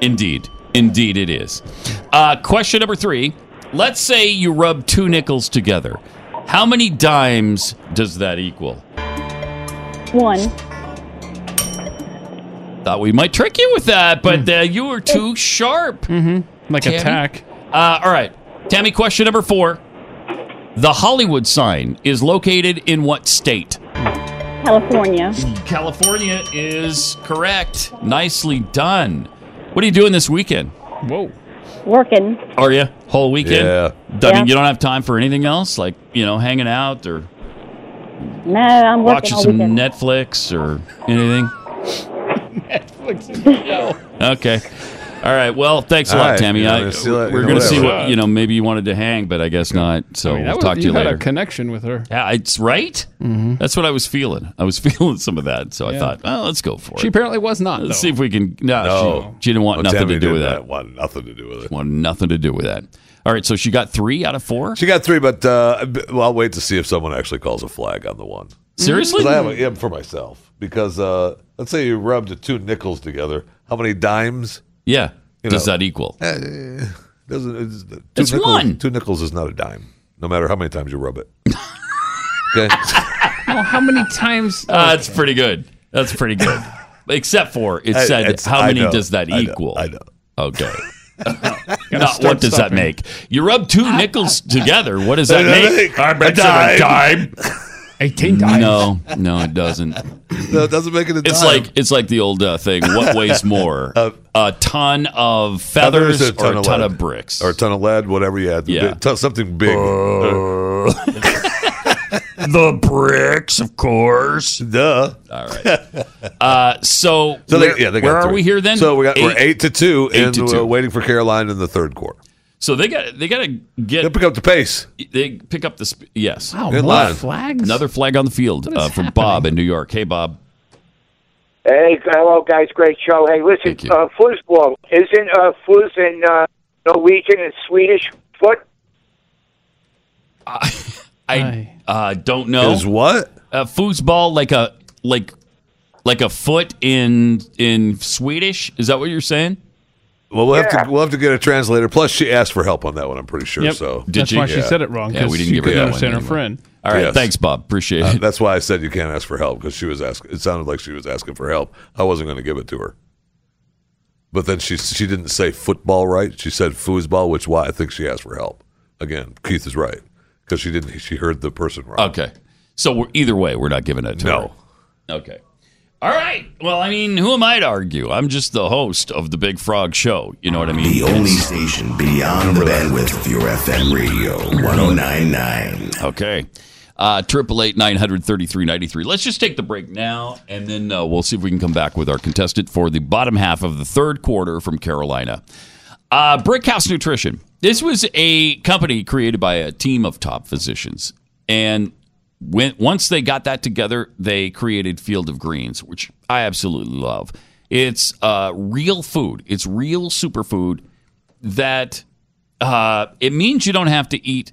Speaker 3: Indeed, indeed, it is. Uh, question number three. Let's say you rub two nickels together. How many dimes does that equal?
Speaker 10: One.
Speaker 3: Thought we might trick you with that, but uh, you were too sharp. Mm-hmm.
Speaker 4: Like a tack.
Speaker 3: Uh, all right, Tammy. Question number four: The Hollywood sign is located in what state?
Speaker 10: California.
Speaker 3: California is correct. Nicely done. What are you doing this weekend?
Speaker 4: Whoa.
Speaker 10: Working.
Speaker 3: Are you whole weekend?
Speaker 5: Yeah.
Speaker 3: I
Speaker 10: Yeah.
Speaker 3: mean, you don't have time for anything else, like you know, hanging out or
Speaker 10: No, I'm working
Speaker 3: watching
Speaker 10: all
Speaker 3: some
Speaker 10: weekend.
Speaker 3: Netflix or anything. Okay. All right. Well, thanks a
Speaker 5: All
Speaker 3: lot,
Speaker 5: right,
Speaker 3: Tammy.
Speaker 5: you know,
Speaker 3: I,
Speaker 5: let's see that-
Speaker 3: we're
Speaker 5: you know,
Speaker 3: going to see
Speaker 5: whatever.
Speaker 3: what you know. Maybe you wanted to hang, but I guess not. So
Speaker 4: I mean, that
Speaker 3: Oh, we'll
Speaker 4: was-
Speaker 3: talk to you,
Speaker 4: you had
Speaker 3: later.
Speaker 4: a connection with her.
Speaker 3: yeah, it's right. That's what I was feeling. I was feeling some of that, so I
Speaker 4: Yeah.
Speaker 3: thought, oh, let's go for
Speaker 4: She
Speaker 3: it.
Speaker 4: apparently was not.
Speaker 3: Let's
Speaker 4: Though.
Speaker 3: see if we can. No,
Speaker 5: No.
Speaker 3: She, she didn't want
Speaker 5: Well,
Speaker 3: nothing
Speaker 5: Tammy
Speaker 3: to do
Speaker 5: did
Speaker 3: with
Speaker 5: that.
Speaker 3: that.
Speaker 5: Wanted nothing to do with it.
Speaker 3: Wanted nothing to do with that. All right, so she got three out of four.
Speaker 5: She got three, but uh, b- well, I'll wait to see if someone actually calls a flag on the one.
Speaker 3: Seriously?
Speaker 5: 'Cause I have a, yeah, for myself. Because uh, let's say you rubbed the two nickels together. How many dimes?
Speaker 3: Yeah. Does that equal?
Speaker 5: Uh, doesn't, it's, two
Speaker 3: It's
Speaker 5: nickels,
Speaker 3: one.
Speaker 5: Two nickels is not a dime, no matter how many times you rub it. okay.
Speaker 4: Well, how many times?
Speaker 3: Uh, That's pretty good. That's pretty good. Except for it
Speaker 5: I-
Speaker 3: said,
Speaker 5: it's-
Speaker 3: how
Speaker 5: I
Speaker 3: many
Speaker 5: know.
Speaker 3: does that
Speaker 5: I know.
Speaker 3: equal?
Speaker 5: I know.
Speaker 3: Okay. Not what does that
Speaker 5: something.
Speaker 3: make? You rub two nickels together. What does that
Speaker 5: I don't
Speaker 3: make?
Speaker 5: think- a dime.
Speaker 4: Eighteen
Speaker 3: No, no, it doesn't.
Speaker 5: No, it doesn't make it a
Speaker 3: It's
Speaker 5: dime. Uh,
Speaker 3: like it's like the old uh, thing. What weighs more, a ton of feathers,
Speaker 5: Feathers
Speaker 3: or a
Speaker 5: lead.
Speaker 3: ton of bricks?
Speaker 5: Or a ton of lead, whatever you had.
Speaker 3: Yeah. Uh,
Speaker 5: Bi- something big. Uh,
Speaker 3: the bricks, of course.
Speaker 5: Duh.
Speaker 3: All right. Uh, so,
Speaker 5: So
Speaker 3: where,
Speaker 5: they, yeah, they got
Speaker 3: where are
Speaker 5: three.
Speaker 3: we here then?
Speaker 5: So we got, we're eight to two,
Speaker 3: Eight
Speaker 5: and
Speaker 3: to
Speaker 5: we're
Speaker 3: two.
Speaker 5: waiting for Carolina in the third quarter.
Speaker 3: So they got they got to get
Speaker 5: They'll pick up the pace.
Speaker 3: they pick up the sp- yes.
Speaker 4: Wow,
Speaker 5: Good
Speaker 4: more
Speaker 5: line.
Speaker 4: flags.
Speaker 3: Another flag on the field
Speaker 4: What is
Speaker 3: uh, from Bob in New York. Hey, Bob.
Speaker 14: Hey, hello, guys. Great show. Hey, listen, uh, foosball. Isn't uh, foos in uh, Norwegian and Swedish foot?
Speaker 3: I uh, don't know.
Speaker 5: Is what?
Speaker 3: Uh, foosball like a like like a foot in in Swedish? Is that what you're saying?
Speaker 5: Well, we'll have to we'll have to get a translator. Plus, she asked for help on that one. I'm pretty sure.
Speaker 4: Yep.
Speaker 5: So
Speaker 3: Did
Speaker 4: That's
Speaker 3: you?
Speaker 4: why she
Speaker 3: Yeah.
Speaker 4: said it wrong.
Speaker 3: Yeah, we
Speaker 4: 'cause
Speaker 3: didn't
Speaker 4: she
Speaker 3: give her
Speaker 4: couldn't
Speaker 3: that
Speaker 4: understand
Speaker 3: one
Speaker 4: her friend.
Speaker 3: All right,
Speaker 5: Yes.
Speaker 3: thanks, Bob. Appreciate
Speaker 5: Uh,
Speaker 3: it.
Speaker 5: that's why I said you can't ask for help because she was asking. It sounded like she was asking for help. I wasn't going to give it to her. But then she she didn't say football right. She said foosball, which why I think she asked for help. Again, Keith is right because she didn't. She heard the person wrong.
Speaker 3: Okay. So we're, either way, we're not giving it to
Speaker 5: No.
Speaker 3: her. Okay. All right. Well, I mean, who am I to argue? I'm just the host of the Big Frog Show. You know what I mean?
Speaker 25: The only station beyond the bandwidth of your FM radio, 1099.
Speaker 3: Okay. Uh Triple eight nine hundred thirty three ninety three. Let's just take the break now, and then uh, we'll see if we can come back with our contestant for the bottom half of the third quarter from Carolina. Uh, Brickhouse Nutrition. This was a company created by a team of top physicians, and when, once they got that together, they created Field of Greens, which I absolutely love. It's uh, real food. It's real superfood that uh, it means you don't have to eat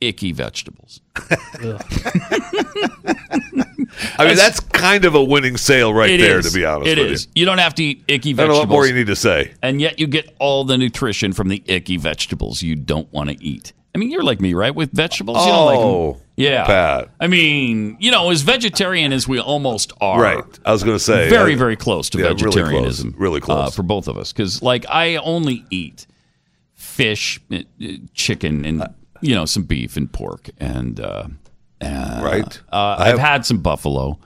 Speaker 3: icky vegetables.
Speaker 5: I mean that's kind of a winning sale right
Speaker 3: It
Speaker 5: there.
Speaker 3: is.
Speaker 5: To be honest,
Speaker 3: It
Speaker 5: with
Speaker 3: is. You don't have to eat icky
Speaker 5: you. I don't know
Speaker 3: vegetables.
Speaker 5: what more you need to say.
Speaker 3: And yet you get all the nutrition from the icky vegetables you don't want to eat. I mean, you're like me, right? With vegetables, you don't like 'em.
Speaker 5: Oh,
Speaker 3: yeah.
Speaker 5: Pat.
Speaker 3: I mean, you know, as vegetarian as we almost are,
Speaker 5: Right. I was going to say
Speaker 3: very,
Speaker 5: I-
Speaker 3: very close to
Speaker 5: Yeah, really close.
Speaker 3: vegetarianism,
Speaker 5: Really close.
Speaker 3: uh, for both of us. Because like I only eat fish, uh, uh, chicken, and you know some beef and pork, and uh, uh,
Speaker 5: Right.
Speaker 3: Uh, I've had some buffalo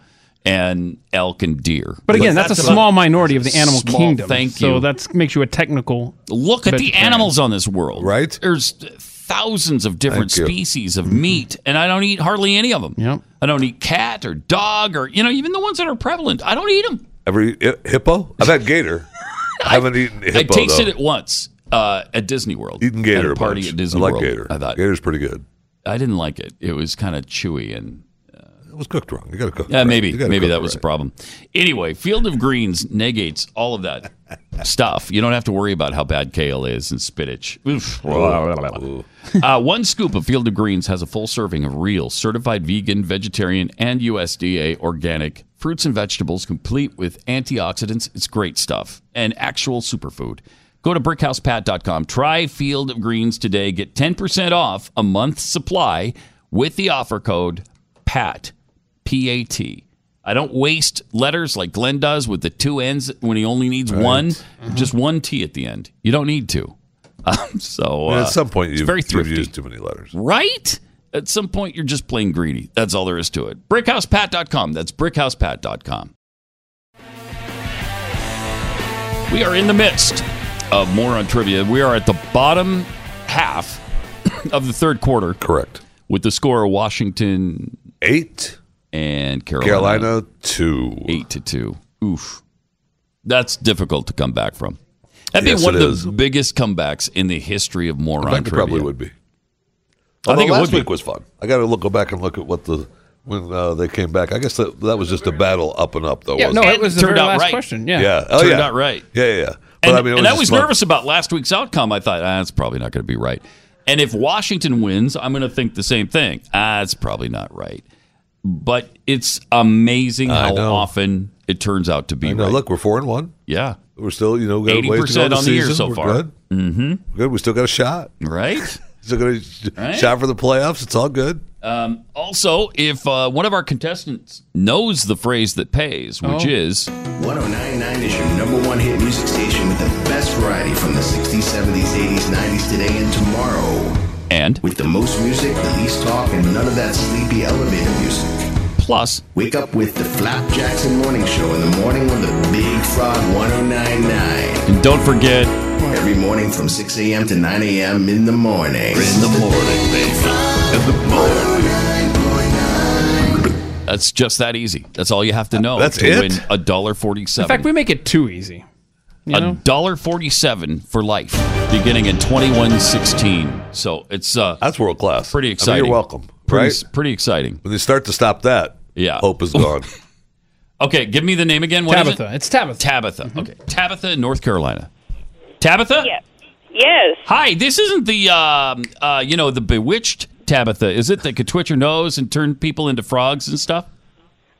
Speaker 3: and elk and deer,
Speaker 4: But again, that's, a
Speaker 3: about-
Speaker 4: small minority of the animal
Speaker 3: Small,
Speaker 4: kingdom.
Speaker 3: Thank you.
Speaker 4: So that makes you a technical.
Speaker 3: Look at the
Speaker 4: vegetarian.
Speaker 3: animals on this world. Right? There's thousands of different
Speaker 4: Thank you.
Speaker 3: species of meat, and I don't eat hardly any of them. Yep. I don't eat cat or dog or, you know, even the ones that are prevalent. I don't eat them.
Speaker 5: Every hi- hippo? I've had gator. I haven't eaten hippo.
Speaker 3: I tasted
Speaker 5: though.
Speaker 3: it once uh, at Disney World.
Speaker 5: Eaten
Speaker 3: At
Speaker 5: gator
Speaker 3: a
Speaker 5: a
Speaker 3: party
Speaker 5: bunch.
Speaker 3: at Disney
Speaker 5: I like
Speaker 3: World.
Speaker 5: gator. I thought gator's pretty good.
Speaker 3: I didn't like it. It was kind of chewy and.
Speaker 5: It was cooked wrong. You got to cook. it
Speaker 3: Yeah,
Speaker 5: right.
Speaker 3: maybe
Speaker 5: You gotta
Speaker 3: maybe
Speaker 5: cook
Speaker 3: that
Speaker 5: it
Speaker 3: was the
Speaker 5: right.
Speaker 3: problem. Anyway, Field of Greens negates all of that stuff. You don't have to worry about how bad kale is and spinach. Oof. uh, one scoop of Field of Greens has a full serving of real, certified vegan, vegetarian, and USDA organic fruits and vegetables, complete with antioxidants. It's great stuff and actual superfood. Go to brickhousepat.com. Try Field of Greens today. Get 10% off a month's supply with the offer code PAT. P A T. I don't waste letters like Glenn does with the two N's when he only needs one,
Speaker 5: Mm-hmm.
Speaker 3: just one T at the end. You don't need to. Um, so
Speaker 5: And
Speaker 3: uh,
Speaker 5: at some point,
Speaker 3: it's
Speaker 5: you've,
Speaker 3: very
Speaker 5: you've
Speaker 3: thrifty,
Speaker 5: used too many letters.
Speaker 3: right? At some point, you're just plain greedy. That's all there is to it. Brickhousepat.com. That's brickhousepat.com. We are in the midst of more on trivia. We are at the bottom half of the third quarter.
Speaker 5: Correct.
Speaker 3: With the score of Washington
Speaker 5: eight
Speaker 3: and Carolina,
Speaker 5: Carolina two.
Speaker 3: Eight to two. Oof. That's difficult to come back from. That'd
Speaker 5: Yes,
Speaker 3: be one
Speaker 5: it
Speaker 3: of the
Speaker 5: is.
Speaker 3: biggest comebacks in the history of moron
Speaker 5: In fact, it
Speaker 3: trivia.
Speaker 5: probably would be.
Speaker 3: I think
Speaker 5: Although
Speaker 3: it
Speaker 5: last
Speaker 3: would be.
Speaker 5: week was fun. I got to look go back and look at what the when uh, they came back. I guess that, that was just a battle up and up, though.
Speaker 3: Yeah,
Speaker 5: wasn't
Speaker 3: no, it was the Turned very out last right. question, yeah.
Speaker 5: yeah. Oh,
Speaker 3: Turned
Speaker 5: yeah.
Speaker 3: out right.
Speaker 5: Yeah, yeah. yeah. But
Speaker 3: and
Speaker 5: I mean, it
Speaker 3: and I
Speaker 5: just
Speaker 3: was
Speaker 5: fun.
Speaker 3: nervous about last week's outcome. I thought, ah, it's probably not going to be right. And if Washington wins, I'm going to think the same thing. Ah, it's probably not right. But it's amazing
Speaker 5: I
Speaker 3: how
Speaker 5: know.
Speaker 3: often it turns out to be
Speaker 5: I know.
Speaker 3: right.
Speaker 5: Look, we're four and one.
Speaker 3: Yeah.
Speaker 5: We're still, you know, got a ways to go
Speaker 3: 80% on the year
Speaker 5: season.
Speaker 3: so
Speaker 5: We're
Speaker 3: far.
Speaker 5: Good. Mm-hmm. Good. We still got a shot.
Speaker 3: Right.
Speaker 5: still got a
Speaker 3: Right.
Speaker 5: shot for the playoffs. It's all good.
Speaker 3: Um, also, if uh, one of our contestants knows the phrase that pays, which
Speaker 25: Oh.
Speaker 3: is
Speaker 25: 1099 is your number one hit music station with the best variety from the 60s, 70s, 80s, 90s, today, and tomorrow.
Speaker 3: and
Speaker 25: With the most music, the least talk, and none of that sleepy elevator music.
Speaker 3: Plus,
Speaker 25: wake up with the Flap Jackson Morning Show in the morning on the Big Frog 1099.
Speaker 3: And don't forget.
Speaker 25: Every morning from 6 a.m. to 9 a.m. in the morning. In the morning, In the
Speaker 3: that's just that easy. That's all you have to know
Speaker 4: That's
Speaker 3: to
Speaker 4: it?
Speaker 3: win a dollar
Speaker 4: In fact,
Speaker 3: forty-seven.
Speaker 4: we make it too easy. you
Speaker 3: A
Speaker 4: know?
Speaker 3: dollar forty-seven for life, beginning in twenty-one sixteen. So it's uh,
Speaker 5: that's world class. I
Speaker 3: Pretty
Speaker 5: mean,
Speaker 3: exciting.
Speaker 5: you're welcome.
Speaker 3: Pretty,
Speaker 5: right?
Speaker 3: pretty exciting.
Speaker 5: When they start to stop that,
Speaker 3: yeah,
Speaker 5: hope is gone.
Speaker 3: Okay, give me the name again. What is it?
Speaker 4: Tabitha. It's Tabitha. Mm-hmm.
Speaker 3: Tabitha. Okay, Tabitha, in North Carolina. Tabitha. Yes.
Speaker 22: Yes.
Speaker 3: Hi. This isn't the um, uh, you know the bewitched Tabitha, is it? That could twitch her nose and turn people into frogs and stuff.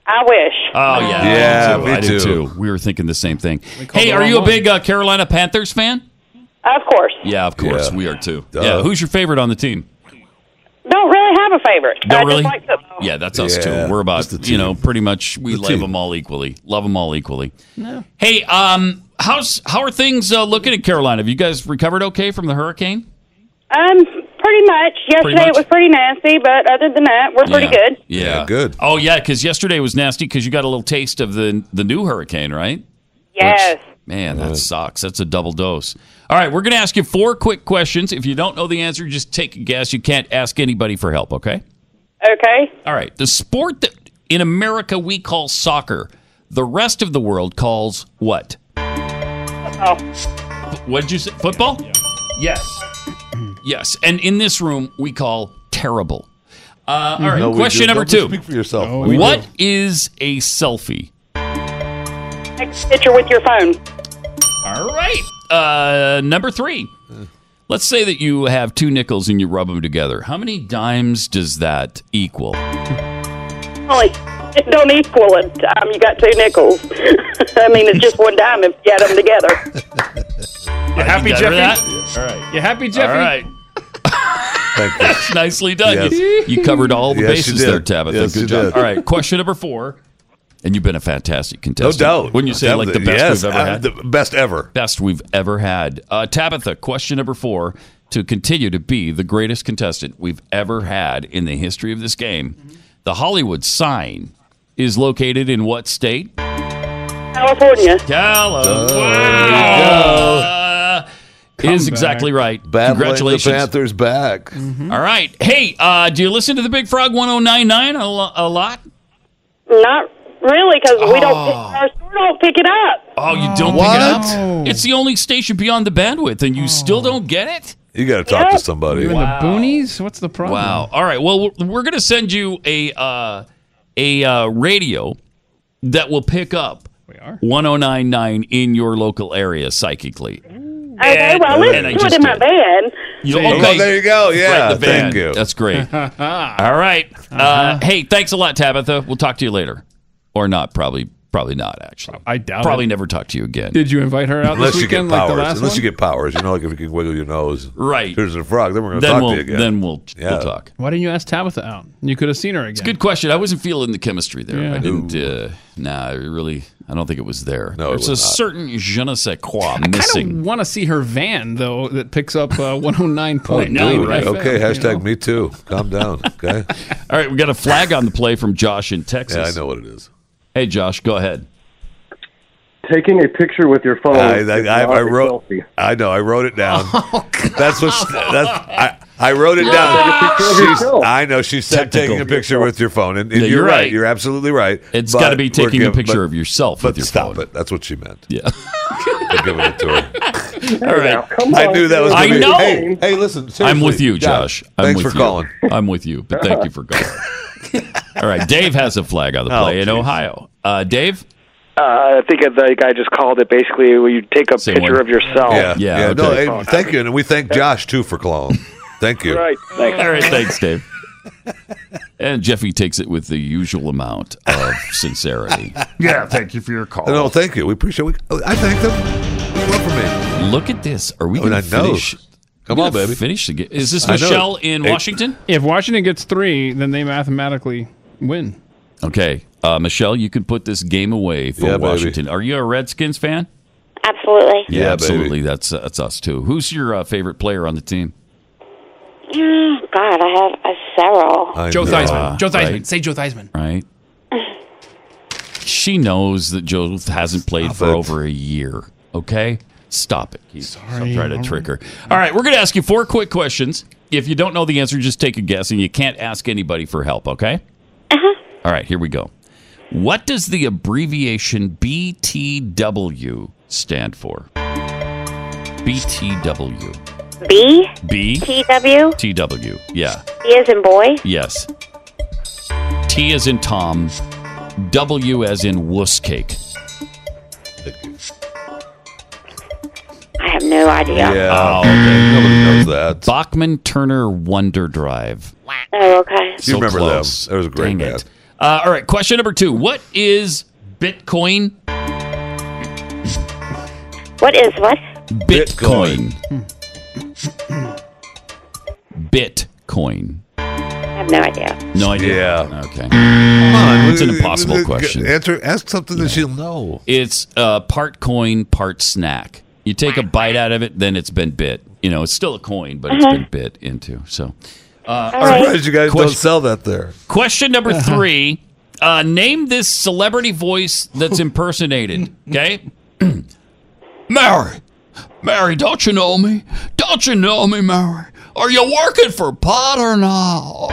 Speaker 22: I wish.
Speaker 3: Oh yeah,
Speaker 5: Yeah,
Speaker 3: I did
Speaker 5: me
Speaker 3: I did
Speaker 5: too.
Speaker 3: We were thinking the same thing.
Speaker 22: called
Speaker 3: Hey,
Speaker 22: the
Speaker 3: are
Speaker 22: wrong
Speaker 3: you a
Speaker 22: one.
Speaker 3: big uh, Carolina Panthers fan?
Speaker 22: Of course.
Speaker 3: Yeah, of course
Speaker 5: Yeah.
Speaker 3: we are too.
Speaker 5: Duh.
Speaker 3: Yeah, who's your favorite on the team?
Speaker 22: Don't really have a favorite. I
Speaker 3: Don't really.
Speaker 22: just like football.
Speaker 3: Yeah, that's us
Speaker 5: Yeah,
Speaker 3: too. We're about you know pretty much we
Speaker 5: The
Speaker 3: love
Speaker 5: team.
Speaker 3: them all equally. Love them all equally.
Speaker 22: No.
Speaker 3: Hey, um, how's how are things uh, looking at Carolina? Have you guys recovered okay from the hurricane?
Speaker 22: Um, pretty much. Yesterday
Speaker 3: Pretty much?
Speaker 22: it was pretty nasty, but other than that, we're pretty
Speaker 3: Yeah.
Speaker 22: good.
Speaker 3: Yeah. good. Oh yeah, because yesterday was nasty because you got a little taste of the the new hurricane, right?
Speaker 22: Yes.
Speaker 3: Which- man, that sucks. That's a double dose. All right, we're going to ask you four quick questions. If you don't know the answer, just take a guess. You can't ask anybody for help. Okay.
Speaker 22: Okay.
Speaker 3: All right. The sport that in America we call soccer, the rest of the world calls what?
Speaker 22: Football.
Speaker 3: What did you say? Football? Yes. Yes. And in this room we call terrible. Uh, all right.
Speaker 5: Mm-hmm. No, we
Speaker 3: question
Speaker 5: do.
Speaker 3: number
Speaker 5: Don't just
Speaker 3: two.
Speaker 5: Speak for yourself.
Speaker 3: What is a selfie?
Speaker 22: Next picture with your phone.
Speaker 3: All right. Uh, number three. Let's say that you have two nickels and you rub them together. How many dimes does that equal?
Speaker 22: Only it don't equal it. Um, you got two nickels. I mean, it's just one dime if you add them together.
Speaker 4: You happy,
Speaker 3: got rid
Speaker 4: Jeffy?
Speaker 3: of that? All right.
Speaker 4: You happy, Jeffy?
Speaker 3: All right.
Speaker 5: Thank you.
Speaker 3: That's nicely done. You,
Speaker 5: Yes.
Speaker 3: you covered all the
Speaker 5: Yes, you
Speaker 3: bases
Speaker 5: did.
Speaker 3: there, Tabitha.
Speaker 5: Yes,
Speaker 3: Good
Speaker 5: you
Speaker 3: job.
Speaker 5: did.
Speaker 3: All right, question number four. And you've been a fantastic contestant.
Speaker 5: No doubt.
Speaker 3: Wouldn't you say
Speaker 5: That
Speaker 3: like
Speaker 5: was-
Speaker 3: the best
Speaker 5: yes,
Speaker 3: we've ever
Speaker 5: uh,
Speaker 3: had?
Speaker 5: the best ever.
Speaker 3: Best we've ever had. Uh, Tabitha, question number four. To continue to be the greatest contestant we've ever had in the history of this game, the Hollywood sign is located in what state?
Speaker 22: California.
Speaker 3: California. is exactly right.
Speaker 5: Battling
Speaker 3: Congratulations.
Speaker 5: The Panthers back.
Speaker 3: All right. Hey, uh, do you listen to the Big Frog 1099 a, lo- a lot?
Speaker 22: Not really, because we don't pick,
Speaker 3: Ah.
Speaker 22: our store don't pick it up.
Speaker 3: Oh, you don't pick it up? It's the only station beyond the bandwidth, and you still don't get it?
Speaker 5: You got to talk
Speaker 3: Yeah.
Speaker 5: to somebody.
Speaker 3: You're in the Wow.
Speaker 4: Boonies? What's the problem?
Speaker 3: Wow. All right. Well, we're- we're going to send you a uh, a uh, radio that will pick up 1099 in your local area psychically.
Speaker 22: Okay,
Speaker 3: and
Speaker 22: well,
Speaker 3: I
Speaker 22: let's do it
Speaker 3: just
Speaker 22: in my
Speaker 3: did.
Speaker 22: van.
Speaker 3: You-
Speaker 5: There you go. Oh, There you go. Yeah,
Speaker 3: Right, the
Speaker 5: thank
Speaker 3: band.
Speaker 5: you.
Speaker 3: That's great. Ah. All right.
Speaker 4: Uh-huh.
Speaker 3: Uh, hey, thanks a lot, Tabitha. We'll talk to you later, or not? Probably, probably not. Actually,
Speaker 4: I doubt
Speaker 3: Probably
Speaker 4: it.
Speaker 3: never talk to you again.
Speaker 4: Did you invite her out
Speaker 5: Unless
Speaker 4: this
Speaker 5: you get
Speaker 4: weekend like
Speaker 5: powers.
Speaker 4: the last
Speaker 5: Unless
Speaker 4: one?
Speaker 5: you get powers. You know, like if you can wiggle your nose.
Speaker 3: Right.
Speaker 5: Here's a frog. Then we're going to
Speaker 3: Then
Speaker 5: talk
Speaker 3: we'll-
Speaker 5: to you again.
Speaker 3: then we'll-
Speaker 5: yeah.
Speaker 3: we'll talk.
Speaker 4: Why didn't you ask Tabitha out? You could have seen her again.
Speaker 3: Good question. I wasn't feeling the chemistry there.
Speaker 4: Yeah.
Speaker 3: I didn't. Uh, nah, I really. I don't think it was there. No,
Speaker 5: it
Speaker 3: it's a
Speaker 5: was not.
Speaker 3: certain je ne sais quoi
Speaker 4: I
Speaker 3: missing.
Speaker 4: don't want to see her van though that picks up uh, 109
Speaker 5: Oh,
Speaker 4: point.
Speaker 5: dude. Okay, hashtag me too. Calm down. Okay.
Speaker 3: All right, we got a flag on the play from Josh in Texas.
Speaker 5: Yeah, I know what it is.
Speaker 3: Hey, Josh, go ahead.
Speaker 15: Taking a picture with your phone.
Speaker 6: Oh,
Speaker 5: I,
Speaker 15: is
Speaker 5: I, I,
Speaker 15: not
Speaker 5: I
Speaker 15: a
Speaker 5: wrote.
Speaker 15: selfie.
Speaker 5: I know. I wrote it down.
Speaker 3: Oh,
Speaker 5: that's what. That's. I, I wrote it
Speaker 15: Yeah,
Speaker 5: down.
Speaker 15: take a picture of
Speaker 5: She's-
Speaker 15: yourself.
Speaker 5: I know. She said
Speaker 3: Technical.
Speaker 5: taking a picture with your phone, and, and
Speaker 3: Yeah,
Speaker 5: you're,
Speaker 3: you're
Speaker 5: right.
Speaker 3: right.
Speaker 5: You're absolutely right.
Speaker 3: It's
Speaker 5: But
Speaker 3: got to be
Speaker 5: we're
Speaker 3: taking a
Speaker 5: giv-
Speaker 3: picture
Speaker 5: but-
Speaker 3: of yourself
Speaker 5: But
Speaker 3: with your
Speaker 5: stop
Speaker 3: phone.
Speaker 5: it. That's what she meant.
Speaker 3: Yeah.
Speaker 5: We're giving it to her.
Speaker 3: All right.
Speaker 5: I knew that was.
Speaker 3: I
Speaker 5: gonna be-
Speaker 3: know.
Speaker 5: Hey, hey, listen.
Speaker 3: I'm with
Speaker 5: seriously,
Speaker 3: you, Josh. I'm
Speaker 5: thanks
Speaker 3: with
Speaker 5: for
Speaker 3: you.
Speaker 5: calling.
Speaker 3: I'm with you, but thank you for calling. All right, Dave has a flag on the
Speaker 16: Oh,
Speaker 3: play in
Speaker 16: geez.
Speaker 3: Ohio. Uh, Dave,
Speaker 16: Uh, I think the guy just called it basically where you take a
Speaker 3: Same
Speaker 16: picture
Speaker 3: one.
Speaker 16: of yourself.
Speaker 5: Yeah. Yeah. No.
Speaker 16: okay.
Speaker 5: hey, thank you, and we thank Josh too for calling. Thank you.
Speaker 16: Right. Thanks.
Speaker 3: All right, thanks, Dave. and Jeffy takes it with the usual amount of sincerity.
Speaker 5: Yeah. Thank you for your call. No, thank you. We appreciate. We, Oh, I thank them. What do you want from me?
Speaker 3: Look at this. Are we
Speaker 5: I mean,
Speaker 3: going to
Speaker 5: I know.
Speaker 3: finish?
Speaker 5: Come
Speaker 3: we're
Speaker 5: on,
Speaker 3: gonna
Speaker 5: baby.
Speaker 3: Finish the game. Is this
Speaker 5: I know.
Speaker 3: Michelle in
Speaker 5: Hey.
Speaker 3: Washington?
Speaker 4: If Washington gets three, then they mathematically win.
Speaker 3: Okay, uh, Michelle, you can put this game away for
Speaker 5: Yeah, baby.
Speaker 3: Washington. Are you a Redskins fan?
Speaker 17: Absolutely.
Speaker 5: Yeah, baby.
Speaker 3: absolutely. That's uh, that's us too. Who's your uh, favorite player on the team?
Speaker 17: Mm, God, I have uh, several.
Speaker 4: Joe Theismann.
Speaker 3: Uh,
Speaker 4: Joe Theismann.
Speaker 3: right?
Speaker 4: Say Joe Theismann.
Speaker 3: right? She knows that Joe hasn't played for over a year. Okay, stop it. Keith. Stop trying to trick her. All right, we're going to ask you four quick questions. If you don't know the answer, just take a guess, and you can't ask anybody for help. Okay.
Speaker 17: Uh-huh.
Speaker 3: All right, here we go. What does the abbreviation BTW stand for? BTW.
Speaker 17: B,
Speaker 3: B.
Speaker 17: T, W,
Speaker 3: TW. Yeah.
Speaker 17: B as in boy,
Speaker 3: Yes. T as in Tom. W as in wuss cake.
Speaker 17: I have no idea.
Speaker 3: Oh, okay. Nobody knows that. Bachman Turner Wonder Drive.
Speaker 17: Oh, okay.
Speaker 5: Do you remember them? That was a great
Speaker 3: Dang
Speaker 5: band.
Speaker 3: It. Uh, all right. Question number two. What is Bitcoin?
Speaker 17: What is what?
Speaker 3: Bitcoin.
Speaker 5: Hmm.
Speaker 3: Bitcoin.
Speaker 17: I have no idea.
Speaker 3: No idea. Yeah. Okay. It's an impossible question.
Speaker 5: Uh, Answer. Ask something that she'll know.
Speaker 3: It's uh, part coin, part snack. You take a bite out of it, then it's been bit. You know, it's still a coin, but it's
Speaker 5: Uh-huh.
Speaker 3: been bit into. So, uh,
Speaker 5: I'm surprised you guys don't
Speaker 3: Question-
Speaker 5: sell that there.
Speaker 3: Question number
Speaker 4: Uh-huh.
Speaker 3: three: uh, Name this celebrity voice that's impersonated. Okay, Mary, Mary, don't you know me? Don't you know me, Mary? Are you working for Potter now?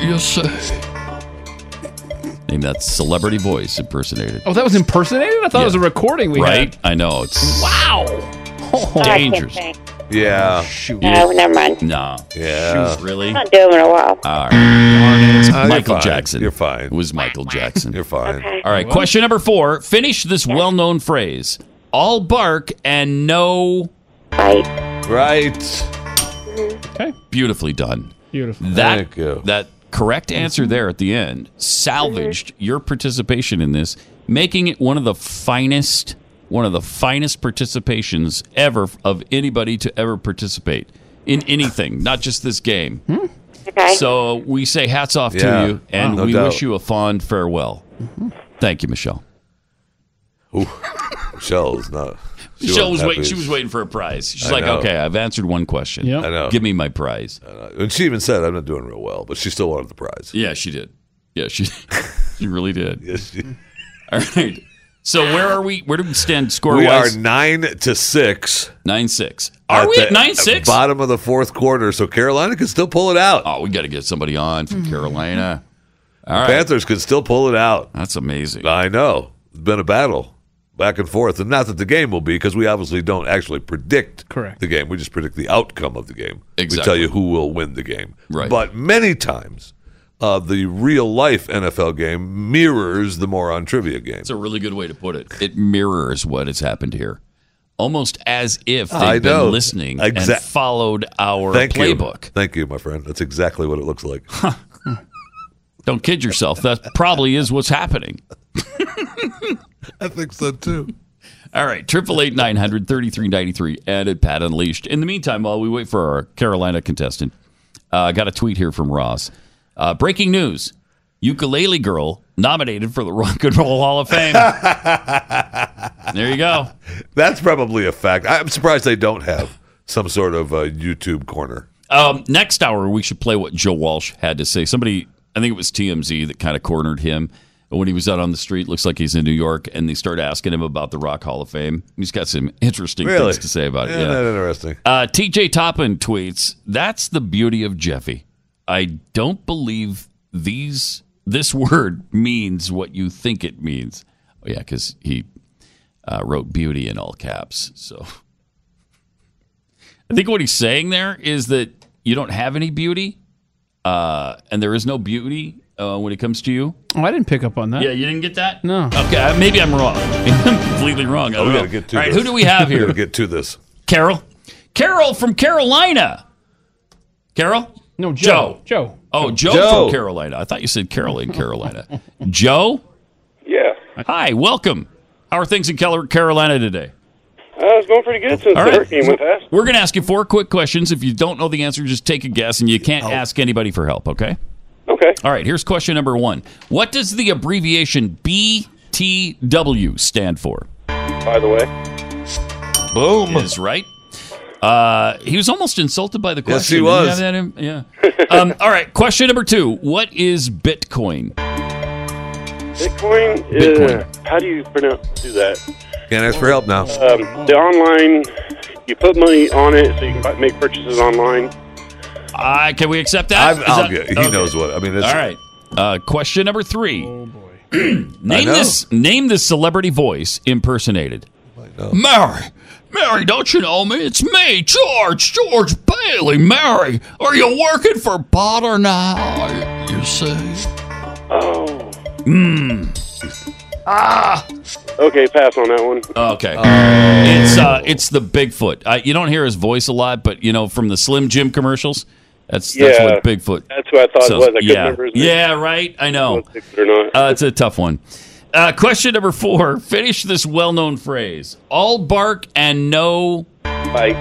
Speaker 3: You say. Name that celebrity voice impersonated.
Speaker 4: Oh, that was impersonated. I thought it was a recording we
Speaker 3: right? I know it's
Speaker 4: had. Wow.
Speaker 3: dangerous.
Speaker 5: Yeah.
Speaker 3: Shoot.
Speaker 17: No, never mind.
Speaker 3: No.
Speaker 5: Yeah.
Speaker 3: Shoot, really?
Speaker 17: I'm not doing it in a while.
Speaker 3: All right. It's
Speaker 5: Uh, you're
Speaker 3: Michael
Speaker 5: fine.
Speaker 3: Jackson.
Speaker 5: You're fine.
Speaker 3: It was Michael Jackson. You're
Speaker 5: fine.
Speaker 17: Okay.
Speaker 3: All right. Question number four. Finish this well known phrase all bark and no
Speaker 17: bite.
Speaker 5: Right.
Speaker 4: Okay.
Speaker 3: Beautifully done.
Speaker 4: Beautiful.
Speaker 3: That, that correct answer there at the end salvaged your participation in this, making it one of the finest, one of the finest participations ever of anybody to ever participate in anything, not just this game.
Speaker 17: Okay.
Speaker 3: So we say hats off
Speaker 5: Yeah.
Speaker 3: to you, and
Speaker 5: Wow. No
Speaker 3: we
Speaker 5: doubt.
Speaker 3: wish you a fond farewell. Thank you, Michelle.
Speaker 5: Michelle's not. she
Speaker 3: Michelle was
Speaker 5: wasn't
Speaker 3: waiting.
Speaker 5: happy.
Speaker 3: She was waiting for a prize. She's
Speaker 5: I
Speaker 3: like,
Speaker 5: know.
Speaker 3: okay, I've answered one question.
Speaker 5: Yep. I know.
Speaker 3: Give me my prize.
Speaker 5: And she even said, "I'm not doing real well," but she still wanted the prize.
Speaker 3: Yeah, she did. Yeah, she she really did. yes, she. All right. So where are we? Where do we stand score
Speaker 5: we
Speaker 3: wise?
Speaker 5: are nine to six.
Speaker 3: Nine six. Are we at 9-6?
Speaker 5: Bottom of the fourth quarter, so Carolina could still pull it out.
Speaker 3: Oh, we got to get somebody on from Carolina. All right.
Speaker 5: Panthers could still pull it out.
Speaker 3: That's amazing.
Speaker 5: I know. It's been a battle back and forth, and not that the game will be because we obviously don't actually predict
Speaker 4: Correct.
Speaker 5: the game. We just predict the outcome of the game. We
Speaker 3: Exactly.
Speaker 5: tell you who will win the game.
Speaker 3: Right.
Speaker 5: But many times, uh, the real life NFL game mirrors the moron trivia game.
Speaker 3: That's a really good way to put it. It mirrors what has happened here, almost as if they've
Speaker 5: I know.
Speaker 3: been listening
Speaker 5: Exact-
Speaker 3: and followed our
Speaker 5: Thank
Speaker 3: playbook.
Speaker 5: you. Thank you, my friend. That's exactly what it looks like.
Speaker 3: Don't kid yourself. That probably is what's happening.
Speaker 5: I think so too.
Speaker 3: All right, triple eight nine hundred thirty three ninety three. Added Pat Unleashed. In the meantime, while we wait for our Carolina contestant, uh, I got a tweet here from Ross. Uh, breaking news: Ukulele Girl nominated for the Rock and Roll Hall of Fame. there you go.
Speaker 5: That's probably a fact. I'm surprised they don't have some sort of uh YouTube corner.
Speaker 3: Um, next hour, we should play what Joe Walsh had to say. Somebody, I think it was TMZ, that kind of cornered him when he was out on the street. Looks like he's in New York, and they started asking him about the Rock Hall of Fame. He's got some interesting
Speaker 5: Really?
Speaker 3: things to say about it.
Speaker 5: Yeah,
Speaker 3: Yeah.
Speaker 5: not interesting.
Speaker 3: Uh, TJ Toppin tweets, "That's the beauty of Jeffy. I don't believe these this word means what you think it means. Oh yeah, because he uh, wrote beauty in all caps. So I think what he's saying there is that you don't have any beauty, uh, and there is no beauty uh, when it comes to you.
Speaker 4: Oh, I didn't pick up on that.
Speaker 3: Yeah, you didn't get that.
Speaker 4: No.
Speaker 3: Okay, uh, maybe I'm wrong. I'm completely wrong. I
Speaker 5: Oh,
Speaker 3: don't
Speaker 5: we
Speaker 3: know.
Speaker 5: gotta get to
Speaker 3: All right,
Speaker 5: this.
Speaker 3: who do we have
Speaker 5: We
Speaker 3: here?
Speaker 5: gotta get to this.
Speaker 3: Carol. Carol from Carolina. Carol?
Speaker 4: No, Joe. Joe.
Speaker 3: Oh, Joe,
Speaker 4: Joe.
Speaker 3: from Carolina. I thought you said Carol in Carolina. Joe?
Speaker 18: Yeah.
Speaker 3: Hi, welcome. How are things in Cal- Carolina today?
Speaker 18: Uh, it's going pretty good since
Speaker 3: All
Speaker 18: the
Speaker 3: right.
Speaker 18: hurricane went past.
Speaker 3: We're going to ask you four quick questions. If you don't know the answer, just take a guess, and you can't ask anybody for help, okay?
Speaker 18: Oh. Okay.
Speaker 3: All right, here's question number one What does the abbreviation BTW stand for?
Speaker 18: By the way,
Speaker 3: Boom. Is right. Uh, he was almost insulted by the
Speaker 5: Yes,
Speaker 3: question.
Speaker 5: he
Speaker 3: Did
Speaker 5: was.
Speaker 3: have that in- yeah. um, all right. Question number two. What is Bitcoin?
Speaker 18: Bitcoin is. How do you pronounce do that?
Speaker 5: Can't ask for help now.
Speaker 18: Um, the online, you put money on it so you can buy, make purchases online.
Speaker 3: Uh, can we accept that?
Speaker 5: I've,
Speaker 3: Is
Speaker 5: I'll
Speaker 3: that-
Speaker 5: get, he
Speaker 3: okay.
Speaker 5: knows what. I mean, it's,
Speaker 3: All right. Uh, question number three. Oh boy. name
Speaker 5: know.
Speaker 3: this. Name this celebrity voice impersonated. Mary, Mary, don't you know me? It's me, George, George Bailey. Mary, are you working for Potter now? You see?
Speaker 18: Oh.
Speaker 3: Mm.
Speaker 18: Ah. Okay, pass on that one.
Speaker 3: Okay. It's uh, it's the Bigfoot. Uh, you don't hear his voice a lot, but you know from the Slim Jim commercials, that's that's
Speaker 18: Yeah.
Speaker 3: what Bigfoot.
Speaker 18: That's what I thought it
Speaker 3: sounds-
Speaker 18: was. I couldn't
Speaker 3: yeah.
Speaker 18: remember his name.
Speaker 3: Yeah, right. I know.
Speaker 18: Or not.
Speaker 3: Uh, it's a tough one. Uh, question number four. Finish this well-known phrase: "All bark and no
Speaker 18: bite."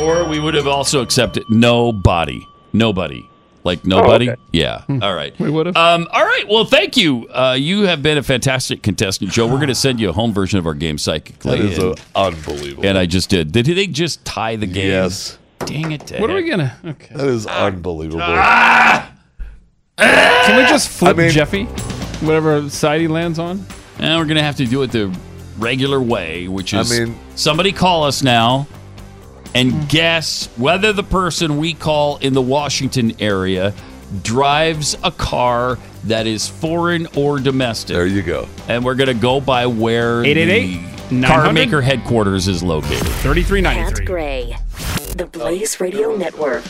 Speaker 3: Or we would have also accepted "no body, nobody." Like nobody.
Speaker 18: Oh, okay.
Speaker 3: Yeah. All right.
Speaker 4: We would have.
Speaker 3: Um, all right. Well, thank you. Uh, you have been a fantastic contestant, Joe. We're going to send you a home version of our game psychically.
Speaker 5: that is
Speaker 3: and-
Speaker 5: uh, unbelievable.
Speaker 3: and I just did. Did they just tie the game? Ah,
Speaker 5: Yes.
Speaker 3: Dang it.
Speaker 4: What are we gonna? Okay.
Speaker 5: That is unbelievable.
Speaker 3: ah!
Speaker 4: Can we just flip
Speaker 5: I mean-
Speaker 4: Jeffy? Whatever side he lands on.
Speaker 3: And we're going to have to do it the regular way, which
Speaker 5: I
Speaker 3: is
Speaker 5: mean-
Speaker 3: somebody call us now and guess whether the person we call in the Washington area drives a car that is foreign or domestic. There
Speaker 5: you go.
Speaker 3: And we're going to go by where the
Speaker 4: 888-900?
Speaker 3: car maker headquarters is located.
Speaker 4: 3390.
Speaker 1: Pat Gray, the Blaze Radio Network.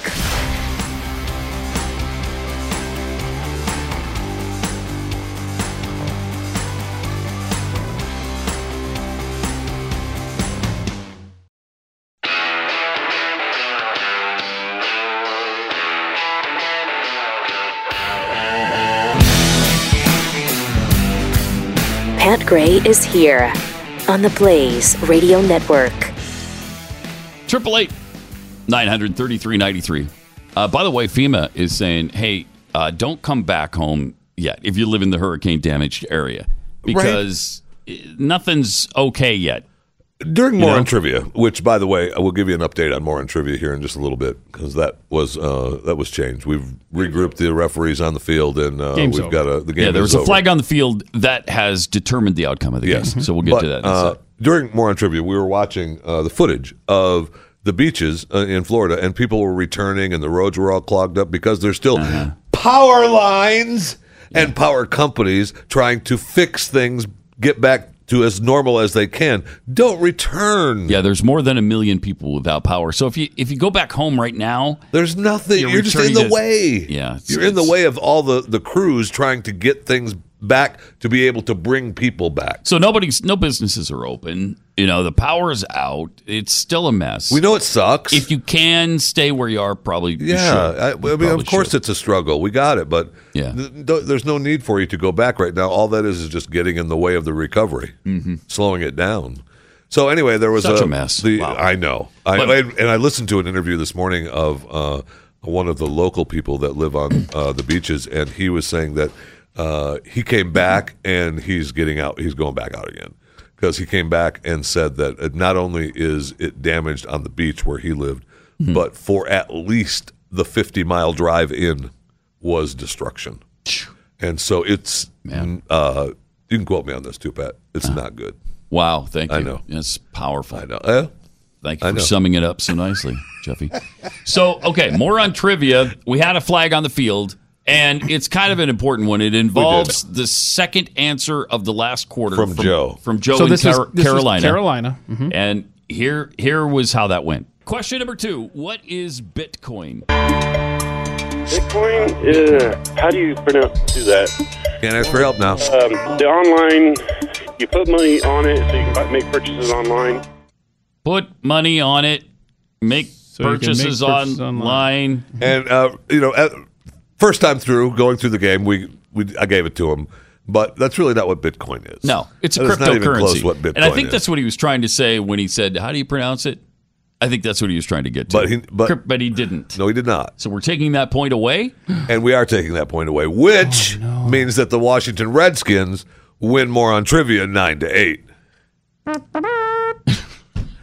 Speaker 1: Pat Gray is here on the Blaze Radio Network.
Speaker 3: Triple eight 933.93. Uh, by the way, FEMA is saying, hey, uh, don't come back home yet if you live in the hurricane damaged area because nothing's okay yet.
Speaker 5: During
Speaker 3: You
Speaker 5: Morin
Speaker 3: know?
Speaker 5: trivia, which by the way, I will give you an update on Morin trivia here in just a little bit because that was uh, that was changed. We've regrouped the referees on the field, and uh,
Speaker 3: Game's
Speaker 5: we've
Speaker 3: over.
Speaker 5: got a the game.
Speaker 3: yeah, there
Speaker 5: is
Speaker 3: was a
Speaker 5: over.
Speaker 3: flag on the field that has determined the outcome of the
Speaker 5: Yes,
Speaker 3: game. So we'll get
Speaker 5: But,
Speaker 3: to that. In a
Speaker 5: uh,
Speaker 3: sec.
Speaker 5: during more on trivia, we were watching uh, the footage of the beaches uh, in Florida, and people were returning, and the roads were all clogged up because there's still
Speaker 3: Uh-huh.
Speaker 5: power lines and power companies trying to fix things, get back to as normal as they can. Don't return.
Speaker 3: Yeah, there's more than a million people without power. So if you if you go back home right now,
Speaker 5: there's nothing. You're, just in the way.
Speaker 3: Yeah, it's-
Speaker 5: you're in the way of all the the crews trying to get things back to be able to bring people back.
Speaker 3: So nobody's no businesses are open. You know, the power's out. It's still a mess. We
Speaker 5: know it sucks.
Speaker 3: If you can stay where you are, probably you should.
Speaker 5: Yeah, I, I mean, of course it's a struggle. We got it, but yeah. there's no need for you to go back right now. All that is is just getting in the way of the recovery, mm-hmm. slowing it down. So anyway, there was
Speaker 3: Such a mess.
Speaker 5: the- I know. I,
Speaker 3: But-
Speaker 5: I- and I listened to an interview this morning of uh, one of the local people that live on uh, the beaches, and he was saying that uh, he came back and he's getting out. He's going back out again. Because he came back and said that it not only is it damaged on the beach where he lived,
Speaker 3: Hmm.
Speaker 5: but for at least the 50 mile drive in was destruction. And so it's, uh, you can quote me on this too, Pat. It's not good.
Speaker 3: Uh-huh. Wow, thank you.
Speaker 5: I know.
Speaker 3: It's powerful. I
Speaker 5: know.
Speaker 3: Thank you
Speaker 5: I
Speaker 3: for
Speaker 5: know.
Speaker 3: summing it up so nicely, Jeffy. So, okay, more on trivia. We had a flag on the field, and it's kind of an important one. It involves the second answer of the last quarter
Speaker 5: From Joe.
Speaker 3: From Joe
Speaker 4: So
Speaker 3: in
Speaker 4: this is-
Speaker 3: Car-
Speaker 4: this is
Speaker 3: Carolina. Mm-hmm.
Speaker 4: Carolina. Mhm.
Speaker 3: And here, here was how that went. Question number two What is Bitcoin?
Speaker 18: Bitcoin, uh, how do you pronounce do that?
Speaker 5: Can't ask for help now.
Speaker 18: Um, the online, you put money on it so you can buy- make purchases online.
Speaker 3: Put money on it, make,
Speaker 18: you can make
Speaker 3: purchases,
Speaker 18: purchases
Speaker 3: online.
Speaker 5: And uh, you know, at, first time through, going through the game, we, we I gave it to him, but that's really not what Bitcoin is.
Speaker 3: No, it's a
Speaker 5: That is
Speaker 3: cryptocurrency.
Speaker 5: Not even close what Bitcoin
Speaker 3: and I think
Speaker 5: is.
Speaker 3: that's what he was trying to say when he said, "How do you pronounce it?" I think that's what he was trying to get to.
Speaker 5: But he- but-
Speaker 3: Crypt- he didn't.
Speaker 5: No, he did not.
Speaker 3: So we're taking that point away.
Speaker 5: and we are taking that point away, which means that the Washington Redskins win more on trivia nine to eight.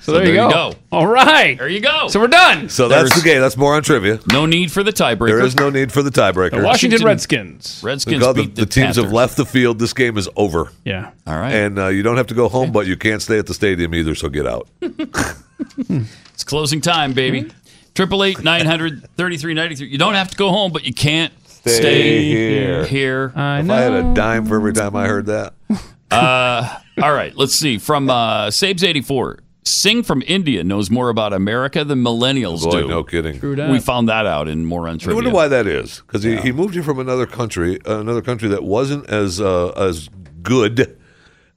Speaker 4: So, there, you,
Speaker 3: Oh.
Speaker 4: go. All right.
Speaker 3: There you go.
Speaker 4: So we're done.
Speaker 5: So that's the game. That's more on trivia.
Speaker 3: No need for the tiebreaker.
Speaker 5: There is no need for the tiebreaker.
Speaker 4: The Washington Redskins.
Speaker 3: Redskins
Speaker 5: the,
Speaker 3: beat
Speaker 5: the
Speaker 3: the
Speaker 5: teams have
Speaker 3: Panthers.
Speaker 5: left the field. This game is over.
Speaker 4: Yeah.
Speaker 3: All right.
Speaker 5: And uh, you don't have to go home, but you can't stay at the stadium either. So get out.
Speaker 3: It's closing time,
Speaker 4: Mm-hmm.
Speaker 3: baby. Triple eight nine hundred thirty three ninety three. You don't have to go home, but you can't stay,
Speaker 5: here.
Speaker 3: here.
Speaker 5: if I had a dime for every time I heard that.
Speaker 3: Uh, all right, let's see. From uh, Sabes eighty four, Singh from India knows more about America than millennials
Speaker 5: Oh, Boy,
Speaker 3: do.
Speaker 5: no kidding. True
Speaker 4: dat.
Speaker 3: We found that out in more on
Speaker 5: I
Speaker 3: trivia.
Speaker 5: wonder why that is because he, he moved here from another country, another country that wasn't as uh, as good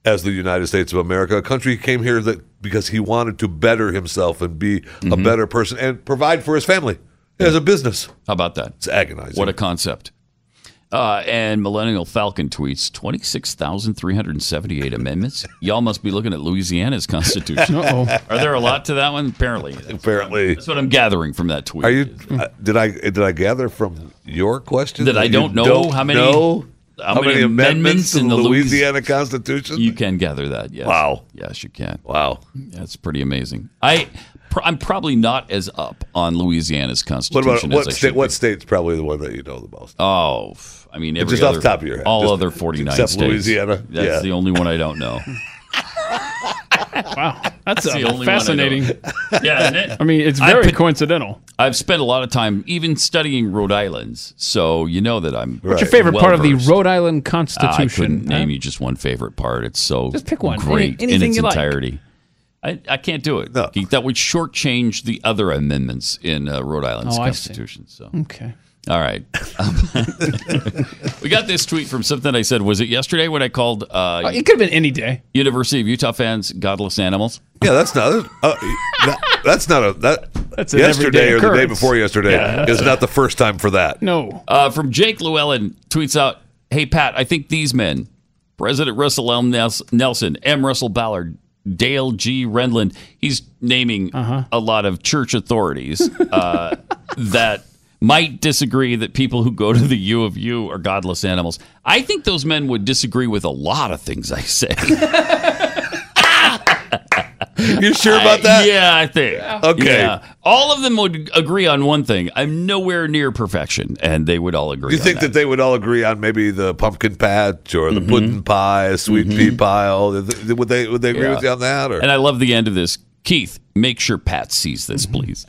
Speaker 5: as the United States of America. A country he came here that because he wanted to better himself and be a
Speaker 3: Mm-hmm.
Speaker 5: better person and provide for his family as a business.
Speaker 3: How about that?
Speaker 5: It's agonizing.
Speaker 3: What a concept. Uh, and Millennial Falcon tweets 26,378 amendments. Y'all must be looking at Louisiana's Constitution.
Speaker 5: Uh-oh.
Speaker 3: Are there a lot to that one? Apparently.
Speaker 5: Apparently.
Speaker 3: That's what I'm gathering from that tweet.
Speaker 5: Are you? Uh, did I did I gather from your question
Speaker 3: That I
Speaker 5: you
Speaker 3: don't know how many-
Speaker 5: know
Speaker 3: how
Speaker 5: how
Speaker 3: many
Speaker 5: many amendments
Speaker 3: amendments
Speaker 5: in
Speaker 3: in
Speaker 5: the
Speaker 3: the Louis-
Speaker 5: Louisiana Constitution?
Speaker 3: You can gather that, yes.
Speaker 5: Wow.
Speaker 3: Yes, you can.
Speaker 5: Wow.
Speaker 3: That's pretty amazing. I, pr- I'm probably not as up on Louisiana's
Speaker 5: What
Speaker 3: Constitution
Speaker 5: about
Speaker 3: as I
Speaker 5: what
Speaker 3: should
Speaker 5: state? What state's probably the one that you know the most?
Speaker 3: Oh, f- I mean, every
Speaker 5: Just off
Speaker 3: other-
Speaker 5: the top of your head.
Speaker 3: all
Speaker 5: Just-
Speaker 3: other forty nine
Speaker 5: except
Speaker 3: states.
Speaker 5: Louisiana.
Speaker 3: That's
Speaker 5: Yeah.
Speaker 3: the only one I don't know.
Speaker 4: Wow. That's,
Speaker 3: That's
Speaker 4: uh,
Speaker 3: the only one I know.
Speaker 4: fascinating.
Speaker 3: yeah, isn't it?
Speaker 4: I mean, it's
Speaker 3: I
Speaker 4: very
Speaker 3: pick-
Speaker 4: coincidental.
Speaker 3: I've spent a lot of time even studying Rhode Island's, so you know that I'm.
Speaker 4: What's your favorite part of the
Speaker 3: well-versed.
Speaker 4: Rhode Island
Speaker 3: Ah, I
Speaker 4: Constitution?
Speaker 3: couldn't name you just one favorite part. It's so
Speaker 4: Just pick one.
Speaker 3: great
Speaker 4: Any- anything
Speaker 3: in its
Speaker 4: you like.
Speaker 3: entirety. I, I can't do it. Keith. That would shortchange the other amendments in uh, Rhode Island's
Speaker 4: Oh, I see.
Speaker 3: Constitution. So
Speaker 4: Okay.
Speaker 3: All right. we got this tweet from something I said. Was it yesterday when I called
Speaker 4: Uh,
Speaker 3: uh,
Speaker 4: it could have been any day.
Speaker 3: University of Utah fans godless animals?
Speaker 5: Yeah, that's not. Uh, that, that's not a that.
Speaker 3: That's an
Speaker 5: yesterday
Speaker 3: everyday
Speaker 5: or the day
Speaker 3: occurrence.
Speaker 5: before yesterday
Speaker 3: Yeah.
Speaker 5: is not the first time for that.
Speaker 4: No.
Speaker 3: Uh, from Jake Llewellyn tweets out, "Hey Pat, I think these men, President Russell M. Nels- Nelson, M. Russell Ballard, Dale G. Renlund. He's naming a lot of church authorities uh, that might disagree that people who go to the U of U are godless animals. I think those men would disagree with a lot of things I say.
Speaker 5: You sure about that?
Speaker 3: yeah, I think.
Speaker 5: Okay.
Speaker 3: Yeah. All of them would agree on one thing. I'm nowhere near perfection, and they would all agree.
Speaker 5: You
Speaker 3: on Mm-hmm.
Speaker 5: think that. they would all agree on maybe the pumpkin patch or the pudding pie, sweet pea pie? All would they would they agree
Speaker 3: Yeah.
Speaker 5: with you on that? Or
Speaker 3: And I love the end of this. Keith, make sure Pat sees this, please.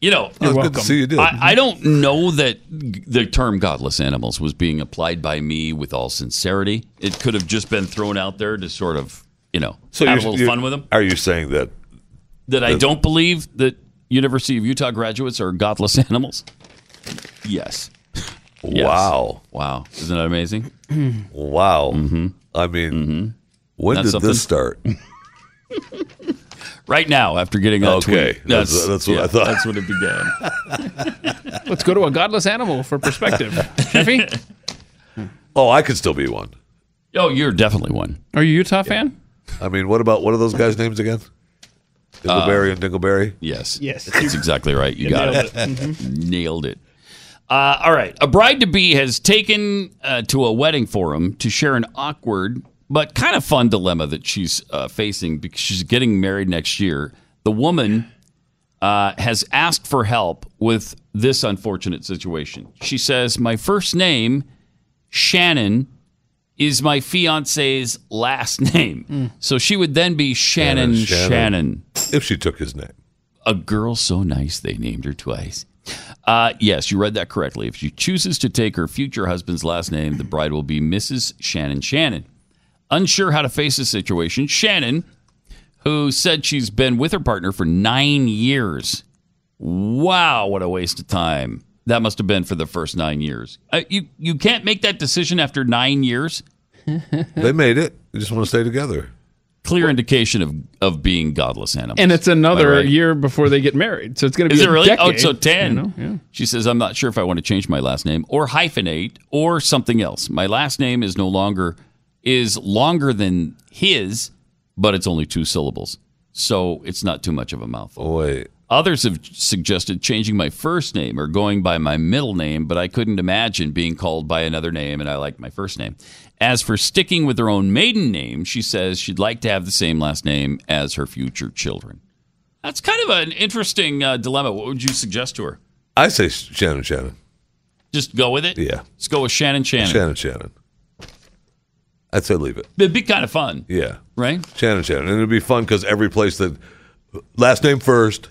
Speaker 3: You know,
Speaker 5: You're Oh, good to welcome. see you did.
Speaker 3: I, I don't know that g- the term "godless animals" was being applied by me with all sincerity. It could have just been thrown out there to sort of, you know, have a little fun with them.
Speaker 5: Are you saying that
Speaker 3: That I
Speaker 5: that-
Speaker 3: don't believe that University of Utah graduates are godless animals. Yes. Yes.
Speaker 5: Wow.
Speaker 3: Wow. Isn't that amazing? Mm-hmm.
Speaker 5: wow. I mean, when
Speaker 3: That's
Speaker 5: did
Speaker 3: something?
Speaker 5: this start?
Speaker 3: Right now, after getting that
Speaker 5: Okay.
Speaker 3: tweet.
Speaker 5: That's- that's what I thought.
Speaker 3: That's when it began.
Speaker 4: Let's go to a godless animal for perspective. Jeffy,
Speaker 5: Oh, I could still be one.
Speaker 3: Oh, you're definitely one.
Speaker 4: are you a Utah fan?
Speaker 5: I mean, what about what are those guys' names again? Dingleberry and Dingleberry.
Speaker 3: Uh, Yes.
Speaker 4: Yes.
Speaker 3: That's exactly right. You
Speaker 5: You
Speaker 3: got
Speaker 5: nailed
Speaker 3: it. Mm-hmm. Nailed it. Uh, all right. A bride to be has taken uh, to a wedding forum to share an awkward but kind of fun dilemma that she's uh, facing because she's getting married next year. The woman uh, has asked for help with this unfortunate situation. She says, My first name, Shannon, is my fiance's last name. So she would then be Shannon Shannon.
Speaker 5: If she took his name.
Speaker 3: A girl so nice they named her twice. Uh, yes, you read that correctly. If she chooses to take her future husband's last name, the bride will be Mrs. Shannon Shannon. Unsure how to face the situation, Shannon, who said she's been with her partner for nine years. Wow, what a waste of time. That must have been for the first nine years. Uh, you, you can't make that decision after nine years?
Speaker 5: They made it. They just want to stay together.
Speaker 3: Clear indication of, of being godless animals.
Speaker 4: And it's another
Speaker 3: Am I right?
Speaker 4: year before they get married, so it's going to be.
Speaker 3: Is it
Speaker 4: a
Speaker 3: really? oh,
Speaker 4: decade,
Speaker 3: so 10.
Speaker 4: you know? Yeah.
Speaker 3: She says, I'm not sure if I want to change my last name or hyphenate or something else. My last name is no longer, is longer than his, but it's only two syllables. So it's not too much of a mouthful.
Speaker 5: Wait.
Speaker 3: Others have suggested changing my first name or going by my middle name, but I couldn't imagine being called by another name, and I like my first name. As for sticking with her own maiden name, she says she'd like to have the same last name as her future children. That's kind of an interesting uh, dilemma. What would you suggest to her?
Speaker 5: I say Shannon Shannon.
Speaker 3: Just go with it.
Speaker 5: Yeah.
Speaker 3: Eh, Let's go with Shannon Shannon.
Speaker 5: Shannon Shannon. I'd say leave it.
Speaker 3: It'd be kind of fun.
Speaker 5: Yeah.
Speaker 3: Right?
Speaker 5: Shannon Shannon. And it'd be fun because every place that last name first,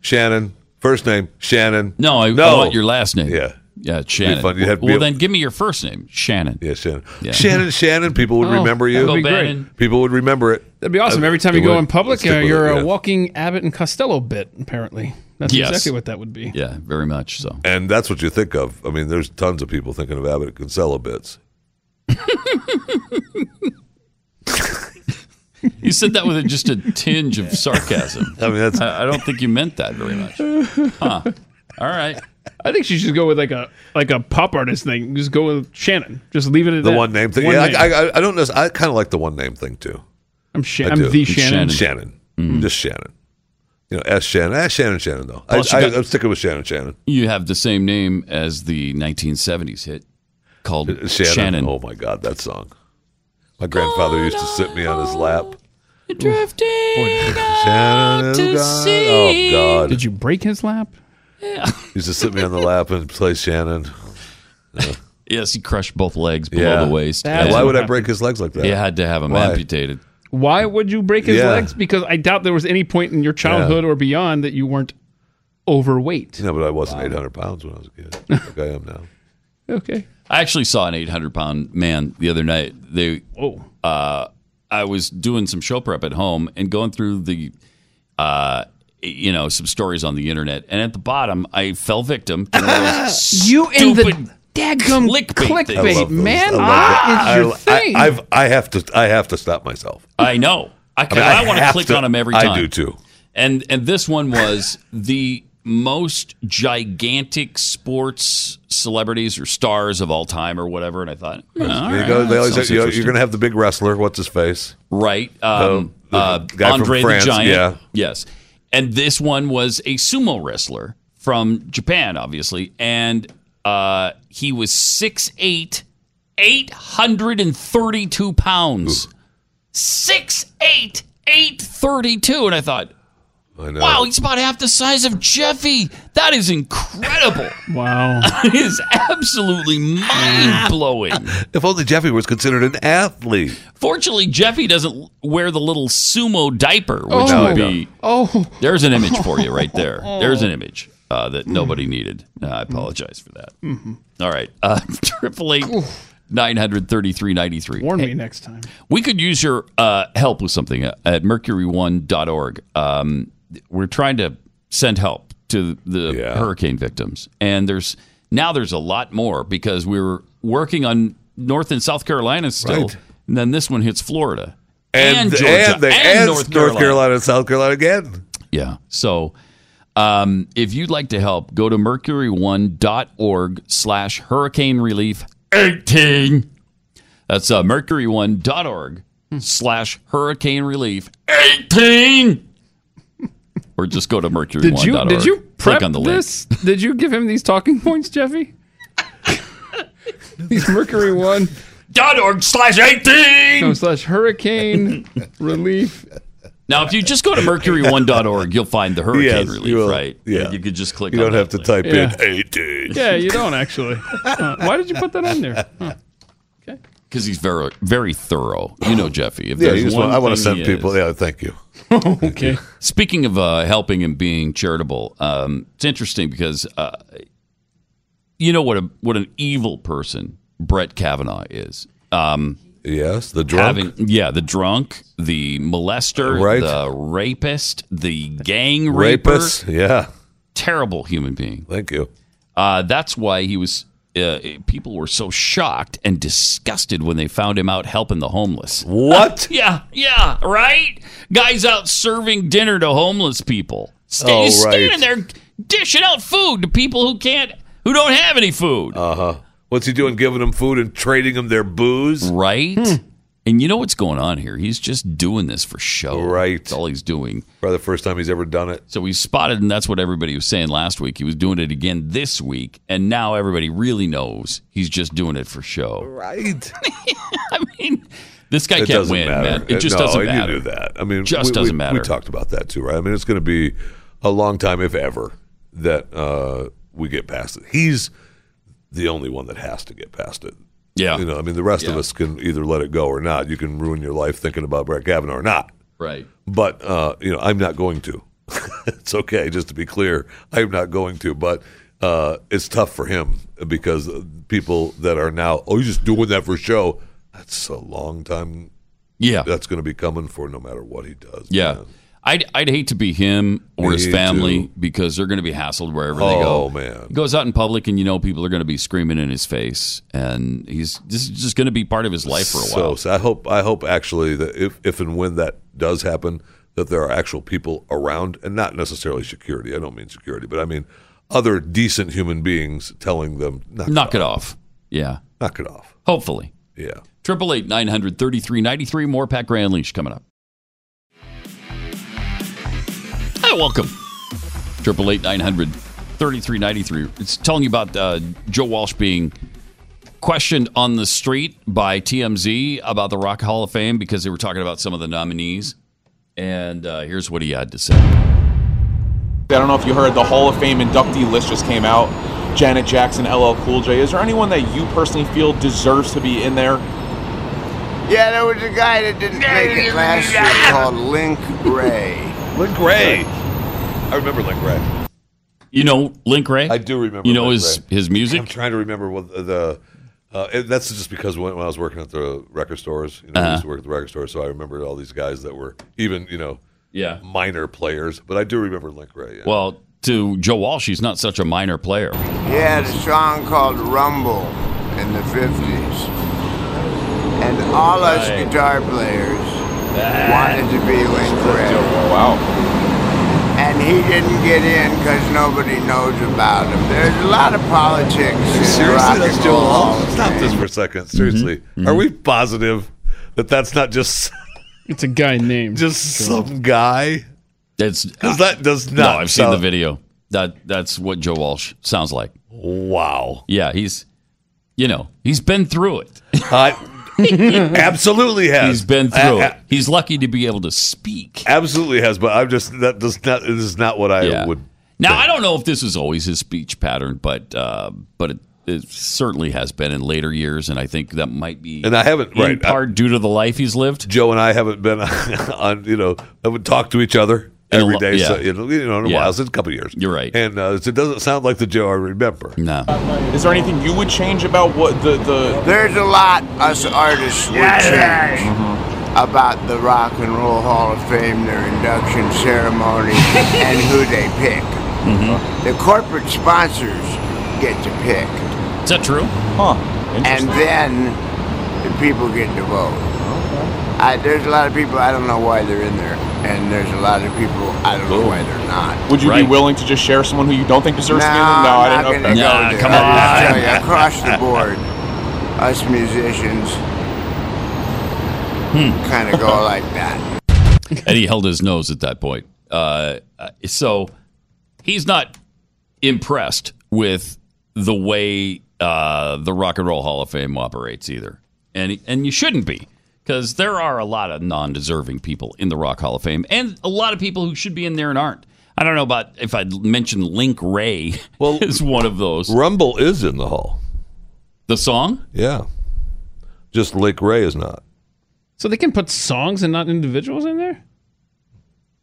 Speaker 5: Shannon, first name, Shannon.
Speaker 3: No, I, I
Speaker 5: No.
Speaker 3: want your last name.
Speaker 5: Yeah.
Speaker 3: Yeah, it's
Speaker 5: It'd
Speaker 3: Shannon.
Speaker 5: be fun. You'd have to
Speaker 3: well,
Speaker 5: be
Speaker 3: then give me your first name, Shannon.
Speaker 5: Yeah, Shannon.
Speaker 3: Yeah.
Speaker 5: Shannon Shannon. People would
Speaker 4: Oh,
Speaker 5: remember you.
Speaker 4: that'd be Go great. Bannon.
Speaker 5: People would remember it.
Speaker 4: That'd be awesome.
Speaker 5: Uh,
Speaker 4: Every time you
Speaker 5: they
Speaker 4: go
Speaker 5: would.
Speaker 4: in public,
Speaker 5: Stick
Speaker 4: uh,
Speaker 5: with it,
Speaker 4: you're
Speaker 5: yeah.
Speaker 4: a walking Abbott and Costello bit. Apparently, that's
Speaker 5: Yes.
Speaker 4: exactly what that would be.
Speaker 3: Yeah, very much so.
Speaker 5: And that's what you think of. I mean, there's tons of people thinking of Abbott and Costello bits.
Speaker 3: You said that with just a tinge of sarcasm.
Speaker 5: I mean, that's.
Speaker 3: I, don't think you meant that very much. Huh. All right.
Speaker 4: I think she should go with like a like a pop artist thing. Just go with Shannon. Just leave it at
Speaker 5: The
Speaker 4: that.
Speaker 5: one name thing.
Speaker 4: One
Speaker 5: yeah,
Speaker 4: name.
Speaker 5: I, I, I don't know. I kind of like the one name thing too.
Speaker 4: I'm Sha-
Speaker 5: I
Speaker 4: I'm
Speaker 5: do.
Speaker 4: the Shannon. Mm-hmm.
Speaker 5: Shannon. Just Shannon. You know, S. Shannon. S. Shannon Shannon, though. I,
Speaker 3: Plus you
Speaker 5: I,
Speaker 3: got-
Speaker 5: I'm sticking with Shannon Shannon.
Speaker 3: You have the same name as the 1970s hit called
Speaker 5: Shannon.
Speaker 3: Shannon.
Speaker 5: Oh, my God, that song. My grandfather used to sit me on his lap.
Speaker 3: Drifting
Speaker 5: Shannon is
Speaker 4: to
Speaker 5: gone. Oh,
Speaker 4: sea.
Speaker 5: God.
Speaker 4: Did you break his lap?
Speaker 5: He used to sit me on the lap and play Shannon.
Speaker 3: Yes, he crushed both legs below the waist.
Speaker 5: Yeah,
Speaker 3: And
Speaker 5: Why would I break his legs like that?
Speaker 3: You had to have him
Speaker 5: Why?
Speaker 3: amputated.
Speaker 4: Why would you break his
Speaker 5: Yeah.
Speaker 4: legs? Because I doubt there was any point in your childhood or beyond that you weren't overweight.
Speaker 5: No, but I wasn't 800 pounds when I was a kid. like I am now.
Speaker 4: Okay.
Speaker 3: I actually saw an 800 pound man the other night. They,
Speaker 5: Oh.
Speaker 4: Whoa.
Speaker 3: Uh, I was doing some show prep at home and going through the, uh, you know, some stories on the internet. And at the bottom, I fell victim to one of those
Speaker 4: You in the daggum clickbait,
Speaker 3: things. I love those.
Speaker 4: man.
Speaker 5: I love
Speaker 4: That
Speaker 5: that.
Speaker 4: is your
Speaker 5: I,
Speaker 4: thing.
Speaker 5: I, have I have to I have to stop myself.
Speaker 3: I know. I,
Speaker 5: mean, I
Speaker 3: want to
Speaker 5: have
Speaker 3: click
Speaker 5: to-
Speaker 3: on them every
Speaker 5: I
Speaker 3: time.
Speaker 5: do too.
Speaker 3: And and this one was the most gigantic sports celebrities or stars of all time or whatever. And I thought, "Oh, all
Speaker 5: You
Speaker 3: right,
Speaker 5: go- they
Speaker 3: that
Speaker 5: always
Speaker 3: sounds
Speaker 5: say, you're,
Speaker 3: interesting."
Speaker 5: going to have Oh, the big wrestler. What's his face?
Speaker 3: right. Um, uh,
Speaker 5: guy from
Speaker 3: Andre
Speaker 5: France,
Speaker 3: the Giant.
Speaker 5: yeah.
Speaker 3: Yes. And this one was a sumo wrestler from Japan, obviously. And uh, he was 6'8, 832 pounds. Six eight eight thirty two, and I thought,
Speaker 5: I know.
Speaker 3: wow, he's about half the size of Jeffy. That is incredible.
Speaker 4: Wow.
Speaker 3: it is absolutely mind blowing.
Speaker 5: If only Jeffy was considered an athlete.
Speaker 3: Fortunately, Jeffy doesn't wear the little sumo diaper, which
Speaker 4: Oh.
Speaker 3: would be.
Speaker 4: Oh.
Speaker 3: There's an image for you right there. There's an image uh,
Speaker 4: Hmm.
Speaker 3: that nobody needed. Uh, I apologize for that.
Speaker 4: Mhm.
Speaker 3: All right, uh, triple eight nine hundred thirty three ninety three.
Speaker 4: Warn me next time.
Speaker 3: We could use your uh, help with something uh, at mercury1.org. Um, we're trying to send help to the hurricane victims, and there's now there's a lot more because we were working on North and South Carolina still,
Speaker 5: Right.
Speaker 3: and then this one hits Florida
Speaker 5: And,
Speaker 3: Georgia
Speaker 5: and, they, and North, Carolina and South Carolina again.
Speaker 3: yeah. So um, if you'd like to help, go to mercury1.org slash hurricane relief 18. That's uh, mercury1.org slash hurricane relief 18. or just go to mercury1.org.
Speaker 4: Did you did you prep
Speaker 3: Click on the link.
Speaker 4: this? Did you give him these talking points, Jeffy? these Mercury One
Speaker 3: dot org slash eighteen
Speaker 4: no, slash Hurricane Relief.
Speaker 3: Now, if you just go to mercury1.org, you'll find the hurricane relief, right? Yeah. You could just click You don't have
Speaker 5: to type
Speaker 4: Yeah.
Speaker 5: in 18.
Speaker 4: Yeah, you don't actually. Uh, why did you put that on there? Huh.
Speaker 3: Because he's very, very thorough. You know, Jeffy. If
Speaker 5: Yeah,
Speaker 3: there's
Speaker 5: you just
Speaker 3: one
Speaker 5: want- I wanna
Speaker 3: thing
Speaker 5: send
Speaker 3: he
Speaker 5: people-
Speaker 3: is-
Speaker 5: yeah, thank you.
Speaker 4: okay.
Speaker 3: Speaking of uh, helping and being charitable, um, it's interesting because uh, you know what a what an evil person Brett Kavanaugh is. Um,
Speaker 5: yes, the drunk?
Speaker 3: yeah, the drunk, the molester,
Speaker 5: Right.
Speaker 3: the rapist, the gang raper.
Speaker 5: Rapist, yeah.
Speaker 3: terrible human being.
Speaker 5: Thank you.
Speaker 3: Uh, that's why he was. Uh, people were so shocked and disgusted when they found him out helping the homeless.
Speaker 5: What?
Speaker 3: yeah, yeah, right? Guys out serving dinner to homeless people. Sta-
Speaker 5: Oh,
Speaker 3: he's standing
Speaker 5: right.
Speaker 3: there dishing out food to people who can't, who don't have any food.
Speaker 5: Uh huh. What's he doing? Giving them food and trading them their booze? Hmm.
Speaker 3: Right? And you know what's going on here? He's just doing this for show. Right. That's all he's doing.
Speaker 5: Probably the first time he's ever done it.
Speaker 3: So we spotted, and that's what everybody was saying last week. He was doing it again this week, and now everybody really knows he's just doing it for show.
Speaker 5: Right.
Speaker 3: I mean, this guy can't
Speaker 5: doesn't
Speaker 3: win, man. It just
Speaker 5: no,
Speaker 3: doesn't
Speaker 5: you
Speaker 3: matter.
Speaker 5: knew that. I mean,
Speaker 3: just
Speaker 5: we- we-
Speaker 3: doesn't matter.
Speaker 5: We talked about that too, right? I mean, it's going to be a long time, if ever, that uh, we get past it. He's the only one that has to get past it.
Speaker 3: Yeah.
Speaker 5: You know, I mean, the rest of us can either let it go or not. You can ruin your life thinking about Brett Kavanaugh or not.
Speaker 3: Right.
Speaker 5: But, uh, you know, I'm not going to. it's okay, just to be clear. I'm not going to. But uh, it's tough for him because people that are now, oh, you're just doing that for show. That's a long time.
Speaker 3: Yeah.
Speaker 5: That's going to be coming for no matter what he does.
Speaker 3: Yeah. I'd, I'd hate to be him or
Speaker 5: Me
Speaker 3: his family
Speaker 5: too.
Speaker 3: because they're going to be hassled wherever they go.
Speaker 5: Oh, man.
Speaker 3: He goes out in public and you know people are going to be screaming in his face and he's this is just going to be part of his life for a
Speaker 5: So
Speaker 3: while.
Speaker 5: sad. I hope I hope actually that if, if and when that does happen, that there are actual people around, and not necessarily security. I don't mean security, but I mean other decent human beings telling them knock,
Speaker 3: Knock it off. Yeah.
Speaker 5: knock it off.
Speaker 3: Hopefully.
Speaker 5: Yeah.
Speaker 3: Triple eight nine hundred thirty three ninety three. More Pat Gray Unleashed coming up. Hi, welcome. Triple eight nine hundred thirty three ninety three. It's telling you about uh, Joe Walsh being questioned on the street by TMZ about the Rock Hall of Fame because they were talking about some of the nominees. And uh, here's what he had to say.
Speaker 19: I don't know if you heard the Hall of Fame inductee list just came out. Janet Jackson, LL Cool J. Is there anyone that you personally feel deserves to be in there?
Speaker 25: Yeah, there was a guy that didn't make it last year called Link Ray.
Speaker 5: Link Ray. I remember Link Ray.
Speaker 3: You know Link Ray?
Speaker 5: I do remember.
Speaker 3: You know
Speaker 5: Link
Speaker 3: his
Speaker 5: Ray.
Speaker 3: his music.
Speaker 5: I'm trying to remember what the. the uh, it, that's just because when, when I was working at the record stores, you know, I
Speaker 3: Uh-huh.
Speaker 5: used to work at the record stores, so I remembered all these guys that were even, you know,
Speaker 3: yeah,
Speaker 5: minor players. But I do remember Link Ray. Yeah.
Speaker 3: Well, to Joe Walsh, he's not such a minor player.
Speaker 25: He had a song called Rumble in the 50s. And all us
Speaker 19: Right.
Speaker 25: guitar players wanted to be Link Ray. Wow. And he didn't get in because nobody knows about him. There's a lot of politics in rock
Speaker 5: Seriously,
Speaker 25: and
Speaker 5: that's Joe
Speaker 25: roll.
Speaker 3: Mm-hmm.
Speaker 5: Walsh. Stop this for a second. Seriously, are we positive that that's not just
Speaker 4: It's a guy name.
Speaker 5: Just some guy.
Speaker 3: That's
Speaker 5: Because that does
Speaker 3: No,
Speaker 5: not.
Speaker 3: I've seen
Speaker 5: sound-
Speaker 3: the video. That that's what Joe Walsh sounds like.
Speaker 5: Wow.
Speaker 3: Yeah, he's you know, he's been through it.
Speaker 5: absolutely has.
Speaker 3: He's been through
Speaker 5: A-
Speaker 3: it. He's lucky to be able to speak.
Speaker 5: Absolutely has, but I'm just that does not. This is not what I
Speaker 3: Yeah.
Speaker 5: would.
Speaker 3: Now I don't know if this is always his speech pattern, but uh, but it, it certainly has been in later years, and I think that might be.
Speaker 5: And I haven't
Speaker 3: in
Speaker 5: right
Speaker 3: part due to the life he's lived.
Speaker 5: Joe and I haven't been on. You know, haven't talked to each other
Speaker 3: In a
Speaker 5: every
Speaker 3: lo-
Speaker 5: day. So,
Speaker 3: yeah.
Speaker 5: you know, you know, in a
Speaker 3: Yeah.
Speaker 5: while since a couple years. You're
Speaker 3: right.
Speaker 5: And uh, so it doesn't sound like the Joe I remember.
Speaker 3: No.
Speaker 19: Is there anything you would change about what the the?
Speaker 25: There's a lot us artists would change about the Rock and Roll Hall of Fame, their induction ceremony, and who they pick. The corporate sponsors get to pick.
Speaker 3: Is that true?
Speaker 19: Huh.
Speaker 25: And then the people get to vote. I, there's a lot of people I don't know why they're in there, and there's a lot of people I don't know why they're not.
Speaker 19: Would you be willing to just share someone who you don't think deserves to be in there?
Speaker 25: No,
Speaker 19: No,
Speaker 25: I'm
Speaker 19: I
Speaker 25: not
Speaker 19: didn't know.
Speaker 25: gonna go
Speaker 19: Nah,
Speaker 25: there.
Speaker 19: come
Speaker 25: I just tell you,
Speaker 19: on.
Speaker 25: across the board, us musicians kind of go like that.
Speaker 3: and he held his nose at that point. Uh, uh, so he's not impressed with the way uh, the Rock and Roll Hall of Fame operates either, and he- and you shouldn't be because there are a lot of non-deserving people in the Rock Hall of Fame, and a lot of people who should be in there and aren't. I don't know about if I mentioned Link Ray well, is one of those.
Speaker 5: Rumble is in the hall.
Speaker 3: The song?
Speaker 5: Yeah. Just Lake Ray is not.
Speaker 4: So they can put songs and not individuals in there?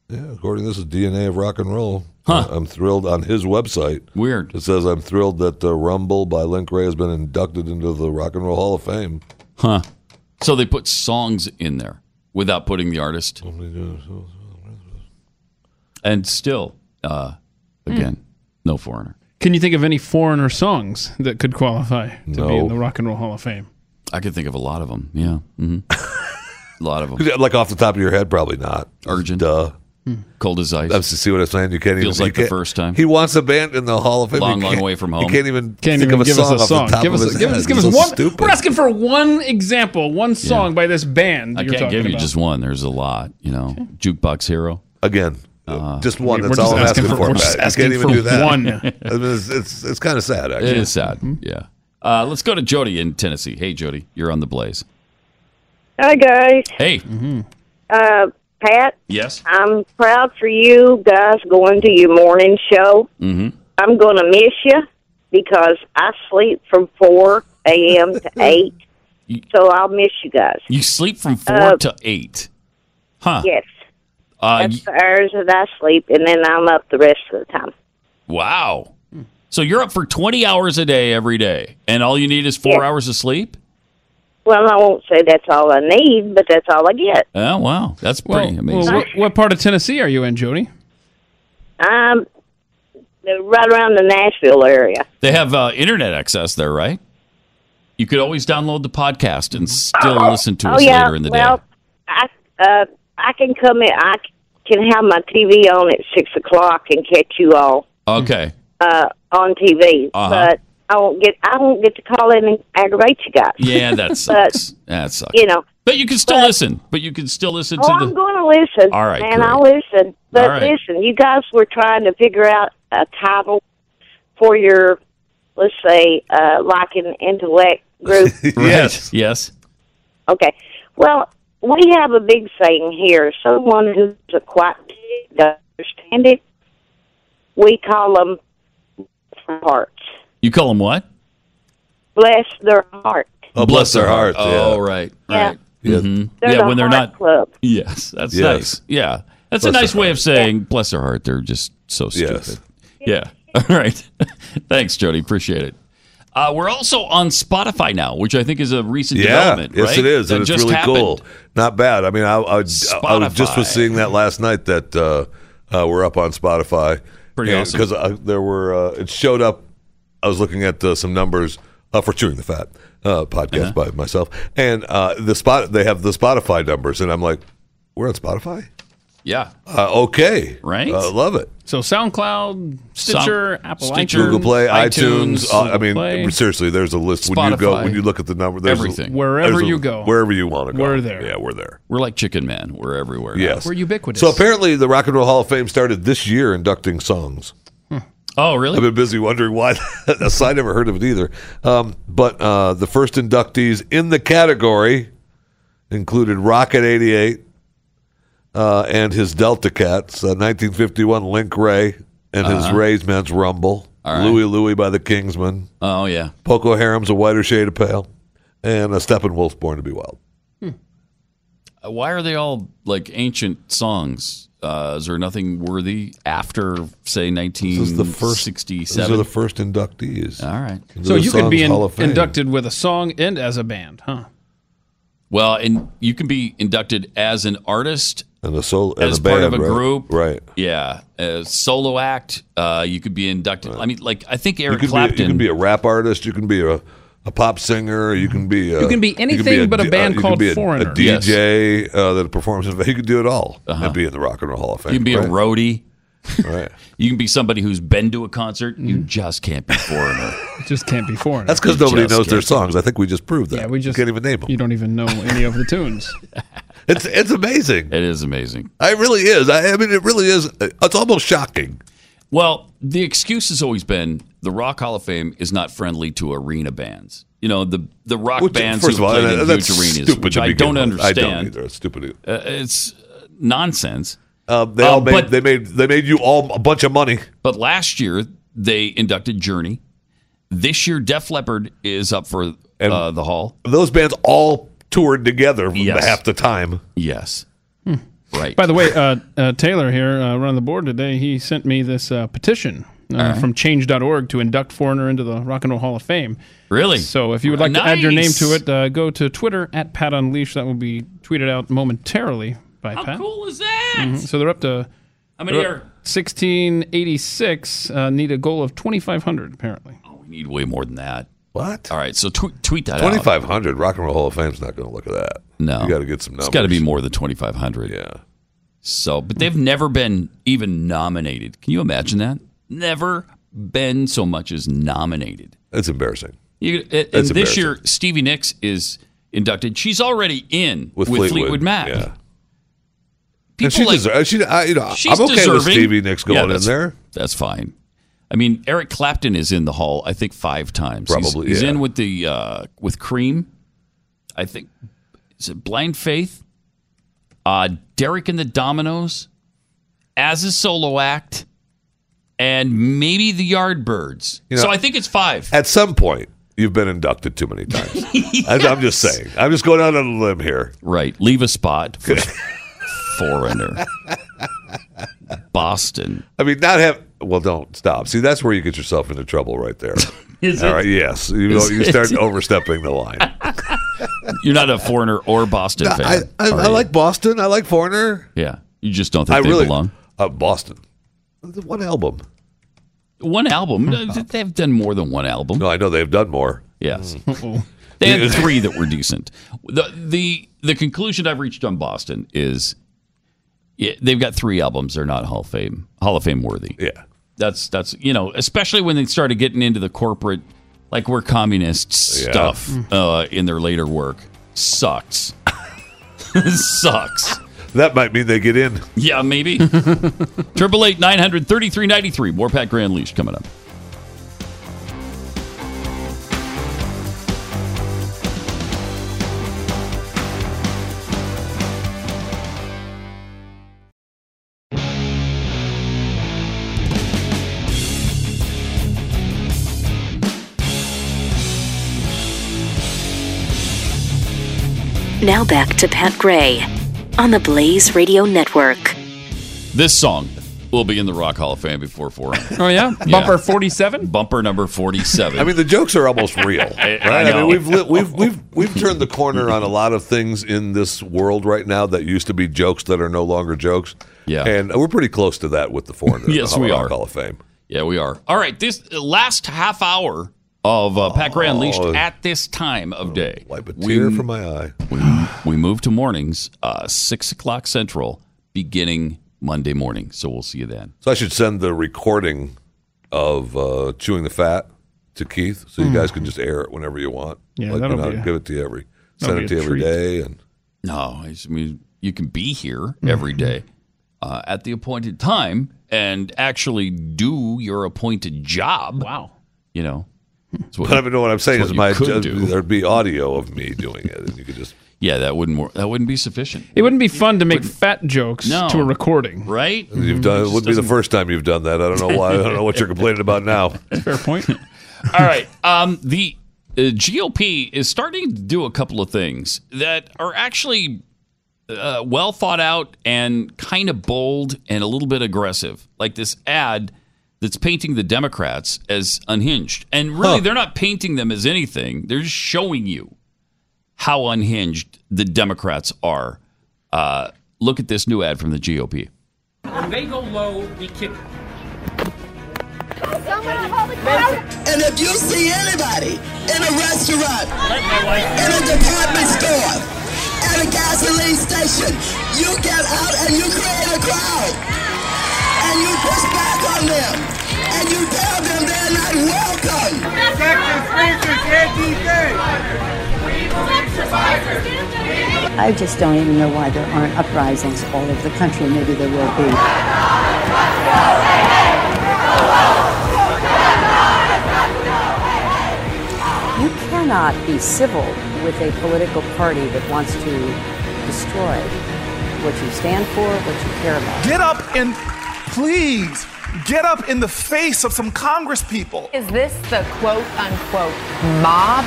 Speaker 5: Yeah, according to this is DNA of rock and roll. Huh. I'm thrilled on his website.
Speaker 3: Weird.
Speaker 5: It says I'm thrilled that the Rumble by Link Ray has been inducted into the Rock and Roll Hall of Fame.
Speaker 3: Huh. So they put songs in there without putting the artist. And still, uh, again, no foreigner.
Speaker 4: Can you think of any foreigner songs that could qualify to be in the Rock and Roll Hall of Fame?
Speaker 3: I could think of a lot of them. Yeah. hmm a lot of them.
Speaker 5: Like off the top of your head, probably not.
Speaker 3: Urgent.
Speaker 5: Duh.
Speaker 3: Cold as ice.
Speaker 5: That's- see what I'm saying. You can't
Speaker 3: Feels
Speaker 5: even. you
Speaker 3: like the
Speaker 5: can't-
Speaker 3: first time.
Speaker 5: He wants a band in the Hall of Fame.
Speaker 3: Long,
Speaker 5: He
Speaker 3: long
Speaker 5: can't-
Speaker 3: way from home.
Speaker 5: He can't even
Speaker 3: Can't
Speaker 5: think
Speaker 3: even
Speaker 5: of a
Speaker 3: give us
Speaker 5: song
Speaker 3: a
Speaker 5: off
Speaker 3: song.
Speaker 5: the top
Speaker 3: Give
Speaker 5: of
Speaker 3: us-
Speaker 5: his
Speaker 4: Give
Speaker 5: head.
Speaker 4: us, give us
Speaker 5: It's so
Speaker 4: one.
Speaker 5: Stupid.
Speaker 4: We're asking for one example, one song by this band.
Speaker 3: I
Speaker 4: you're
Speaker 3: can't
Speaker 4: talking
Speaker 3: give you
Speaker 4: about.
Speaker 3: just one. There's a lot, you know. Jukebox Hero. Uh,
Speaker 5: Again. Just one.
Speaker 4: we're
Speaker 5: That's
Speaker 4: just
Speaker 5: all I'm
Speaker 4: asking
Speaker 5: asking for.
Speaker 4: for- we're
Speaker 5: Matt.
Speaker 4: just
Speaker 5: You
Speaker 4: asking
Speaker 5: can't even
Speaker 4: for
Speaker 5: do that.
Speaker 4: one.
Speaker 5: I mean, it's it's, it's kind of sad, actually.
Speaker 3: It is sad.
Speaker 5: Mm-hmm.
Speaker 3: Yeah. Uh, let's go to Jody in Tennessee. Hey, Jody, you're on the blaze.
Speaker 13: Hi, guys.
Speaker 3: Hey.
Speaker 13: Uh, Pat,
Speaker 3: Yes.
Speaker 13: I'm proud for you guys going to your morning show.
Speaker 3: Mm-hmm.
Speaker 13: I'm going to miss you because I sleep from 4 a.m. to 8. So I'll miss you guys.
Speaker 3: You sleep from four
Speaker 13: Uh,
Speaker 3: to eight. Huh.
Speaker 13: Yes.
Speaker 3: Uh,
Speaker 13: That's the hours that I sleep, and then I'm up the rest of the time.
Speaker 3: Wow. So you're up for 20 hours a day every day, and all you need is four hours of sleep?
Speaker 13: Well, I won't say that's all I need, but that's all I get.
Speaker 3: Oh, wow. That's pretty amazing.
Speaker 4: Well, what, what part of Tennessee are you in, Jody?
Speaker 13: I'm right around the Nashville area.
Speaker 3: They have uh, internet access there, right? You could always download the podcast and still listen to
Speaker 13: oh,
Speaker 3: us
Speaker 13: yeah.
Speaker 3: later in the
Speaker 13: well,
Speaker 3: day.
Speaker 13: I uh, I can come in. I can have my TV on at six o'clock and catch you all
Speaker 3: Okay.
Speaker 13: uh, on TV.
Speaker 3: Uh-huh.
Speaker 13: But I won't get I won't get to call in and aggravate you guys.
Speaker 3: Yeah, that sucks. that sucks.
Speaker 13: You know.
Speaker 3: But you can still listen. But you can still listen
Speaker 13: Oh,
Speaker 3: to
Speaker 13: I'm
Speaker 3: the.
Speaker 13: going to listen.
Speaker 3: All right,
Speaker 13: and I'll listen.
Speaker 3: All
Speaker 13: But
Speaker 3: right.
Speaker 13: listen, you guys were trying to figure out a title for your, let's say, uh, like an intellect group.
Speaker 3: Yes. Yes.
Speaker 13: Okay. Well, we have a big saying here. Someone who doesn't quite understand it, we call them hearts.
Speaker 3: You call them what?
Speaker 13: Bless their heart.
Speaker 5: Oh, bless their hearts.
Speaker 3: Oh,
Speaker 5: yeah.
Speaker 3: right.
Speaker 13: Yeah.
Speaker 3: Right. Mhm.
Speaker 13: They're
Speaker 3: Yeah,
Speaker 13: the
Speaker 3: when they're
Speaker 13: heart
Speaker 3: not.
Speaker 13: Club.
Speaker 3: Yes. That's
Speaker 5: Yes.
Speaker 3: nice. Yeah. That's a
Speaker 5: Bless
Speaker 3: nice
Speaker 5: their
Speaker 3: way of saying, bless their heart. They're just so stupid.
Speaker 5: Yes.
Speaker 3: Yeah. All right. Thanks, Jody. Appreciate it. Uh, we're also on Spotify now, which I think is a recent
Speaker 5: Yeah,
Speaker 3: development.
Speaker 5: yes,
Speaker 3: right?
Speaker 5: it is,
Speaker 3: That
Speaker 5: and it's
Speaker 3: just
Speaker 5: really
Speaker 3: happened.
Speaker 5: cool. Not bad. I mean, I, I, I was just was
Speaker 3: Spotify.
Speaker 5: seeing that last night that uh, uh, we're up on Spotify.
Speaker 3: Pretty awesome.
Speaker 5: because there were uh, it showed up. I was looking at uh, some numbers uh, for chewing the fat uh,
Speaker 3: Uh-huh.
Speaker 5: podcast by myself, and uh, the spot they have the Spotify numbers, and I'm like, we're on Spotify.
Speaker 3: Yeah.
Speaker 5: Uh, okay.
Speaker 3: Right.
Speaker 5: Uh, love it.
Speaker 4: So SoundCloud, Stitcher,
Speaker 3: Some-
Speaker 4: Apple
Speaker 3: Stitcher,
Speaker 4: iTunes,
Speaker 5: Google Play, iTunes.
Speaker 4: iTunes,
Speaker 5: uh, I mean,
Speaker 4: Play.
Speaker 5: seriously, there's a list when you go
Speaker 3: Spotify.
Speaker 5: when you look at the number. There's a-
Speaker 3: Everything.
Speaker 4: Wherever
Speaker 5: there's a-
Speaker 4: you go.
Speaker 5: wherever you want to go,
Speaker 4: We're there.
Speaker 5: Yeah, we're there.
Speaker 3: We're like Chicken Man. We're everywhere. now.
Speaker 5: Yes,
Speaker 4: We're ubiquitous.
Speaker 5: So apparently, the Rock and Roll Hall of Fame started this year inducting songs.
Speaker 3: Oh, really?
Speaker 5: I've been busy wondering why. so I never heard of it either. Um, but uh, the first inductees in the category included Rocket 88 uh, and his Delta Cats, uh, 1951 Link Ray and his
Speaker 3: Uh-huh.
Speaker 5: Ray's Men's Rumble,
Speaker 3: All right.
Speaker 5: Louie Louie by the Kingsmen,
Speaker 3: Oh, yeah.
Speaker 5: Poco Harem's A Whiter Shade of Pale, and a Steppenwolf's Born to Be Wild.
Speaker 3: Uh, Why are they all like ancient songs? Uh, is there nothing worthy after, say,
Speaker 5: This is the first. These are
Speaker 3: 1967?
Speaker 5: the first inductees.
Speaker 3: All right.
Speaker 5: into
Speaker 4: So
Speaker 5: the
Speaker 4: you could be
Speaker 5: Songs
Speaker 4: in-
Speaker 5: Hall of Fame.
Speaker 4: inducted with a song and as a band, huh?
Speaker 3: well, and you can be inducted as an artist,
Speaker 5: and a solo, and
Speaker 3: as
Speaker 5: a
Speaker 3: part
Speaker 5: band,
Speaker 3: of a
Speaker 5: right?
Speaker 3: group.
Speaker 5: right?
Speaker 3: Yeah. As solo act. Uh, you could be inducted. I mean, like, I think Eric
Speaker 5: you can
Speaker 3: Clapton.
Speaker 5: Be, you can be a rap artist. You can be a, a pop singer. You can be a,
Speaker 4: You can be
Speaker 5: can
Speaker 4: anything but a
Speaker 5: d- uh,
Speaker 4: band
Speaker 5: you
Speaker 4: called
Speaker 5: can be a-
Speaker 4: Foreigner.
Speaker 5: A DJ uh, that performs. in- You can do it all and be in the Rock and Roll Hall of Fame.
Speaker 3: Uh-huh. You can be a
Speaker 5: right?
Speaker 3: roadie.
Speaker 5: Right. Mm-hmm.
Speaker 3: You can be somebody who's been to a concert. You just can't be foreigner.
Speaker 4: It just can't be foreign.
Speaker 5: That's because nobody
Speaker 3: just
Speaker 5: knows their
Speaker 3: can't.
Speaker 5: songs. I think we just proved that.
Speaker 4: Yeah, we just
Speaker 5: can't even name them.
Speaker 4: You don't even know any of the tunes.
Speaker 5: It's it's amazing.
Speaker 3: It is amazing.
Speaker 5: It really is. I, I mean, it really is. It's almost shocking.
Speaker 3: Well, the excuse has always been the Rock Hall of Fame is not friendly to arena bands. You know, the the rock
Speaker 5: Which,
Speaker 3: bands
Speaker 5: first
Speaker 3: who
Speaker 5: of all,
Speaker 3: played
Speaker 5: that-
Speaker 3: in
Speaker 5: that's
Speaker 3: huge arenas,
Speaker 5: stupid
Speaker 3: which
Speaker 5: to
Speaker 3: I
Speaker 5: begin
Speaker 3: don't
Speaker 5: with. I
Speaker 3: understand.
Speaker 5: don't either. It's stupid.
Speaker 3: Uh, it's uh, nonsense.
Speaker 5: Uh, they all
Speaker 3: Um,
Speaker 5: made,
Speaker 3: but-
Speaker 5: they made they made you all a bunch of money.
Speaker 3: But last year they inducted Journey. This year, Def Leppard is up for uh, the Hall.
Speaker 5: Those bands all toured together
Speaker 3: Yes.
Speaker 5: half the time.
Speaker 3: Yes, right.
Speaker 4: By the way, uh, uh, Taylor here, uh, running the board today, he sent me this uh, petition uh,
Speaker 3: All right.
Speaker 4: from change.org to induct Foreigner into the Rock and Roll Hall of Fame.
Speaker 3: Really?
Speaker 4: So if you would like to add your name
Speaker 3: Nice.
Speaker 4: to it, uh, go to Twitter at Pat Unleash. That will be tweeted out momentarily by Pat.
Speaker 3: How cool is that?
Speaker 4: Mhm. So they're up to
Speaker 3: How many
Speaker 4: they're up- 1686 uh, need a goal of 2500 apparently.
Speaker 3: We need way more than that.
Speaker 5: What?
Speaker 3: All right, so tweet tweet that
Speaker 5: Twenty
Speaker 3: out.
Speaker 5: five hundred. Rock and Roll Hall of Fame's not going to look at that.
Speaker 3: No,
Speaker 5: you got to get some numbers.
Speaker 3: It's got to be more than 2,500.
Speaker 5: Yeah.
Speaker 3: So, but they've never been even nominated. Can you imagine that? Never been so much as nominated.
Speaker 5: It's embarrassing.
Speaker 3: You, and
Speaker 5: That's
Speaker 3: this year, Stevie Nicks is inducted. She's already in with, Fleetwood, Mac.
Speaker 5: Yeah.
Speaker 3: People
Speaker 5: and she
Speaker 3: like-
Speaker 5: deserves. She, I, you know,
Speaker 3: She's
Speaker 5: I'm okay
Speaker 3: deserving.
Speaker 5: with Stevie Nicks
Speaker 3: Yeah,
Speaker 5: going in
Speaker 3: that's-
Speaker 5: there.
Speaker 3: That's fine. I mean, Eric Clapton is in the hall. I think five times. He's-
Speaker 5: Probably,
Speaker 3: He's,
Speaker 5: yeah.
Speaker 3: in with the uh, with Cream. I think is it Blind Faith, uh, Derek and the Dominoes, as a solo act, and maybe the Yardbirds.
Speaker 5: You know-
Speaker 3: so I think it's five.
Speaker 5: At some point, you've been inducted too many times. I, I'm just saying. I'm just going out on a limb here.
Speaker 3: Right. Leave a spot for foreigner. Boston.
Speaker 5: I mean, not have. Well, don't stop. See, that's where you get yourself into trouble right there.
Speaker 3: Is
Speaker 5: All
Speaker 3: it?
Speaker 5: right. Yes. You, know,
Speaker 3: Is
Speaker 5: you start
Speaker 3: it?
Speaker 5: overstepping the line.
Speaker 3: You're not a foreigner or Boston fan.
Speaker 5: I, I,
Speaker 3: are
Speaker 5: I
Speaker 3: you?
Speaker 5: like Boston. I like Foreigner.
Speaker 3: Yeah. You just don't think
Speaker 5: I
Speaker 3: they
Speaker 5: really-
Speaker 3: belong.
Speaker 5: Uh, Boston. One album. Hmm.
Speaker 3: One album. They've done more than one album.
Speaker 5: No, I know they've done more. Hmm.
Speaker 3: Yes. They had three that were decent. The, the the conclusion I've reached on Boston is yeah, they've got three albums. They're not Hall of Fame Hall of Fame worthy.
Speaker 5: Yeah.
Speaker 3: That's that's you know, especially when they started getting into the corporate like we're communist
Speaker 5: Yeah.
Speaker 3: stuff uh, in their later work. Sucks. Sucks.
Speaker 5: That might mean they get in.
Speaker 3: Yeah, maybe. Triple eight nine hundred thirty three ninety three. More Pat Grand Leash coming up.
Speaker 1: Now back to Pat Gray on the Blaze Radio Network.
Speaker 3: This song will be in the Rock Hall of Fame before four.
Speaker 4: Oh yeah, bumper 47.
Speaker 3: Bumper number forty-seven.
Speaker 5: I mean, the jokes are almost real.
Speaker 3: I-
Speaker 5: Right?
Speaker 3: I
Speaker 5: I,
Speaker 3: know.
Speaker 5: mean, we've, li- we've we've we've turned the corner on a lot of things in this world right now that used to be jokes that are no longer jokes.
Speaker 3: Yeah.
Speaker 5: and we're pretty close to that with the foreigner.
Speaker 3: Yes,
Speaker 5: the Hall-
Speaker 3: we are.
Speaker 5: Hall of Fame.
Speaker 3: Yeah, we are. All right, this uh, last half hour of uh, Pat Gray Unleashed
Speaker 5: Oh.
Speaker 3: at this time of day.
Speaker 5: Wipe a tear from my eye.
Speaker 3: We move to mornings, uh, six o'clock central. beginning Monday morning. So we'll see you then.
Speaker 5: So I should send the recording of uh, chewing the fat to Keith, so you
Speaker 3: Mm.
Speaker 5: guys can just air it whenever you want.
Speaker 3: Yeah,
Speaker 5: like,
Speaker 3: that'll
Speaker 5: you know,
Speaker 3: be a-
Speaker 5: give it to you every
Speaker 3: that'll
Speaker 5: send
Speaker 3: be
Speaker 5: it to
Speaker 3: a
Speaker 5: you every
Speaker 3: treat.
Speaker 5: day, and
Speaker 3: No, I just mean you can be here every day uh, at the appointed time and actually do your appointed job. Wow, you know. That's
Speaker 5: but I mean, what I'm saying
Speaker 3: that's
Speaker 5: is
Speaker 3: what
Speaker 5: my
Speaker 3: you could do.
Speaker 5: there'd be audio of me doing it, and you could just
Speaker 3: yeah, that wouldn't work. That wouldn't be sufficient.
Speaker 4: It wouldn't be fun to make fat jokes
Speaker 3: No.
Speaker 4: to a recording,
Speaker 3: right?
Speaker 5: You've done it. Wouldn't be the first time you've done that. I don't know why. I don't know what you're complaining about now.
Speaker 4: Fair point.
Speaker 3: All right. Um, the uh, GOP is starting to do a couple of things that are actually uh, well thought out and kind of bold and a little bit aggressive, like this ad that's painting the Democrats as unhinged. And really, they're not painting them as anything, they're just showing you how unhinged the Democrats are. Uh, look at this new ad from the GOP.
Speaker 20: When they go low, we kick.
Speaker 21: And if you see anybody in a restaurant, in a department store, at a gasoline station, you get out and you create a crowd. And you push back on them. And you tell them they're not welcome.
Speaker 23: I just don't even know why there aren't uprisings all over the country. Maybe there will be. You cannot be civil with a political party that wants to destroy what you stand for, what you care about.
Speaker 12: Get up and please get up in the face of some Congress people.
Speaker 11: Is this the quote unquote mob?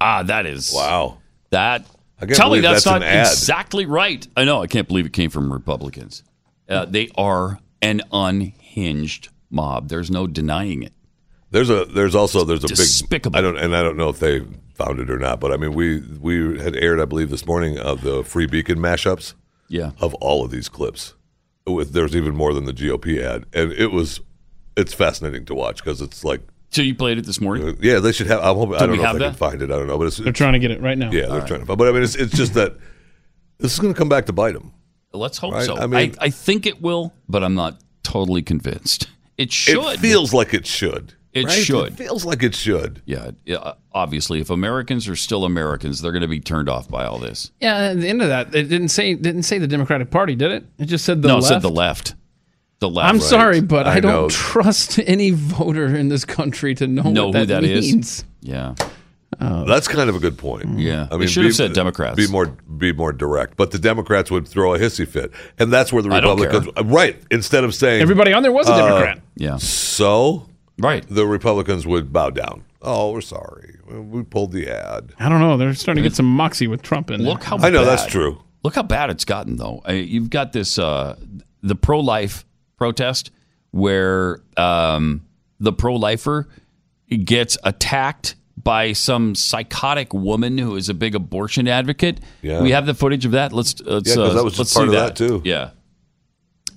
Speaker 3: Ah, that is wow. That
Speaker 5: I can't
Speaker 3: tell
Speaker 5: believe
Speaker 3: me that's,
Speaker 5: that's an
Speaker 3: not
Speaker 5: ad.
Speaker 3: exactly right. I know. I can't believe it came from Republicans. Uh, they are an unhinged mob. There's no denying it.
Speaker 5: There's a there's also there's a
Speaker 3: Despicable.
Speaker 5: big I don't and I don't know if they found it or not, but I mean we we had aired I believe this morning of the Free Beacon mashups.
Speaker 3: Yeah.
Speaker 5: Of all of these clips, with there's even more than the GOP ad, and it was it's fascinating to watch because it's like. Uh,
Speaker 3: So you played it this morning?
Speaker 5: Yeah, they should have. I'm hoping, I
Speaker 3: Do
Speaker 5: don't
Speaker 3: we
Speaker 5: know if
Speaker 3: have
Speaker 5: they can
Speaker 3: that?
Speaker 5: find it. I don't know, but it's,
Speaker 4: They're trying to get it right now.
Speaker 5: Yeah,
Speaker 4: All
Speaker 5: they're
Speaker 4: right.
Speaker 5: trying to find. But I mean, it's, it's just that this is going to come back to bite them.
Speaker 3: Let's hope
Speaker 5: Right,
Speaker 3: so.
Speaker 5: I mean-
Speaker 3: I, I think it will, but I'm not totally convinced. It should.
Speaker 5: It feels like it should.
Speaker 3: It
Speaker 5: right?
Speaker 3: should.
Speaker 5: It feels like it should.
Speaker 3: Yeah, yeah. uh, Obviously, if Americans are still Americans, they're going to be turned off by all this.
Speaker 4: Yeah, at the end of that, it didn't say didn't say the Democratic Party, did it? It just said the
Speaker 3: no,
Speaker 4: left.
Speaker 3: it said the left. The left.
Speaker 4: I'm sorry, but I, don't
Speaker 3: know.
Speaker 4: trust any voter in this country to know,
Speaker 3: know
Speaker 4: what that
Speaker 3: who that is.
Speaker 4: means. Oh.
Speaker 3: Yeah.
Speaker 5: That's kind of a good point.
Speaker 3: Yeah. They should have said Democrats.
Speaker 5: Be more, be more direct. But the Democrats would throw a hissy fit, and that's where the
Speaker 4: I don't care.
Speaker 5: Republicans, right? Instead of saying uh,
Speaker 4: Everybody on there was a Democrat.
Speaker 3: Yeah.
Speaker 5: So
Speaker 3: right,
Speaker 5: the Republicans would bow down. Oh, we're sorry. We pulled the ad.
Speaker 4: I don't know. They're starting to get some moxie with Trump in
Speaker 3: Look
Speaker 4: there.
Speaker 3: how bad- Look how bad it's gotten, though. I, you've got this uh, the pro life protest where um, the pro lifer gets attacked by some psychotic woman who is a big abortion advocate.
Speaker 5: Yeah.
Speaker 3: We have the footage of that. Let's let's
Speaker 5: Yeah, 'cause
Speaker 3: uh,
Speaker 5: that was just
Speaker 3: let's
Speaker 5: part
Speaker 3: see
Speaker 5: of that,
Speaker 3: too. Yeah.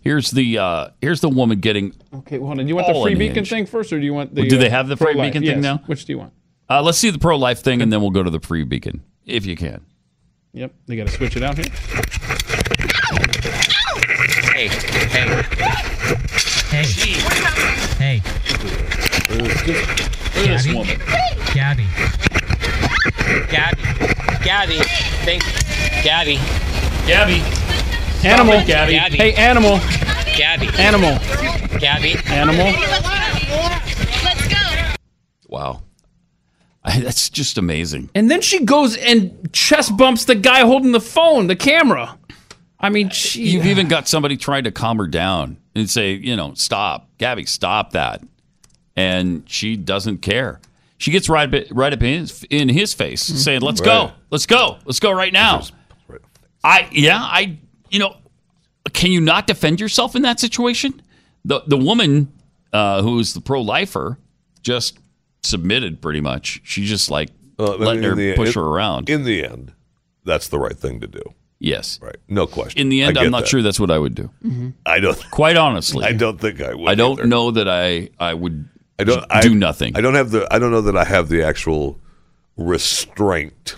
Speaker 3: Here's the uh, here's the woman getting.
Speaker 4: Okay, well, hold on. Do you want the
Speaker 3: all
Speaker 4: free beacon
Speaker 3: unhinged.
Speaker 4: thing first, or do you want the?
Speaker 3: Well, do they
Speaker 4: uh,
Speaker 3: have the free
Speaker 4: pro-life?
Speaker 3: beacon thing
Speaker 4: Yes.
Speaker 3: now?
Speaker 4: Which do you want?
Speaker 3: Uh, let's see the pro life thing, and then we'll go to the free beacon if you can.
Speaker 4: Yep, they got to switch it out here.
Speaker 26: Hey, hey. Hey. Hey.
Speaker 3: Look at this woman.
Speaker 26: Gabby. Gabby. Gabby. Thank Gabby.
Speaker 3: Gabby.
Speaker 4: Animal. Hey, animal.
Speaker 26: Gabby.
Speaker 4: Animal.
Speaker 26: Gabby.
Speaker 4: Animal.
Speaker 3: Wow, that's just amazing.
Speaker 4: And then she goes and chest bumps the guy holding the phone, the camera. I mean, she.
Speaker 3: You've even got somebody trying to calm her down and say, you know, stop, Gabby, stop that. And she doesn't care. She gets right, up- right up in his, in his face saying, let's go,
Speaker 27: Right.
Speaker 3: let's go, let's go right now. I, yeah, I, you know, can you not defend yourself in that situation? The, the woman uh, who's the pro lifer just submitted pretty much. She just like
Speaker 5: Well, I mean,
Speaker 3: letting her
Speaker 5: in the-
Speaker 3: push
Speaker 5: it-
Speaker 3: her around.
Speaker 5: In the end, that's the right thing to do.
Speaker 3: Yes.
Speaker 5: Right. No question.
Speaker 3: In the end,
Speaker 5: I get
Speaker 3: I'm not
Speaker 5: that.
Speaker 3: sure that's what I would do.
Speaker 5: I don't.
Speaker 3: Quite honestly,
Speaker 5: I don't think I would.
Speaker 3: I don't
Speaker 5: either.
Speaker 3: know that I I would.
Speaker 5: I don't
Speaker 3: do
Speaker 5: I-
Speaker 3: nothing.
Speaker 5: I don't have the. I don't know that I have the actual restraint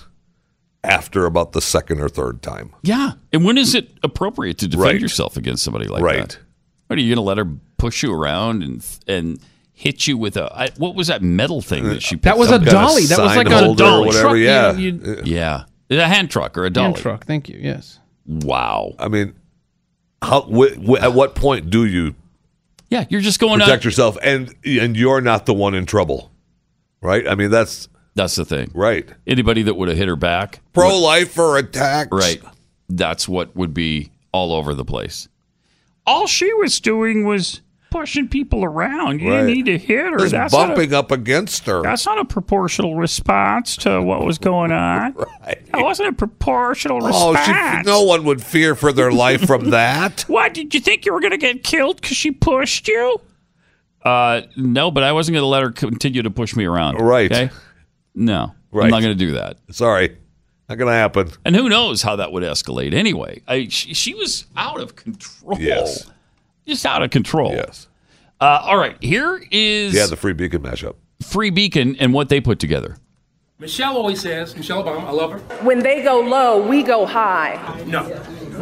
Speaker 5: after about the second or third time.
Speaker 3: Yeah. And when is it appropriate to defend
Speaker 5: Right.
Speaker 3: yourself against somebody like
Speaker 5: Right.
Speaker 3: that? What are you going to let her push you around and and hit you with a I, what was that metal thing that
Speaker 5: Uh,
Speaker 3: she? Picked
Speaker 4: That was
Speaker 3: up?
Speaker 4: a dolly. That was like a dolly. Truck, you- you-
Speaker 3: yeah. A hand truck or a dolly.
Speaker 4: Hand truck. Thank you. Yes.
Speaker 3: Wow.
Speaker 5: I mean, how? Wh- wh- at what point do you
Speaker 3: Yeah, you're just going
Speaker 5: protect
Speaker 3: out.
Speaker 5: yourself and and you're not the one in trouble, right? I mean, that's
Speaker 3: that's the thing,
Speaker 5: right?
Speaker 3: Anybody that would have hit her back,
Speaker 5: pro lifer attacks,
Speaker 3: right? That's what would be all over the place. All she was doing was pushing people around. You
Speaker 5: Right.
Speaker 3: didn't need to hit her.
Speaker 5: Just
Speaker 3: That's not a-
Speaker 5: bumping up against her.
Speaker 3: That's not a proportional response to what was going on. That wasn't a proportional
Speaker 5: Oh, she,
Speaker 3: response.
Speaker 5: no one would fear for their life from that.
Speaker 3: What did you think you were going to get killed because she pushed you? Uh, no, but I wasn't going to let her continue to push me around. Right. Okay? No, I'm not going to do that.
Speaker 5: Sorry, not going to happen.
Speaker 3: And who knows how that would escalate? Anyway, I, she, she was out of control.
Speaker 5: Yes.
Speaker 3: just out of control. Yes. Uh, all right, here is
Speaker 5: Yeah, the free beacon mashup.
Speaker 3: Free Beacon and what they put together.
Speaker 20: Michelle always says, Michelle Obama, I love her.
Speaker 11: When they go low, we go high.
Speaker 20: No,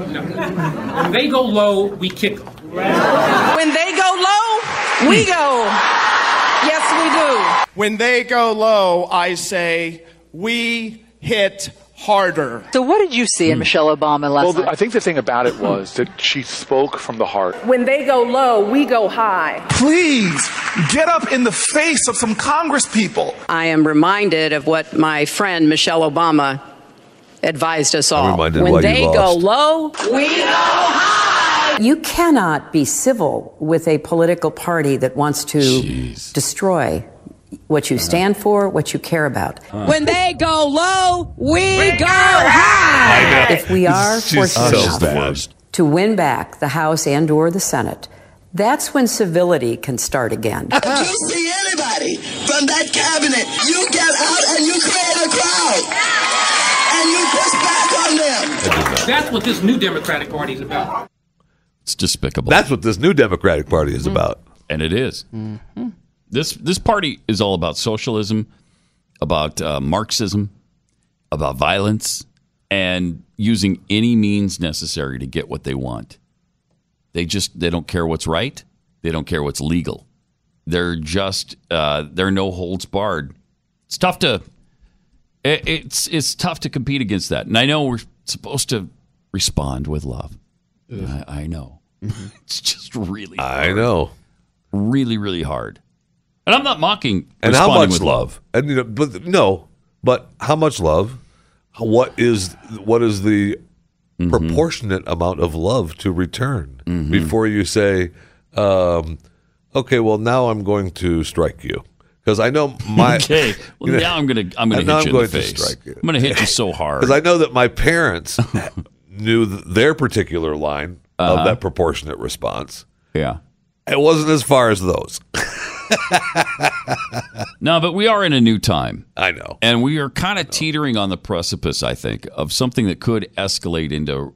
Speaker 20: no. When they go low, we kick them.
Speaker 11: When they go low, we go. Yes, we do.
Speaker 2: When they go low, I say, we hit harder.
Speaker 6: So, what did you
Speaker 19: Hmm.
Speaker 6: see in Michelle Obama last
Speaker 7: Well,
Speaker 6: night?
Speaker 7: th- I think the thing about it was that she spoke from the heart.
Speaker 11: When they go low, we go high.
Speaker 12: Please get up in the face of some Congress people.
Speaker 23: I am reminded of what my friend Michelle Obama advised us all.
Speaker 5: reminded
Speaker 23: when
Speaker 5: why you
Speaker 23: they go
Speaker 5: lost.
Speaker 23: low, we go high. You cannot be civil with a political party that wants to destroy what
Speaker 5: Uh-huh.
Speaker 23: you stand for, what you care about.
Speaker 21: When they go low, we, go
Speaker 23: high.
Speaker 21: high.
Speaker 23: If we are
Speaker 21: She's
Speaker 23: fortunate
Speaker 21: so
Speaker 23: enough
Speaker 21: bad.
Speaker 23: to win back the House and or the Senate, that's when civility can start again.
Speaker 21: If you see anybody from that cabinet, you get out and you create a crowd. And you push back on them.
Speaker 20: That's what this new Democratic Party is about.
Speaker 3: It's despicable. Mm-hmm.
Speaker 5: That's what this new Democratic Party is about.
Speaker 3: And it is. This this party is all about socialism, about uh, Marxism, about violence, and using any means necessary to get what they want. They just they don't care what's right. They don't care what's legal. They're just uh, they're no holds barred. It's tough to it, it's it's tough to compete against that. And I know we're supposed to respond with love. I, I know it's just really.
Speaker 5: Mm-hmm. I know.
Speaker 3: Really, really hard. And I'm not mocking.
Speaker 5: And how
Speaker 3: responding
Speaker 5: much
Speaker 3: with
Speaker 5: love? And you know, but no, but how much love? What is what is the
Speaker 3: Mm-hmm.
Speaker 5: proportionate amount of love to return before you say, um, okay, well now I'm going to strike you because I know my
Speaker 3: okay. Well,
Speaker 5: you know,
Speaker 3: now I'm gonna I'm gonna hit
Speaker 5: now
Speaker 3: you in
Speaker 5: going
Speaker 3: the
Speaker 5: to
Speaker 3: face.
Speaker 5: strike you.
Speaker 3: I'm gonna hit you so hard.
Speaker 5: Because I know that my parents knew th- their particular line
Speaker 3: Uh-huh.
Speaker 5: of that proportionate response.
Speaker 3: Yeah.
Speaker 5: It wasn't as far as those.
Speaker 3: No, but we are in a new time.
Speaker 5: I know.
Speaker 3: And we are kind of teetering on the precipice, I think, of something that could escalate into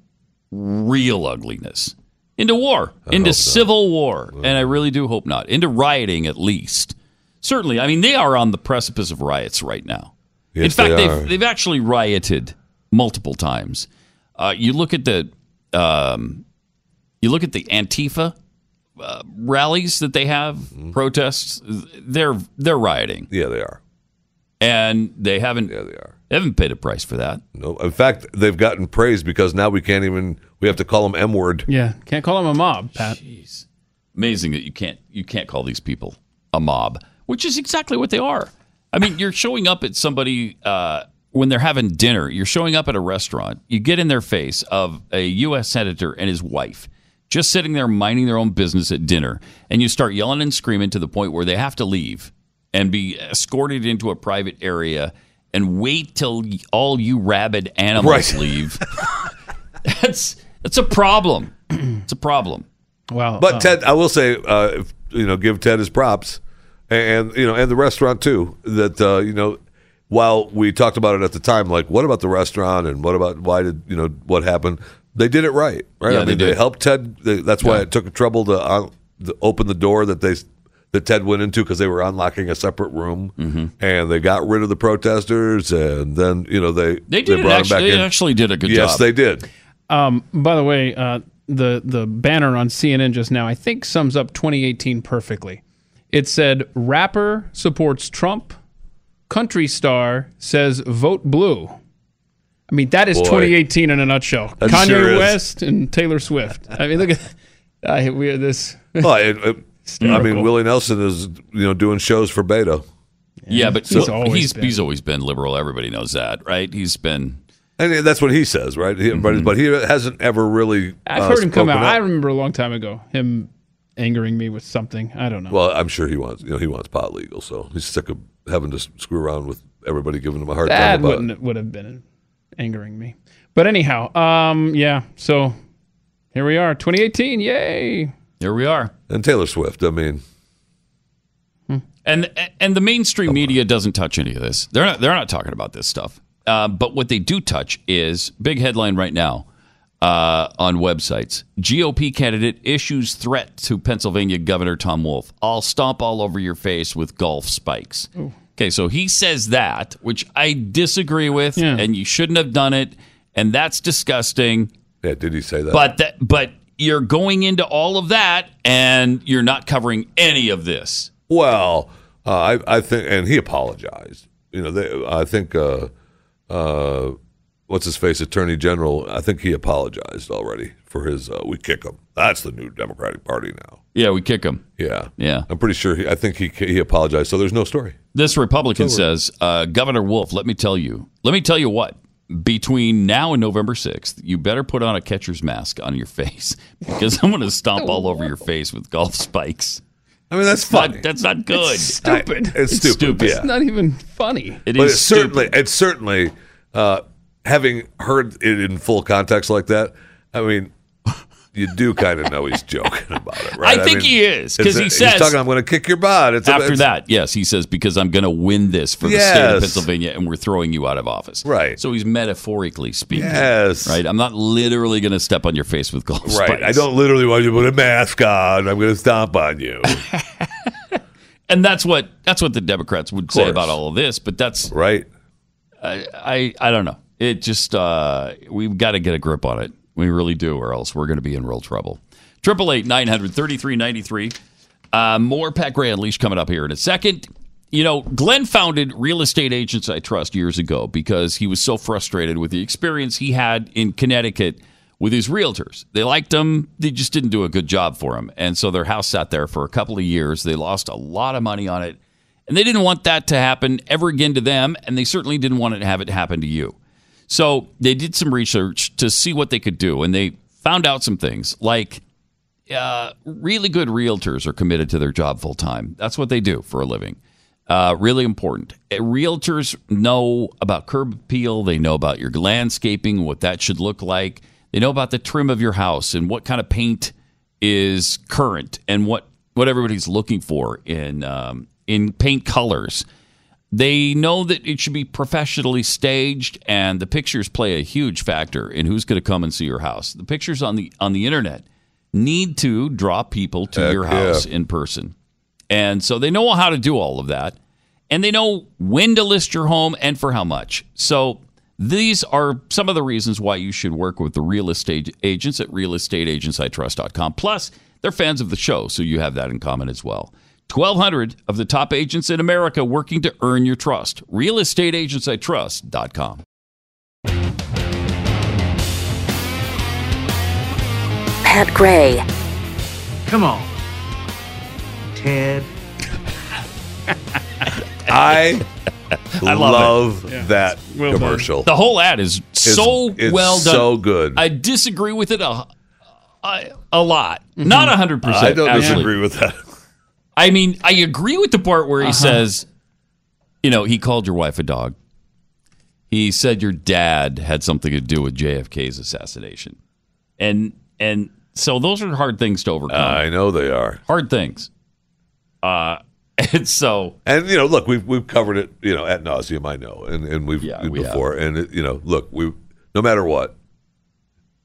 Speaker 3: real ugliness, into war, into civil war. And I really do hope not, into rioting at least. Certainly. I mean, they are on the precipice of riots right now. in
Speaker 5: Yes,
Speaker 3: fact,
Speaker 5: they are.
Speaker 3: have they've actually rioted multiple times. Uh, you look at the. Um, you look at the Antifa uh, rallies that they have, protests. They're they're rioting.
Speaker 5: Mm-hmm. Yeah, they are.
Speaker 3: And they haven't. Yeah, they are. They haven't paid a price for that.
Speaker 5: No, in fact, they've gotten praised because now we can't even we have to call them M word.
Speaker 4: Yeah. Can't call him a mob, Pat.
Speaker 3: Amazing that you can't you can't call these people a mob, which is exactly what they are. I mean, you're showing up at somebody uh, when they're having dinner. You're showing up at a restaurant. You get in their face of a U.S. senator and his wife just sitting there minding their own business at dinner, and you start yelling and screaming to the point where they have to leave and be escorted into a private area and wait till all you rabid animals
Speaker 5: Right.
Speaker 3: leave. that's that's a problem. It's a problem. Oh,
Speaker 4: Wow.
Speaker 5: But Ted, I will say, uh, if, you know, give Ted his props, and you know, and the restaurant too. That uh, you know, while we talked about it at the time, like what about the restaurant and what about why did you know what happened? They did it right, right?
Speaker 3: Yeah,
Speaker 5: I
Speaker 3: they
Speaker 5: mean, they,
Speaker 3: did.
Speaker 5: helped Ted. They, that's why
Speaker 3: Yeah.
Speaker 5: it took trouble to, uh, to open the door that they s- that Ted went into because they were unlocking a separate room
Speaker 3: Mm-hmm.
Speaker 5: and they got rid of the protesters and then you know they
Speaker 3: They did
Speaker 5: brought 'em
Speaker 3: actually-
Speaker 5: back
Speaker 3: they
Speaker 5: in.
Speaker 3: actually did a good
Speaker 5: yes,
Speaker 3: job.
Speaker 5: they did.
Speaker 4: Um, by the way, uh, the the banner on CNN just now, I think, sums up 2018 perfectly. It said, "Rapper supports Trump, country star says vote blue." I mean, that is
Speaker 5: Boy.
Speaker 4: 2018 in a nutshell.
Speaker 5: That
Speaker 4: Kanye
Speaker 5: sure is.
Speaker 4: West and Taylor Swift. I mean, look at I, we had this.
Speaker 5: Well, it, it- I
Speaker 4: Hysterical.
Speaker 5: mean, Willie Nelson is you know doing shows for Beta.
Speaker 3: Yeah, but
Speaker 5: So-
Speaker 3: he's always been. he's always been liberal. Everybody knows that, right? He's been. Mm-hmm.
Speaker 5: And that's what he says, right? He, but, but he hasn't ever really.
Speaker 4: I've
Speaker 5: uh,
Speaker 4: heard him come
Speaker 5: spoken
Speaker 4: out.
Speaker 5: up.
Speaker 4: I remember a long time ago him angering me with something. I don't know.
Speaker 5: Well, I'm sure he wants you know he wants pot legal, so he's sick of having to s- screw around with everybody giving him a hard
Speaker 4: that
Speaker 5: time about
Speaker 4: wouldn't would have been angering me. But anyhow, um, yeah. So here we are, 2018. Yay!
Speaker 3: Here we are.
Speaker 5: And Taylor Swift. I mean,
Speaker 3: And and the mainstream media doesn't touch any of this. They're not they're not talking about this stuff. Uh, but what they do touch is big headline right now uh, on websites: GOP candidate issues threat to Pennsylvania Governor Tom Wolf. I'll stomp all over your face with golf spikes.
Speaker 4: Ooh.
Speaker 3: Okay, so he says that, which I disagree with, and you shouldn't have done it, and that's disgusting.
Speaker 5: Yeah, did he say that?
Speaker 3: But that, but you're going into all of that, and you're not covering any of this.
Speaker 5: Well, uh, I I think, and he apologized. You know, they, I think uh, uh, what's his face, Attorney General. I think he apologized already for his. Uh, we kick him. That's the new Democratic Party now.
Speaker 3: Yeah, we kick him.
Speaker 5: Yeah,
Speaker 3: yeah.
Speaker 5: I'm pretty sure. He, I think he he apologized. So there's no story.
Speaker 3: This Republican
Speaker 5: It's over.
Speaker 3: says, uh, Governor Wolf, let me tell you, let me tell you what. Between now and November 6th, you better put on a catcher's mask on your face because I'm going to stomp all over your face with golf spikes.
Speaker 5: I mean, that's
Speaker 3: fun. that's not good.
Speaker 4: It's stupid.
Speaker 5: I- it's stupid, yeah.
Speaker 4: It's not even funny.
Speaker 5: but it's certainly it's certainly uh, having heard it in full context like that. I mean, you do kind of know he's joking about it, right?
Speaker 3: I think
Speaker 5: mean,
Speaker 3: he is
Speaker 5: it's
Speaker 3: because
Speaker 5: a-
Speaker 3: he
Speaker 5: he's
Speaker 3: says,
Speaker 5: talking, "I'm going to kick your butt." It's a-
Speaker 3: after
Speaker 5: it's-
Speaker 3: that, yes, he says, because I'm going to win this for the state of
Speaker 5: Yes.
Speaker 3: Pennsylvania and we're throwing you out of office. Right. So he's metaphorically speaking.
Speaker 5: Yes.
Speaker 3: Right. I'm not literally going to step on your face with golf
Speaker 5: Right.
Speaker 3: spikes.
Speaker 5: I don't literally want you to put a mask on. I'm going to stomp on you.
Speaker 3: and that's what that's what the Democrats would say
Speaker 5: course.
Speaker 3: about all of this. But that's
Speaker 5: right.
Speaker 3: I I, I don't know. It just uh, we've got to get a grip on it. We really do, or else we're going to be in real trouble. Triple eight nine hundred thirty three ninety three. More Pat Gray Unleashed coming up here in a second. You know, Glenn founded Real Estate Agents I Trust years ago because he was so frustrated with the experience he had in Connecticut with his realtors. They liked him, they just didn't do a good job for him. And so their house sat there for a couple of years. They lost a lot of money on it. And they didn't want that to happen ever again to them, and they certainly didn't want to have it happen to you. So they did some research to see what they could do, and they found out some things like uh, really good realtors are committed to their job full time. That's what they do for a living. Uh, really important. Uh, Realtors know about curb appeal. They know about your landscaping, what that should look like. They know about the trim of your house and what kind of paint is current and what what everybody's looking for in um, in paint colors. They know that it should be professionally staged, and the pictures play a huge factor in who's going to come and see your house. The pictures on the on the internet need to draw people to
Speaker 5: Heck
Speaker 3: your house
Speaker 5: yeah.
Speaker 3: in person, and so they know how to do all of that, and they know when to list your home and for how much. So these are some of the reasons why you should work with the real estate agents at realestateagentsitrust.com. Plus, they're fans of the show, so you have that in common as well. 1,200 of the top agents in America working to earn your trust. Realestateagentsitrust.com.
Speaker 1: Pat Gray,
Speaker 20: Come on. Ted.
Speaker 5: I,
Speaker 3: I love
Speaker 5: love,
Speaker 3: it. Yeah.
Speaker 5: that
Speaker 3: Well done.
Speaker 5: commercial.
Speaker 3: The whole ad is
Speaker 5: It's-
Speaker 3: so
Speaker 5: it's
Speaker 3: well done.
Speaker 5: so good.
Speaker 3: I disagree with it a, a, a lot. Not a 100%.
Speaker 5: I don't
Speaker 3: actually.
Speaker 5: disagree with that.
Speaker 3: I mean, I agree with the part where he
Speaker 5: Uh-huh.
Speaker 3: says, you know, he called your wife a dog. He said your dad had something to do with JFK's assassination. And and so those are hard things to overcome.
Speaker 5: I know they are.
Speaker 3: Hard things. Uh and so
Speaker 5: And you know, look, we've we've covered it, you know, at nauseum. I know, and and we've
Speaker 3: we have.
Speaker 5: before, and it, you know, look, we no matter what,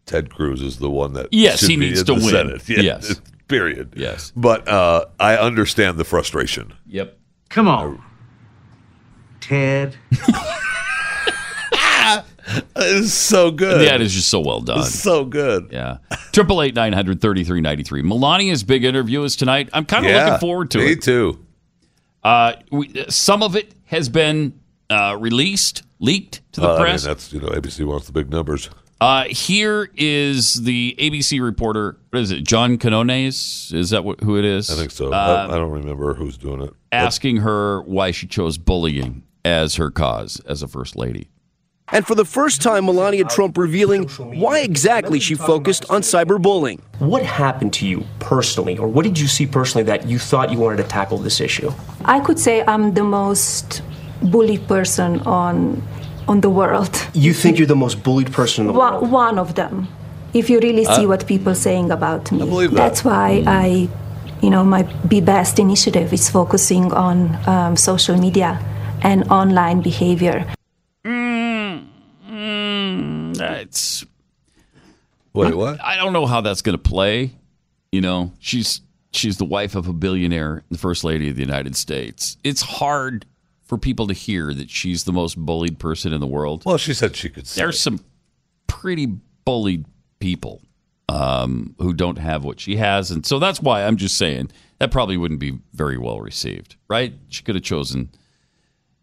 Speaker 5: Ted Cruz is the one that
Speaker 3: Yes,
Speaker 5: should
Speaker 3: he
Speaker 5: be
Speaker 3: needs
Speaker 5: in
Speaker 3: to
Speaker 5: the
Speaker 3: win.
Speaker 5: Senate. Yeah.
Speaker 3: Yes.
Speaker 5: Period. Yes. But uh, I understand the frustration.
Speaker 3: Yep.
Speaker 8: Come on, Ted.
Speaker 5: It's so good.
Speaker 3: That is just so well done.
Speaker 5: So good.
Speaker 3: Yeah. Triple eight nine hundred thirty three ninety three. Melania's big interview is tonight. I'm kind of
Speaker 5: Yeah,
Speaker 3: looking forward to
Speaker 5: me
Speaker 3: it.
Speaker 5: too.
Speaker 3: Uh, we, some of it has been uh, released, leaked to the
Speaker 5: Uh, I mean,
Speaker 3: press.
Speaker 5: that's you know ABC wants the big numbers.
Speaker 3: Uh, here is the ABC reporter. What is it? John Canones? Is that what, who it is? I think
Speaker 5: So
Speaker 3: Uh,
Speaker 5: I, I don't remember who's doing it.
Speaker 3: asking her why she chose bullying as her cause as a first lady.
Speaker 9: And for the first time, Melania Trump revealing why exactly she focused on cyberbullying.
Speaker 10: What happened to you personally, or what did you see personally that you thought you wanted to tackle this issue?
Speaker 24: I could say I'm the most bullied person on on the world.
Speaker 10: You think you're the most bullied person in the world.
Speaker 24: One, one of them. If you really see
Speaker 10: Uh,
Speaker 24: what people saying about me,
Speaker 10: believe that. Mm-hmm.
Speaker 24: that's why I, you know, my Be Best initiative is focusing on um, social media and online behavior.
Speaker 3: mm. That's
Speaker 5: Wait, what?
Speaker 3: I don't know how that's going to play. You know, she's she's the wife of a billionaire, the first lady of the United States. It's hard for people to hear that she's the most bullied person in the world.
Speaker 5: Well, she said she could. Say
Speaker 3: There's some pretty bullied people um, who don't have what she has, and so that's why I'm just saying that probably wouldn't be very well received, right? She could have chosen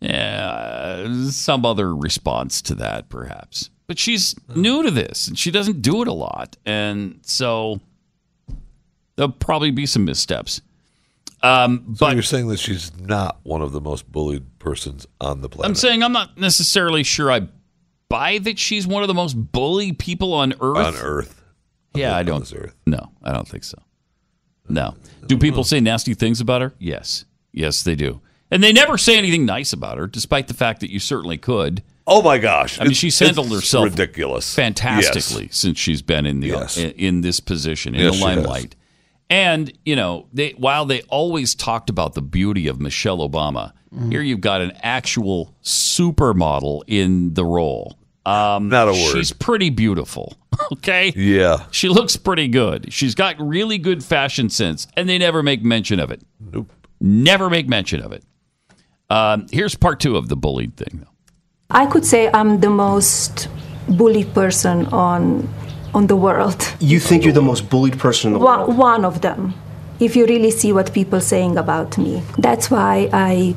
Speaker 3: yeah, uh, some other response to that, perhaps. But she's new to this, and she doesn't do it a lot, and so there'll probably be some missteps. Um,
Speaker 5: but you're saying that she's not one of the most bullied persons on the
Speaker 3: I'm
Speaker 5: planet.
Speaker 3: saying I'm not necessarily sure I buy that she's one of the most bully people on earth.
Speaker 5: On Earth.
Speaker 3: Yeah, I don't. No, I don't think so. No. Do people say nasty things about her? Yes. Yes, they do. And they never say anything nice about her, despite the fact that you certainly could.
Speaker 5: Oh my gosh!
Speaker 3: I mean,
Speaker 5: It's-
Speaker 3: she's handled
Speaker 5: it's
Speaker 3: herself
Speaker 5: ridiculous,
Speaker 3: fantastically since she's been in the
Speaker 5: Yes.
Speaker 3: in, in this position in
Speaker 5: Yes, she
Speaker 3: the
Speaker 5: has.
Speaker 3: limelight. And you know, they while they always talked about the beauty of Michelle Obama,
Speaker 5: Mm-hmm.
Speaker 3: here you've got an actual supermodel in the role. Um, Not
Speaker 5: a word.
Speaker 3: She's pretty beautiful. Okay.
Speaker 5: Yeah.
Speaker 3: She looks pretty good. She's got really good fashion sense, and they never make mention of it.
Speaker 5: Nope.
Speaker 3: Never make mention of it. Um, here's part two of the bullied thing.
Speaker 24: I could say I'm the most bullied person on on the world.
Speaker 10: You think you're the most bullied person in the world.
Speaker 24: One, one of them. If you really see what people saying about me, that's why I,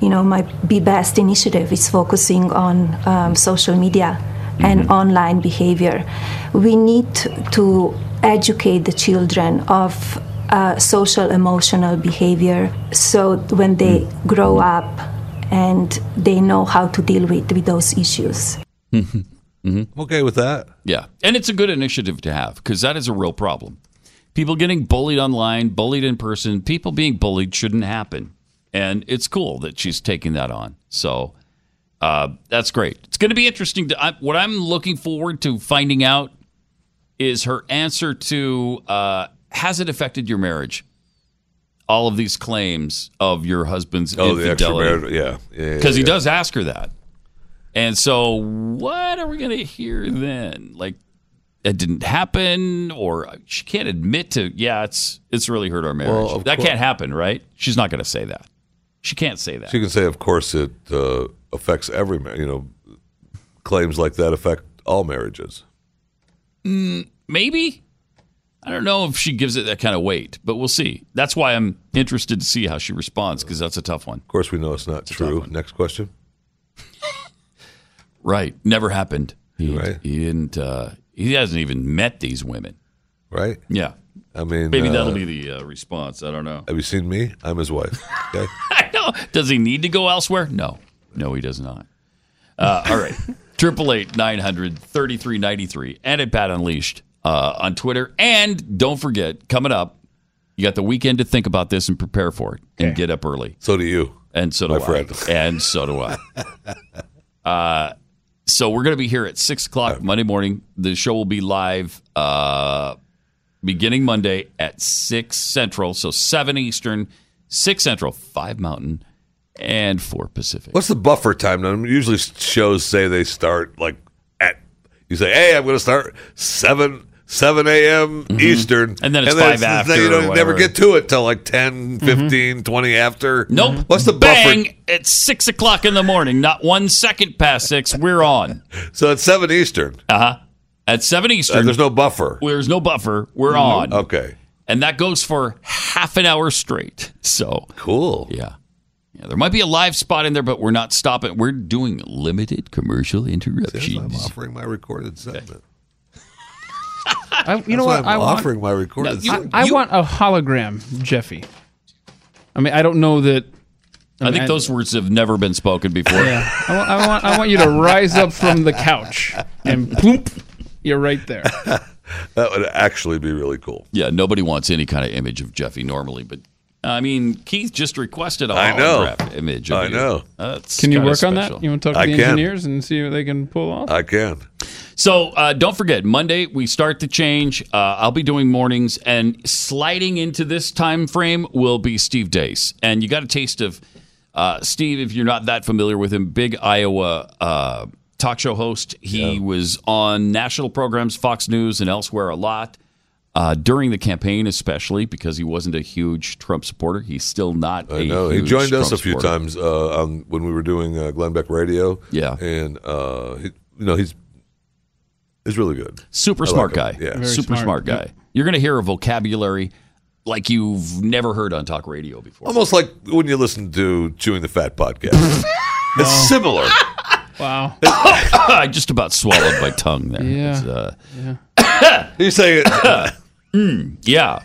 Speaker 24: you know, my Be Best initiative is focusing on um, social media
Speaker 10: Mm-hmm.
Speaker 24: and online behavior. We need to educate the children of uh, social emotional behavior, so when
Speaker 10: Mm.
Speaker 24: they grow up and they know how to deal with, with those issues.
Speaker 5: I'm okay with that.
Speaker 3: Mm-hmm. Yeah. And it's a good initiative to have because that is a real problem. People getting bullied online, bullied in person, people being bullied shouldn't happen. And it's cool that she's taking that on. So uh, that's great. It's going to be interesting. To, I, what I'm looking forward to finding out is her answer to uh, has it affected your marriage? All of these claims of your husband's
Speaker 5: Oh, the
Speaker 3: infidelity.
Speaker 5: extramarital- yeah. Yeah, yeah,
Speaker 3: Because he
Speaker 5: yeah.
Speaker 3: does ask her that. And so, what are we going to hear then? Like, it didn't happen, or she can't admit to, yeah, it's it's really hurt our marriage.
Speaker 5: Well, of
Speaker 3: that
Speaker 5: course.
Speaker 3: can't happen, right? She's not going to say that. She can't say that.
Speaker 5: She can say, of course, it uh, affects every. ma- You know, claims like that affect all marriages.
Speaker 3: Mm, maybe. I don't know if she gives it that kind of weight, but we'll see. That's why I'm interested to see how she responds because that's a tough one.
Speaker 5: Of course, we know it's not true. Next question.
Speaker 3: Right. Never happened. He, he didn't. Uh, he hasn't even met these women.
Speaker 5: Right.
Speaker 3: Yeah.
Speaker 5: I mean,
Speaker 3: Maybe
Speaker 5: uh,
Speaker 3: that'll be the uh, response. I don't know.
Speaker 5: Have you seen me? I'm his wife. Okay.
Speaker 3: Does he need to go elsewhere? No. No, he does not. Uh, all right. Triple eight nine hundred thirty three ninety three and at Pat Unleashed uh, on Twitter. And don't forget, coming up, you got the weekend to think about this and prepare for it and get up early.
Speaker 5: So do you.
Speaker 3: And so do
Speaker 5: My
Speaker 3: I.
Speaker 5: friend.
Speaker 3: And so do I. uh, so we're going to be here at six o'clock Monday morning. The show will be live uh, beginning Monday at six Central, so seven Eastern, six Central, five Mountain, and four Pacific.
Speaker 5: What's the buffer time? Now, usually shows say they start like at. You say, hey, I'm going to start seven 7 a.m. Eastern.
Speaker 3: Mm-hmm. And then it's five
Speaker 5: it's-
Speaker 3: after
Speaker 5: You
Speaker 3: or
Speaker 5: don't never
Speaker 3: whatever. Mm-hmm.
Speaker 5: get to it till like 10, 15, 20 after.
Speaker 3: Nope.
Speaker 5: Mm-hmm. What's the
Speaker 3: bang
Speaker 5: buffer?
Speaker 3: at six o'clock in the morning? Not one second past six. We're on.
Speaker 5: So it's seven Eastern.
Speaker 3: Uh huh. At seven Eastern,
Speaker 5: Uh, there's no buffer. Uh,
Speaker 3: There's no buffer. We're on.
Speaker 5: Okay.
Speaker 3: And that goes for half an hour straight. So
Speaker 5: cool.
Speaker 3: Yeah. Yeah. There might be a live spot in there, but we're not stopping. We're doing limited commercial
Speaker 5: I'm
Speaker 3: interruptions.
Speaker 5: offering my recorded segment.
Speaker 4: I, you
Speaker 5: That's why
Speaker 4: know what?
Speaker 5: I'm
Speaker 4: I want-
Speaker 5: offering my recorded
Speaker 4: I-
Speaker 5: segment.
Speaker 4: I, want a hologram, Jeffy. I mean, I don't know that.
Speaker 3: I think those words have never been spoken before.
Speaker 4: Yeah. I, wa- I want. I want you to rise up from the couch and ploop. You're right there.
Speaker 5: That would actually be really cool.
Speaker 3: Yeah, nobody wants any kind of image of Jeffy normally, but I mean, Keith just requested a
Speaker 5: I know.
Speaker 3: holograph image. Of
Speaker 5: I
Speaker 3: you.
Speaker 5: know.
Speaker 3: That's
Speaker 4: Can you
Speaker 3: kinda
Speaker 4: work on that?
Speaker 3: special.
Speaker 4: You want to talk to the engineers and see what they can pull off?
Speaker 5: I can.
Speaker 3: So uh, don't forget, Monday we start the change. Uh, I'll be doing mornings, and sliding into this time frame will be Steve Dace. And you got a taste of uh, Steve if you're not that familiar with him. Big Iowa uh, talk show host. He was on national programs, Fox News, and elsewhere a lot uh, during the campaign, especially because he wasn't a huge Trump supporter. He's still not.
Speaker 5: I know. He joined us a few times uh, on, when we were doing uh, Glenn Beck Radio.
Speaker 3: Yeah.
Speaker 5: And, uh, he, you know, he's he's really good.
Speaker 3: Super
Speaker 5: I like
Speaker 3: smart
Speaker 5: him.
Speaker 3: guy.
Speaker 5: Yeah.
Speaker 3: Super smart, guy. You're going to hear a vocabulary like you've never heard on talk radio before.
Speaker 5: Almost like when you listen to Chewing the Fat podcast. it's similar.
Speaker 4: Wow.
Speaker 3: I just about swallowed my tongue there.
Speaker 4: Yeah.
Speaker 3: It's, uh,
Speaker 5: You say it.
Speaker 3: mm, yeah.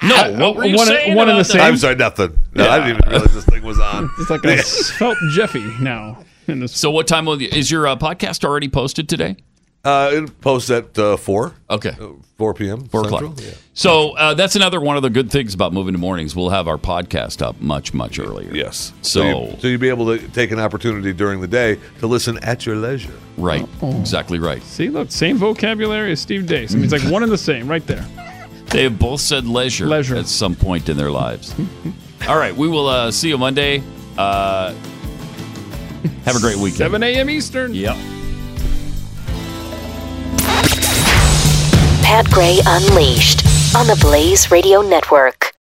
Speaker 3: No, what were you
Speaker 4: One-
Speaker 3: saying?
Speaker 4: one and
Speaker 3: about
Speaker 4: the same?
Speaker 5: I'm sorry, nothing. No, I didn't even realize this thing was on.
Speaker 4: It's like a felt Jeffy now.
Speaker 3: So what time will you, is your uh, podcast already posted today?
Speaker 5: Uh, it posts at uh, four.
Speaker 3: Okay,
Speaker 5: four p.m.
Speaker 3: Four
Speaker 5: Central,
Speaker 3: o'clock.
Speaker 5: yeah.
Speaker 3: So uh, that's another one of the good things about moving to mornings. We'll have our podcast up much much earlier.
Speaker 5: Yes.
Speaker 3: So,
Speaker 5: you, so you'd be able to take an opportunity during the day to listen at your leisure.
Speaker 3: right,
Speaker 5: Oh.
Speaker 3: exactly right.
Speaker 4: See, look, same vocabulary as Steve Dace. I mean, it's like one and the same, right there.
Speaker 3: They have both said leisure,
Speaker 4: Leisure.
Speaker 3: at some point in their lives. All right, we will uh, see you Monday. Uh, have a great weekend.
Speaker 4: 7 a.m. Eastern.
Speaker 3: Yep.
Speaker 1: Pat Gray Unleashed on the Blaze Radio Network.